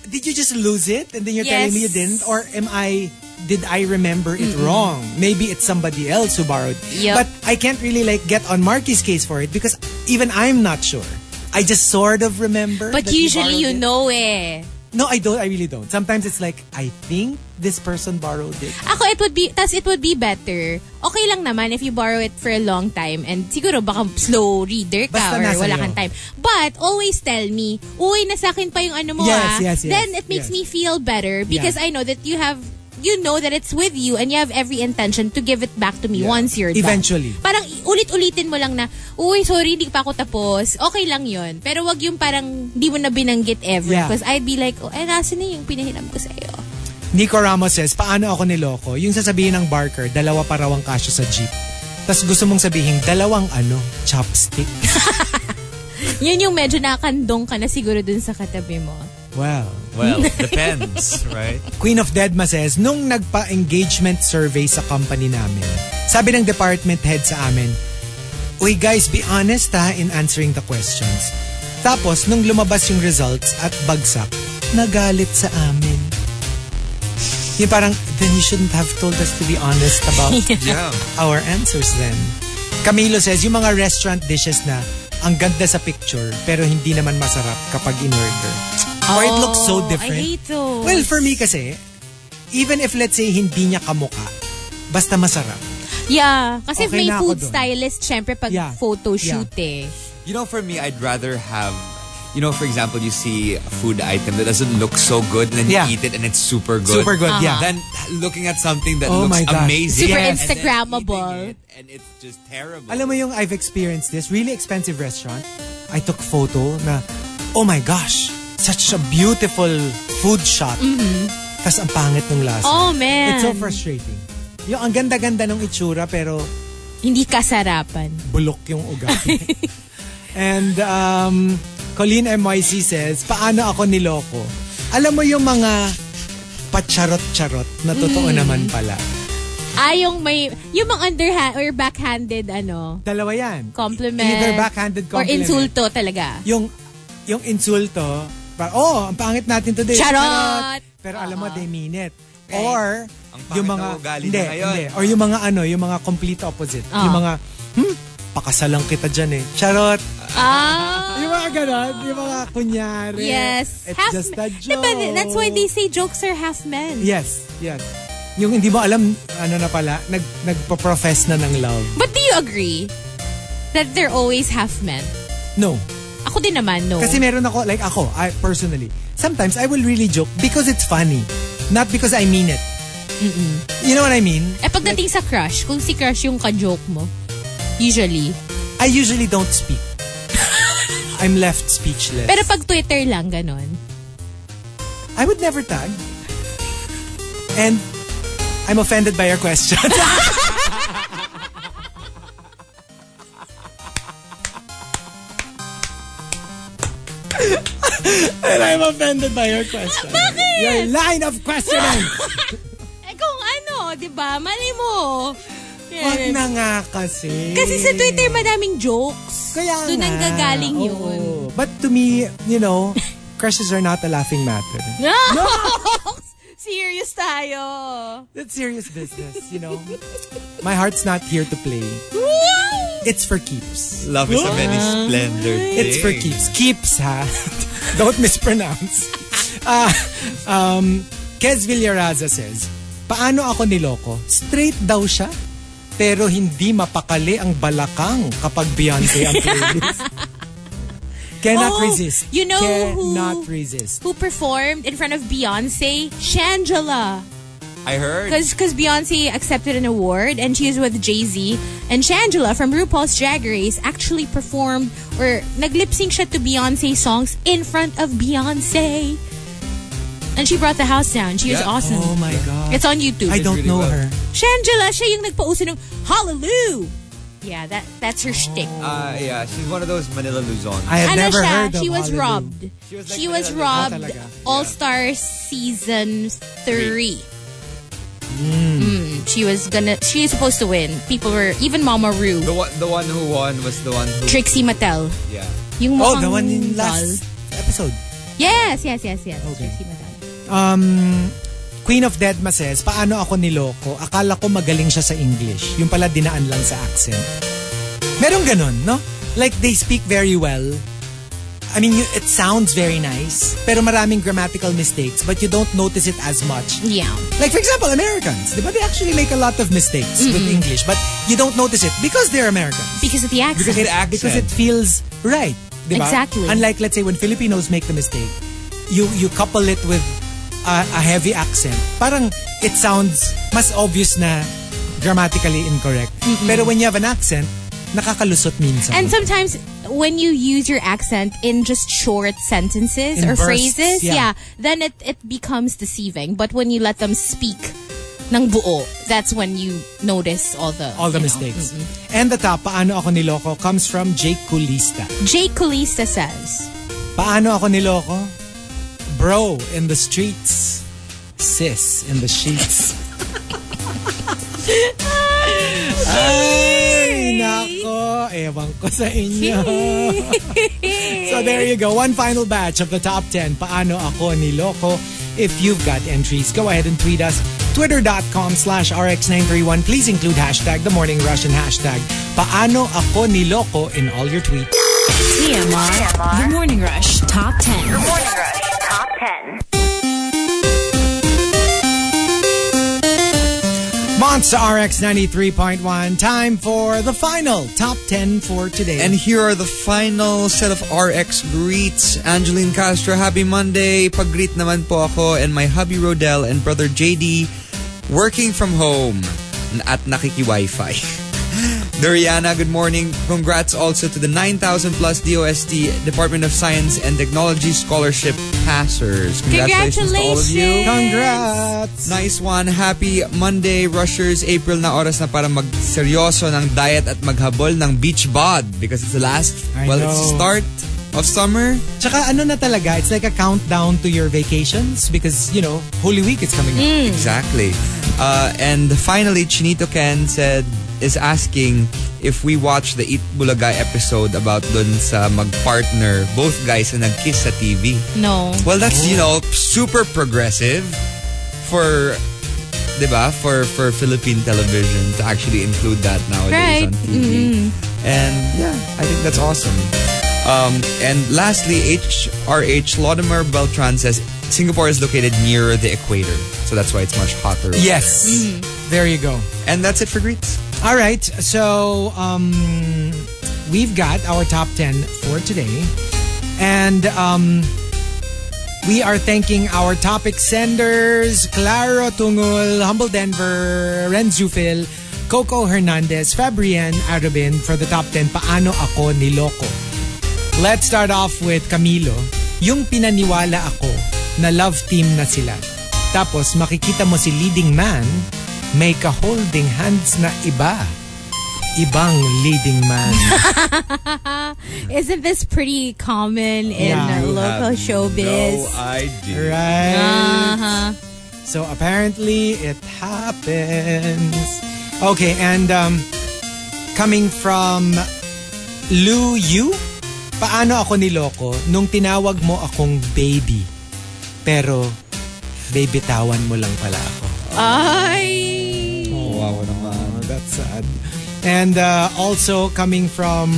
Speaker 1: did you just lose it and then you're telling me you
Speaker 2: Yes.
Speaker 1: didn't or am i did i remember it wrong maybe it's somebody else who borrowed
Speaker 2: Yup.
Speaker 1: but i can't really like get on marky's case for it because even i'm not sure i just sort of remember
Speaker 2: But
Speaker 1: that
Speaker 2: usually you,
Speaker 1: borrowed it.
Speaker 2: know eh.
Speaker 1: no i don't i really don't sometimes it's like i think this person borrowed it
Speaker 2: Ako, it would be, tas it would be better. Okay lang naman if you borrow it for a long time and siguro baka slow reader ka
Speaker 1: Basta
Speaker 2: or
Speaker 1: nasa
Speaker 2: wala
Speaker 1: iyo.
Speaker 2: kang time. But always tell me, uy, nasa akin pa yung ano mo
Speaker 1: Yes,
Speaker 2: ah.
Speaker 1: yes, yes,
Speaker 2: Then it makes
Speaker 1: yes.
Speaker 2: me feel better because
Speaker 1: Yeah.
Speaker 2: I know that you have you know that it's with you and you have every intention to give it back to me once you're
Speaker 1: Eventually.
Speaker 2: done. Parang ulit-ulitin mo lang na, uy, sorry, hindi pa ako tapos. Okay lang yon Pero wag yung parang hindi mo na binanggit ever.
Speaker 1: Yeah.
Speaker 2: Because I'd be like, oh, eh, nasan na yung pinahiram ko sa'yo?
Speaker 1: Nico Ramos says, paano ako niloko? Yung sasabihin ng barker, dalawa pa raw ang kasyo sa jeep. Tapos gusto mong sabihin, dalawang ano, chopstick. *laughs*
Speaker 2: Yun yung medyo nakakandong ka na siguro dun sa katabi mo.
Speaker 1: Wow.
Speaker 3: Well, depends, right?
Speaker 1: Queen of Deadma says, nung nagpa-engagement survey sa company namin, sabi ng department head sa amin, Uy guys, be honest ha in answering the questions. Tapos, nung lumabas yung results at bagsak, nagalit sa amin. Yung parang, then you shouldn't have told us to be honest about
Speaker 3: *laughs* Yeah.
Speaker 1: our answers then. Camilo says, yung mga restaurant dishes na ang ganda sa picture pero hindi naman masarap kapag in-order. Or it looks so
Speaker 2: Oh,
Speaker 1: different.
Speaker 2: I hate those.
Speaker 1: Well, for me kasi, even if let's say hindi niya kamuka, basta masarap.
Speaker 2: Yeah. Kasi
Speaker 1: Okay
Speaker 2: may
Speaker 1: na ako
Speaker 2: food
Speaker 1: dun.
Speaker 2: stylist, syempre pag
Speaker 1: Yeah.
Speaker 2: photo shoot eh.
Speaker 3: You know, for me, I'd rather have. You know, for example, you see a food item that doesn't look so good, and then
Speaker 1: Yeah.
Speaker 3: you eat it, and it's super good.
Speaker 1: Super good, yeah.
Speaker 3: Than looking at something that
Speaker 1: Oh
Speaker 3: looks
Speaker 1: my gosh.
Speaker 3: amazing,
Speaker 2: Super
Speaker 3: and then
Speaker 2: Instagrammable.
Speaker 3: eating it, and it's just terrible.
Speaker 1: Alam mo yung I've experienced this, really expensive restaurant. I took photo na, oh my gosh, such a beautiful food shot. Tapos ang pangit ng lasa.
Speaker 2: Mm-hmm. Oh, man.
Speaker 1: It's so frustrating. Yung ang ganda-ganda ng itsura pero
Speaker 2: Hindi kasarapan.
Speaker 1: bulok yung ugali. *laughs* And um, Colleen MYC says, paano ako niloko? Alam mo yung mga pacharot-charot na
Speaker 2: Mm.
Speaker 1: totoo naman pala.
Speaker 2: Ah, yung may, yung mga underhand or backhanded ano,
Speaker 1: Dalawa yan.
Speaker 2: compliment.
Speaker 1: Either backhanded
Speaker 2: Or
Speaker 1: compliment.
Speaker 2: insulto talaga.
Speaker 1: Yung, yung insulto, pa, oh, ang pangit natin today.
Speaker 2: Charot! Ah. Eh,
Speaker 1: Pero alam mo,
Speaker 2: Oo.
Speaker 1: they mean it.
Speaker 3: Right.
Speaker 1: Or,
Speaker 3: Ang pangit
Speaker 1: yung mga,
Speaker 3: ng ugali
Speaker 1: hindi,
Speaker 3: niya ngayon.
Speaker 1: hindi. Or yung mga ano, yung mga complete opposite.
Speaker 2: Oo.
Speaker 1: Yung mga, hmm, pakasalang kita dyan eh. Charot! *laughs*
Speaker 2: Ah.
Speaker 1: Yung mga ganon, yung mga kunyari.
Speaker 2: Yes.
Speaker 1: It's
Speaker 2: half
Speaker 1: just a
Speaker 2: men.
Speaker 1: joke.
Speaker 2: Diba, that's why they say jokes are half men.
Speaker 1: Yes, yes. Yung hindi mo alam, ano na pala, nag, nagpa-profess na ng love.
Speaker 2: But do you agree that they're always half men?
Speaker 1: No.
Speaker 2: Ako din naman, no.
Speaker 1: Kasi meron ako, like ako, I, personally, sometimes I will really joke because it's funny. Not because I mean it. You know what I mean?
Speaker 2: eh, pagdating sa crush, kung si crush yung ka-joke mo, usually,
Speaker 1: I usually don't
Speaker 2: *laughs*
Speaker 1: speak. I'm left speechless.
Speaker 2: Pero pag Twitter lang, ganon.
Speaker 1: I would never tag. And I'm offended by your question. *laughs* and I'm offended by your question. Your line of questioning.
Speaker 2: Eh kung ano, di ba? Malay mo.
Speaker 1: Huwag
Speaker 2: Yes.
Speaker 1: na nga kasi.
Speaker 2: Kasi sa Twitter, madaming jokes.
Speaker 1: Kaya
Speaker 2: Doon ang
Speaker 1: nga.
Speaker 2: gagaling
Speaker 1: Oo.
Speaker 2: yun.
Speaker 1: But to me, you know, crushes are not a laughing matter.
Speaker 2: No! *laughs* Serious tayo.
Speaker 1: That's serious business, you know. My heart's not here to play. It's for keeps.
Speaker 3: Love is a very splendor.
Speaker 1: *laughs* It's for keeps. Keeps, ha? Don't mispronounce. Ah, um, Kez Villaraza says, Paano ako niloko? Straight daw siya. Pero hindi mapakali ang balakang kapag Beyonce ang
Speaker 2: *laughs*
Speaker 1: playlist. Cannot
Speaker 2: Oh,
Speaker 1: resist.
Speaker 2: you know who-
Speaker 1: Cannot resist.
Speaker 2: Who performed in front of Beyonce? Shangela.
Speaker 3: I heard.
Speaker 2: Because Beyonce accepted an award and she is with Jay Z. And Shangela from RuPaul's Drag Race actually performed or naglip sync siya to Beyonce songs in front of Beyonce. And she brought the house down. She was
Speaker 1: Yeah.
Speaker 2: awesome.
Speaker 1: Oh my God.
Speaker 2: It's on YouTube.
Speaker 1: I don't know her.
Speaker 2: Shangela, siya yung nagpauso ng Hallelujah. Yeah, that that's her shtick.
Speaker 3: Uh, yeah, she's one of those Manila Luzon.
Speaker 1: I have
Speaker 2: ano
Speaker 1: never
Speaker 2: siya?
Speaker 1: heard of
Speaker 2: She was
Speaker 1: Holiday.
Speaker 2: robbed. She was, robbed All Star Season 3.
Speaker 1: Hmm.
Speaker 2: Mm, she was gonna, she is supposed to win. People were, even Mama Rue,
Speaker 3: The one, the one who won was the one who.
Speaker 2: Trixie Mattel.
Speaker 3: Yeah.
Speaker 2: Yung
Speaker 1: Oh,
Speaker 2: mukhang
Speaker 1: the one in
Speaker 2: doll.
Speaker 1: last episode.
Speaker 2: Yes, yes, yes, yes. Trixie Mattel.
Speaker 1: Um, Queen of Deadma says, Paano ako niloko? Akala ko magaling siya sa English. Yung pala dinaan lang sa accent. Merong ganun, no? Like, they speak very well. I mean, you- it sounds very nice. Pero maraming grammatical mistakes, but you don't notice it as much.
Speaker 2: Yeah.
Speaker 1: Like, for example, Americans. Di ba? They actually make a lot of mistakes with English, but you don't notice it because they're Americans.
Speaker 2: Because of the accent.
Speaker 1: Because it, because it feels right. di ba?
Speaker 2: Exactly.
Speaker 1: Unlike, let's say, when Filipinos make the mistake, you you couple it with a, a heavy accent. Parang it sounds mas obvious na grammatically incorrect. Pero when you have an accent, nakakalusot minsan.
Speaker 2: And sometimes when you use your accent in just short sentences
Speaker 1: In
Speaker 2: or
Speaker 1: bursts,
Speaker 2: phrases,
Speaker 1: yeah.
Speaker 2: then it, it becomes deceiving. But when you let them speak ng buo, that's when you notice all the
Speaker 1: all the
Speaker 2: you know.
Speaker 1: mistakes. And the top, paano ako niloko, comes from Jake Kulista.
Speaker 2: Jay Colista says,
Speaker 1: Paano ako niloko? Bro in the streets. Sis in the sheets. Ay, nako. Ewan ko sa inyo. so there you go. One final batch of the top 10. Paano ako niloko? If you've got entries, go ahead and tweet us. Twitter.com slash RX931. Please include hashtag The Morning Rush and hashtag Paano ako niloko in all your tweets.
Speaker 7: TMR. The Morning Rush Top 10.
Speaker 8: The Morning Rush Top 10.
Speaker 1: Monster RX 93.1. Time for the final top 10 for today.
Speaker 3: And here are the final set of RX greets. Angeline Castro, happy Monday. Pag-greet naman po ako and my hubby Rodel and brother JD working from home at nakiki-wifi. *laughs* Doriana, good morning. Congrats also to the 9,000 plus DOST Department of Science and Technology Scholarship passers. Congratulations, to all of you.
Speaker 2: Congratulations.
Speaker 1: Congrats!
Speaker 3: Nice one. Happy Monday, rushers. April na oras na para magseryoso ng diet at maghabol ng beach bod because it's the last,
Speaker 1: I
Speaker 3: well, it's the
Speaker 1: know.
Speaker 3: start of summer.
Speaker 1: Tsaka ano na talaga, it's like a countdown to your vacations because, you know, Holy Week is coming
Speaker 3: Mm.
Speaker 1: up.
Speaker 3: Exactly. Uh, and finally, Chinito Ken said, is asking if we watch the Eat Bulagay episode about dun sa magpartner, both guys na nag-kiss sa TV.
Speaker 2: no.
Speaker 3: Well, that's, you know, super progressive for, di ba, for, for Philippine television to actually include that
Speaker 2: Right. Mm-hmm.
Speaker 3: nowadays on TV. And yeah, I think that's awesome. Um, and lastly, HRH Lodimer Beltran says Singapore is located near the equator. So that's why it's much hotter.
Speaker 1: Yes. There you go.
Speaker 3: And that's it for greets.
Speaker 1: All right. So, um, we've got our top 10 for today. And, um, we are thanking our topic senders, Claro Tungul, Humble Denver, Ren Zufil, Coco Hernandez, Fabrian Arabin for the top 10 Paano Ako Niloko. Let's start off with Camilo. Yung pinaniwala ako na love team na sila. Tapos makikita mo si leading man may ka-holding hands na iba. Ibang leading man.
Speaker 2: Isn't this pretty common in
Speaker 1: Yeah.
Speaker 2: uh, local showbiz?
Speaker 3: idea.
Speaker 1: right?
Speaker 2: uh-huh.
Speaker 1: So apparently it happens. Okay, and um, coming from Lou Yu, paano ako niloko nung tinawag mo akong baby? Pero baby tawan mo lang pala ako.
Speaker 2: Ay.
Speaker 3: Wow naman.
Speaker 1: Oh, that's sad. And uh, also coming from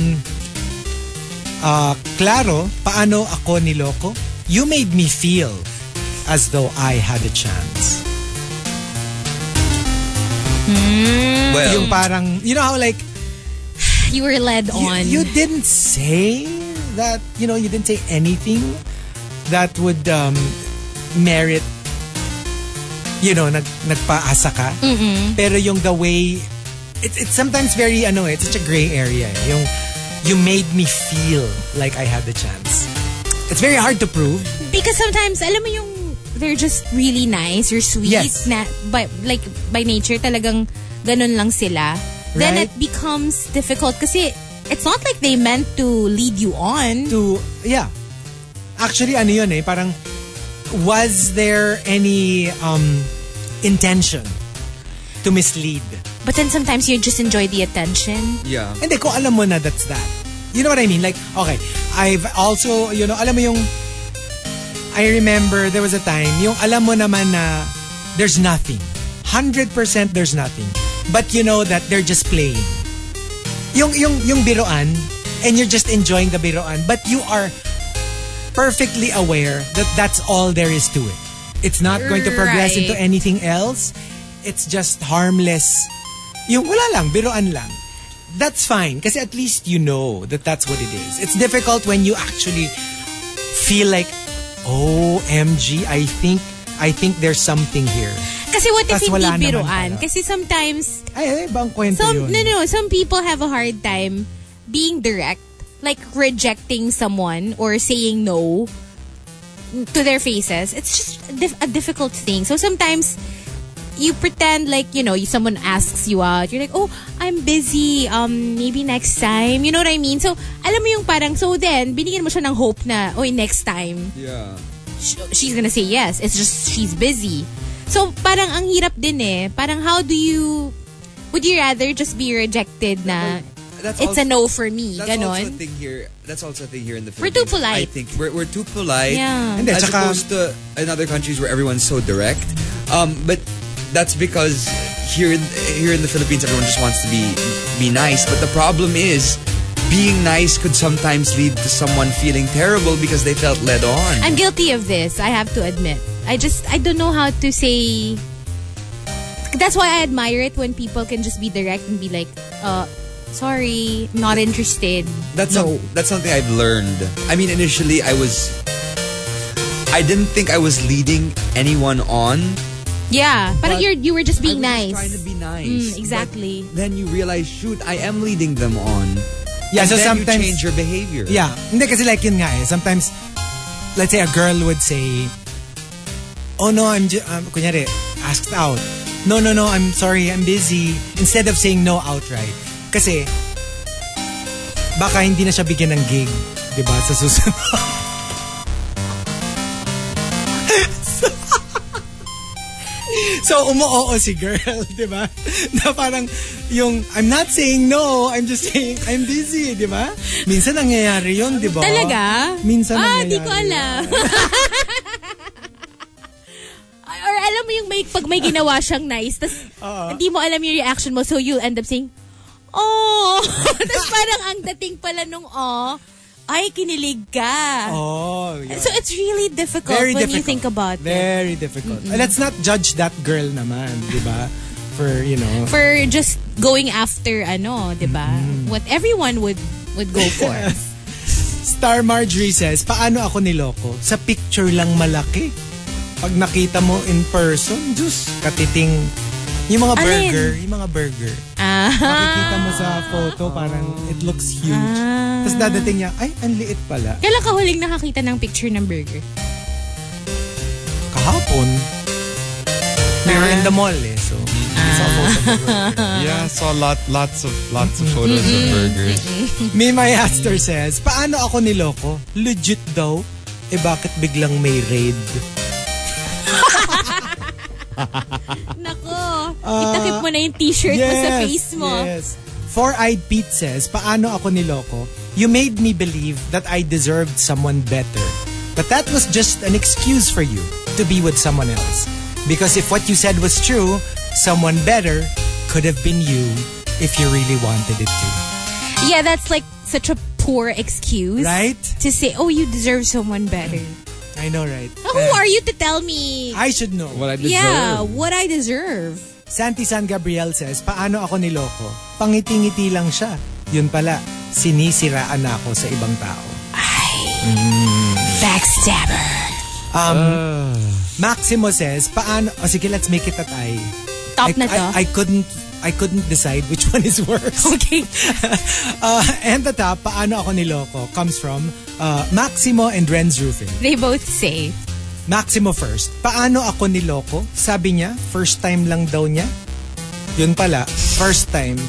Speaker 1: uh, Claro, paano ako niloko? You made me feel as though I had a chance.
Speaker 2: Mm.
Speaker 3: Um,
Speaker 1: Well, yung parang, you know how like,
Speaker 2: you were led
Speaker 1: you,
Speaker 2: on.
Speaker 1: You didn't say that, you know, you didn't say anything that would um, merit, you know, nag, nagpaasa ka.
Speaker 2: Mm-mm.
Speaker 1: Pero yung the way, it, it's sometimes very, ano eh, it's such a gray area. eh. Yung, you made me feel like I had the chance. It's very hard to prove.
Speaker 2: Because sometimes, alam mo yung, they're just really nice, you're sweet,
Speaker 1: Yes.
Speaker 2: na, by, like, by nature, talagang ganun lang sila. Then
Speaker 1: Right.
Speaker 2: it becomes difficult kasi it's not like they meant to lead you on.
Speaker 1: to yeah actually ano yun eh parang was there any um intention to mislead
Speaker 2: But then sometimes you just enjoy the attention.
Speaker 3: yeah
Speaker 1: hindi kung alam mo na that's that you know what I mean like okay I've also you know alam mo yung I remember there was a time yung alam mo naman na there's nothing 100% there's nothing but you know that they're just playing yung yung yung biruan and you're just enjoying the biruan but you are perfectly aware that that's all there is to it it's not going to progress
Speaker 2: Right.
Speaker 1: into anything else it's just harmless yung wala lang biruan lang that's fine kasi at least you know that that's what it is it's difficult when you actually feel like OMG I think I think there's something here
Speaker 2: Kasi what if
Speaker 1: Tas
Speaker 2: hindi
Speaker 1: wala naman
Speaker 2: biruan?
Speaker 1: pala.
Speaker 2: Kasi sometimes,
Speaker 1: ay, ay bang kwento yun
Speaker 2: some, no, no, some people have a hard time being direct. Like rejecting someone or saying no to their faces. It's just a, dif- a difficult thing. So sometimes, you pretend like, you know, you- someone asks you out. You're like, oh, I'm busy. Um, maybe next time. You know what I mean? So, alam mo yung parang, so then, binigyan mo siya ng hope na, oy, next time.
Speaker 3: yeah
Speaker 2: sh- she's gonna say yes. It's just she's busy. So parang ang hirap din eh. Parang how do you would you rather just be rejected na
Speaker 3: That's
Speaker 2: it's
Speaker 3: also-
Speaker 2: a no for me,
Speaker 3: That's also a
Speaker 2: ganon?
Speaker 3: thing here. That's also a thing here in the
Speaker 2: We're
Speaker 3: Philippines.
Speaker 2: too polite.
Speaker 3: I think we're, we're too polite.
Speaker 2: Yeah.
Speaker 1: Hindi,
Speaker 3: as
Speaker 1: tsaka-
Speaker 3: opposed to in other countries where everyone's so direct. Um, but that's because here in here in the Philippines, everyone just wants to be be nice. But the problem is, being nice could sometimes lead to someone feeling terrible because they felt led on.
Speaker 2: I'm guilty of this, I have to admit. I just I don't know how to say that's why I admire it when people can just be direct and be like, uh, sorry, not interested.
Speaker 3: That's some- that's something I've learned. I mean, initially I was, I didn't think I was leading anyone on.
Speaker 2: Yeah. Parang
Speaker 3: But
Speaker 2: you're you were just being nice.
Speaker 3: I was just Trying to be nice.
Speaker 2: Mm,
Speaker 3: But
Speaker 2: exactly.
Speaker 3: then you realize, shoot, I am leading them on.
Speaker 1: Yeah,
Speaker 3: and
Speaker 1: so
Speaker 3: then
Speaker 1: sometimes-
Speaker 3: you change your behavior.
Speaker 1: Yeah. Hindi kasi like yun nga eh. Sometimes, let's say a girl would say, Oh no, I'm just, um, kunyari, asked out. No, no, no, I'm sorry, I'm busy. Instead of saying no outright. Kasi, baka hindi na siya bigyan ng gig. di ba Sa susunod. *laughs* So, umuoo si girl, *laughs* di ba? Na parang yung, I'm not saying no, I'm just saying, I'm busy, di ba? Minsan nangyayari yun, di ba?
Speaker 2: Talaga?
Speaker 1: Minsan
Speaker 2: Ah,
Speaker 1: nangyayari
Speaker 2: di ko alam. Or alam mo yung may, pag may ginawa siyang nice, tas hindi mo alam yung reaction mo, so you'll end up saying, Oh! *laughs* tas parang ang dating pala nung oh, ay, kinilig ka.
Speaker 1: Oh, yun.
Speaker 2: So it's really difficult
Speaker 1: Very
Speaker 2: when you
Speaker 1: difficult.
Speaker 2: think about it.
Speaker 1: Very difficult. And Let's not judge that girl naman, di ba? For, you know.
Speaker 2: For just going after, ano, di ba?
Speaker 1: Mm-hmm.
Speaker 2: What everyone would would go
Speaker 1: *laughs*
Speaker 2: for.
Speaker 1: Star Marjorie says, paano ako niloko? Sa picture lang malaki. Pag nakita mo in person, Diyos, katiting. Yung mga
Speaker 2: Alin?
Speaker 1: burger, yung mga burger. Makikita
Speaker 2: Ah.
Speaker 1: mo sa photo, parang it looks huge. Tapos dadating niya, ay, ang liit pala.
Speaker 2: Kailan ka huling nakakita ng picture ng burger?
Speaker 1: Kahapon, we were in the mall eh, so. we saw photo of the burger.
Speaker 6: Yeah, saw lot, lots of lots of photos of burgers.
Speaker 1: May My Aster says, paano ako niloko? Legit daw. Eh bakit biglang may raid?
Speaker 2: Nako, itakip mo na yung t-shirt mo sa face mo.
Speaker 1: Ah. Yes. Four-Eyed Pete says, paano ako niloko? You made me believe that I deserved someone better. But that was just an excuse for you to be with someone else. Because if what you said was true, someone better could have been you if you really wanted it to.
Speaker 2: Yeah, that's like such a poor excuse.
Speaker 1: Right?
Speaker 2: To say, oh, you deserve someone better.
Speaker 1: I know, right?
Speaker 2: Who are you to tell me?
Speaker 1: I should know.
Speaker 12: What I deserve.
Speaker 2: Yeah, what I deserve.
Speaker 1: Santi San Gabriel says, paano ako niloko? Pangiti-ngiti lang siya. Yun pala, sinisiraan na ako sa ibang tao.
Speaker 2: Backstabber.
Speaker 1: Um, Maximo says, paano, o sige, let's make it a tie.
Speaker 2: Top
Speaker 1: I,
Speaker 2: na to.
Speaker 1: I, I couldn't I couldn't decide which *laughs* one is worse.
Speaker 2: Okay.
Speaker 1: *laughs* uh, and the top, paano ako niloko, comes from uh, Maximo and Renz Rufin.
Speaker 2: They both say,
Speaker 1: Maximo first. Paano ako niloko? Sabi niya, first time lang daw niya. Yun pala, first time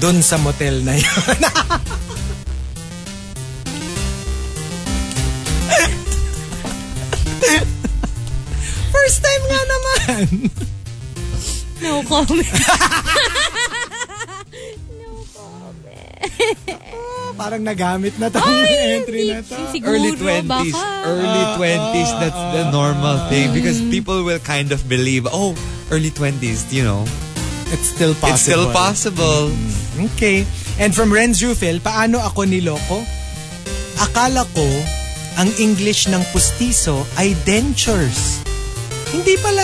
Speaker 1: dun sa motel na yun. *laughs* first time nga naman.
Speaker 2: no
Speaker 1: *laughs*
Speaker 2: comment.
Speaker 1: Parang nagamit na tong entry na to.
Speaker 2: Siguro,
Speaker 3: Early 20s.
Speaker 2: baka.
Speaker 3: Early 20s, that's the normal thing because people will kind of believe, oh, early 20s, you know,
Speaker 1: It's still possible. Mm.
Speaker 3: it's still possible.
Speaker 1: Okay. And from Renz Rufil, paano ako niloko? Akala ko, ang English ng pustiso ay dentures. Hindi pala.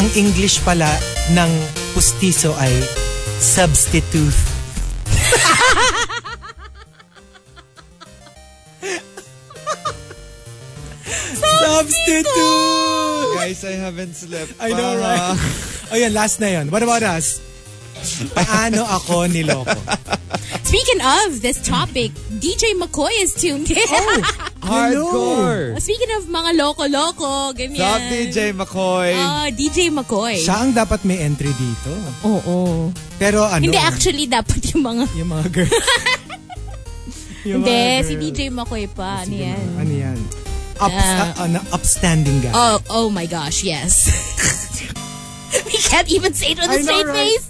Speaker 1: Ang English pala ng pustiso ay substitute. substitute!
Speaker 3: *laughs* Guys, I haven't slept.
Speaker 1: I know,
Speaker 3: pa.
Speaker 1: right? O yan, last na yun. What about us? Paano ako niloko?
Speaker 2: Speaking of this topic, DJ McCoy is tuned in.
Speaker 1: Oh.
Speaker 3: Hardcore.
Speaker 2: *laughs* Speaking of mga loko-loko, ganyan.
Speaker 3: Stop DJ McCoy.
Speaker 2: Ah, DJ McCoy.
Speaker 1: Siya ang dapat may entry dito.
Speaker 2: Oo.
Speaker 1: Pero ano?
Speaker 2: Hindi, actually, dapat yung mga...
Speaker 1: Yung mga
Speaker 2: *laughs*
Speaker 1: girl. Yung mga
Speaker 2: Hindi,
Speaker 1: girl.
Speaker 2: si DJ McCoy pa. Ano yan?
Speaker 1: Ano yan? Up,
Speaker 2: Ah.
Speaker 1: uh, ano, upstanding guy.
Speaker 2: Oh, oh my gosh, yes. *laughs* we can't even say it with
Speaker 1: I
Speaker 2: a
Speaker 1: know,
Speaker 2: straight
Speaker 1: right?
Speaker 2: face.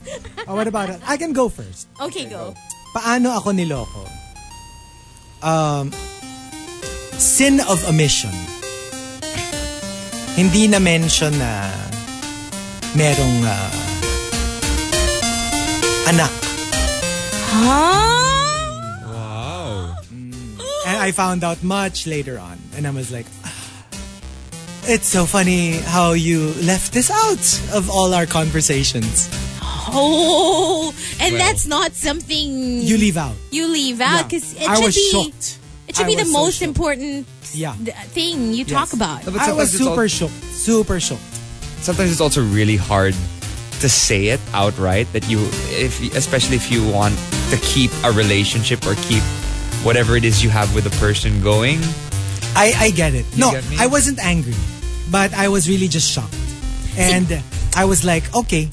Speaker 1: Oh, what about it? I can go first.
Speaker 2: Okay, go.
Speaker 1: Paano ako niloko? Um, sin of omission. Hindi na mention na merong ah, anak.
Speaker 2: Huh?
Speaker 1: And I found out much later on. And I was like, "Ah, it's so funny how you left this out of all our conversations.
Speaker 2: Oh, and that's not something
Speaker 1: You leave out.
Speaker 2: you leave out because
Speaker 1: I
Speaker 2: it should
Speaker 1: was
Speaker 2: be
Speaker 1: shocked.
Speaker 2: it should
Speaker 1: I
Speaker 2: be the
Speaker 1: was so
Speaker 2: most
Speaker 1: shocked.
Speaker 2: important
Speaker 1: Yeah.
Speaker 2: th- thing you talk about.
Speaker 3: But
Speaker 1: I was
Speaker 3: sometimes it's al-
Speaker 1: super shocked. Super shocked.
Speaker 3: sometimes it's also really hard to say it outright that you if especially if you want to keep a relationship or keep whatever it is you have with the person going
Speaker 1: I, I get it. no,
Speaker 3: get me?
Speaker 1: I wasn't angry, but I was really just shocked. And I was like, okay,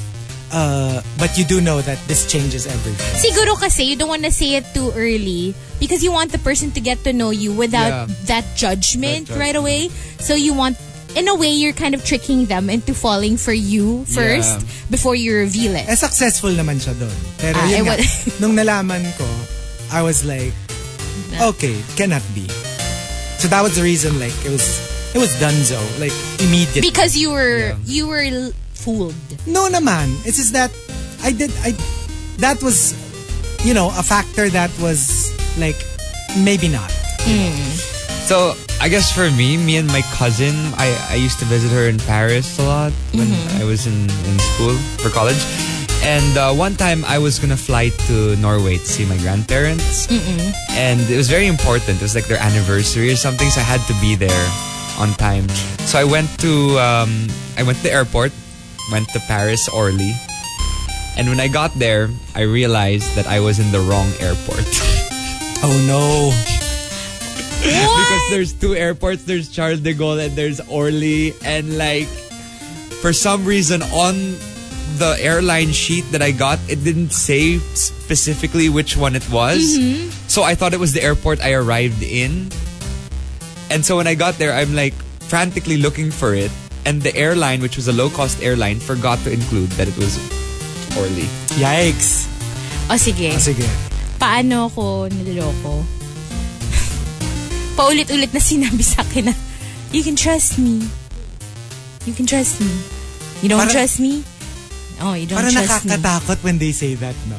Speaker 1: uh, but you do know that this changes everything.
Speaker 2: Siguro kasi you don't want to say it too early because you want the person to get to know you without
Speaker 3: Yeah.
Speaker 2: that, judgment
Speaker 3: That judgment.
Speaker 2: right away. So you want in a way you're kind of tricking them into falling for you first before you reveal it.
Speaker 1: Eh, successful naman siya doon. Pero
Speaker 2: Ah,
Speaker 1: yun
Speaker 2: I
Speaker 1: nga,
Speaker 2: wa-
Speaker 1: *laughs* nung nalaman ko, I was like, okay, cannot be. So that was the reason, like, it was, it was donezo. Like, immediately.
Speaker 2: Because you were you were l- fooled.
Speaker 1: No naman. It's just that I did I that was you know, a factor that was like maybe not.
Speaker 3: so i guess for me me and my cousin i, I used to visit her in paris a lot when i was in, in school for college and uh, one time i was gonna fly to norway to see my grandparents and it was very important. It was like their anniversary or something, so I had to be there on time. So I went to um, I went to the airport, went to Paris Orly, and when I got there, I realized that I was in the wrong airport *laughs*
Speaker 1: Oh no.
Speaker 3: because there's two airports. There's Charles de Gaulle and there's Orly, and like for some reason on the airline sheet that I got, it didn't say specifically which one it was. So I thought it was the airport I arrived in. And so when I got there, I'm like frantically looking for it. And the airline, which was a low cost airline, forgot to include that it was Orly.
Speaker 1: Yikes.
Speaker 2: O sige,
Speaker 1: Ah, sige.
Speaker 2: paano ako niloko? *laughs* Paulit-ulit na sinabi sa akin na, you can trust me. You can trust me. You don't
Speaker 1: Parang-
Speaker 2: trust me? Oh, you don't
Speaker 1: Parang
Speaker 2: trust me.
Speaker 1: nakakatakot when they say that, no?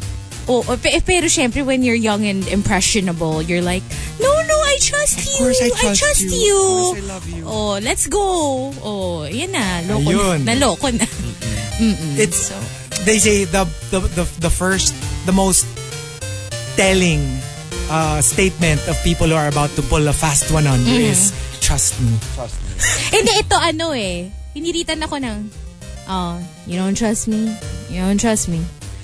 Speaker 2: Oh, Oo, pe- pero syempre when you're young and impressionable, you're like, no, no, I trust you.
Speaker 3: course I trust
Speaker 2: you.
Speaker 3: you. Of course I love you.
Speaker 2: Oh, let's go. Oh, yan na. Loko
Speaker 1: Ayun.
Speaker 2: na. Naloko na. *laughs* Mm-mm.
Speaker 1: It's they say the the the, the first the most telling uh, statement of people who are about to pull a fast one on you
Speaker 2: Mhm.
Speaker 1: is trust me. Trust me.
Speaker 2: Hindi, ito ano eh. Hiniritan ako ng, oh, you don't trust me. You don't trust me.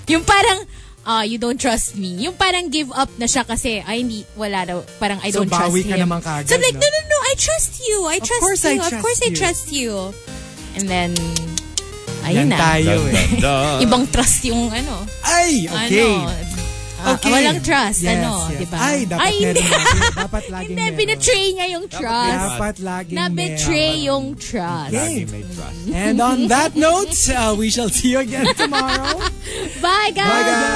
Speaker 2: Yung parang, ah, you don't trust me. Yung parang give up na siya kasi, ay hindi, wala daw. Parang I
Speaker 1: So,
Speaker 2: don't trust
Speaker 1: bawi
Speaker 2: him.
Speaker 1: ka naman kaagad,
Speaker 2: So I'm like,
Speaker 1: no?
Speaker 2: no, no, no, I trust you. I
Speaker 1: Of
Speaker 2: trust
Speaker 1: course
Speaker 2: you.
Speaker 1: I
Speaker 2: of
Speaker 1: trust
Speaker 2: course I
Speaker 1: you."
Speaker 2: trust you. And then,
Speaker 1: Yan
Speaker 2: ayun na.
Speaker 1: tayo eh.
Speaker 2: Ibang trust yung ano.
Speaker 1: Ay, okay.
Speaker 2: Ano, ah,
Speaker 1: Okay.
Speaker 2: Walang trust,
Speaker 1: Yes,
Speaker 2: ano,
Speaker 1: yes.
Speaker 2: di ba?
Speaker 1: Ay, dapat meron
Speaker 2: *laughs* hindi.
Speaker 1: lagi. Dapat laging
Speaker 2: Hindi,
Speaker 1: meron.
Speaker 2: binetray niya yung trust.
Speaker 1: Dapat laging
Speaker 2: Na-betray
Speaker 1: meron.
Speaker 2: yung trust.
Speaker 1: Okay.
Speaker 6: trust.
Speaker 2: *laughs*
Speaker 1: And on that note, uh, we shall see you again tomorrow.
Speaker 2: Bye, guys!
Speaker 1: Bye, guys!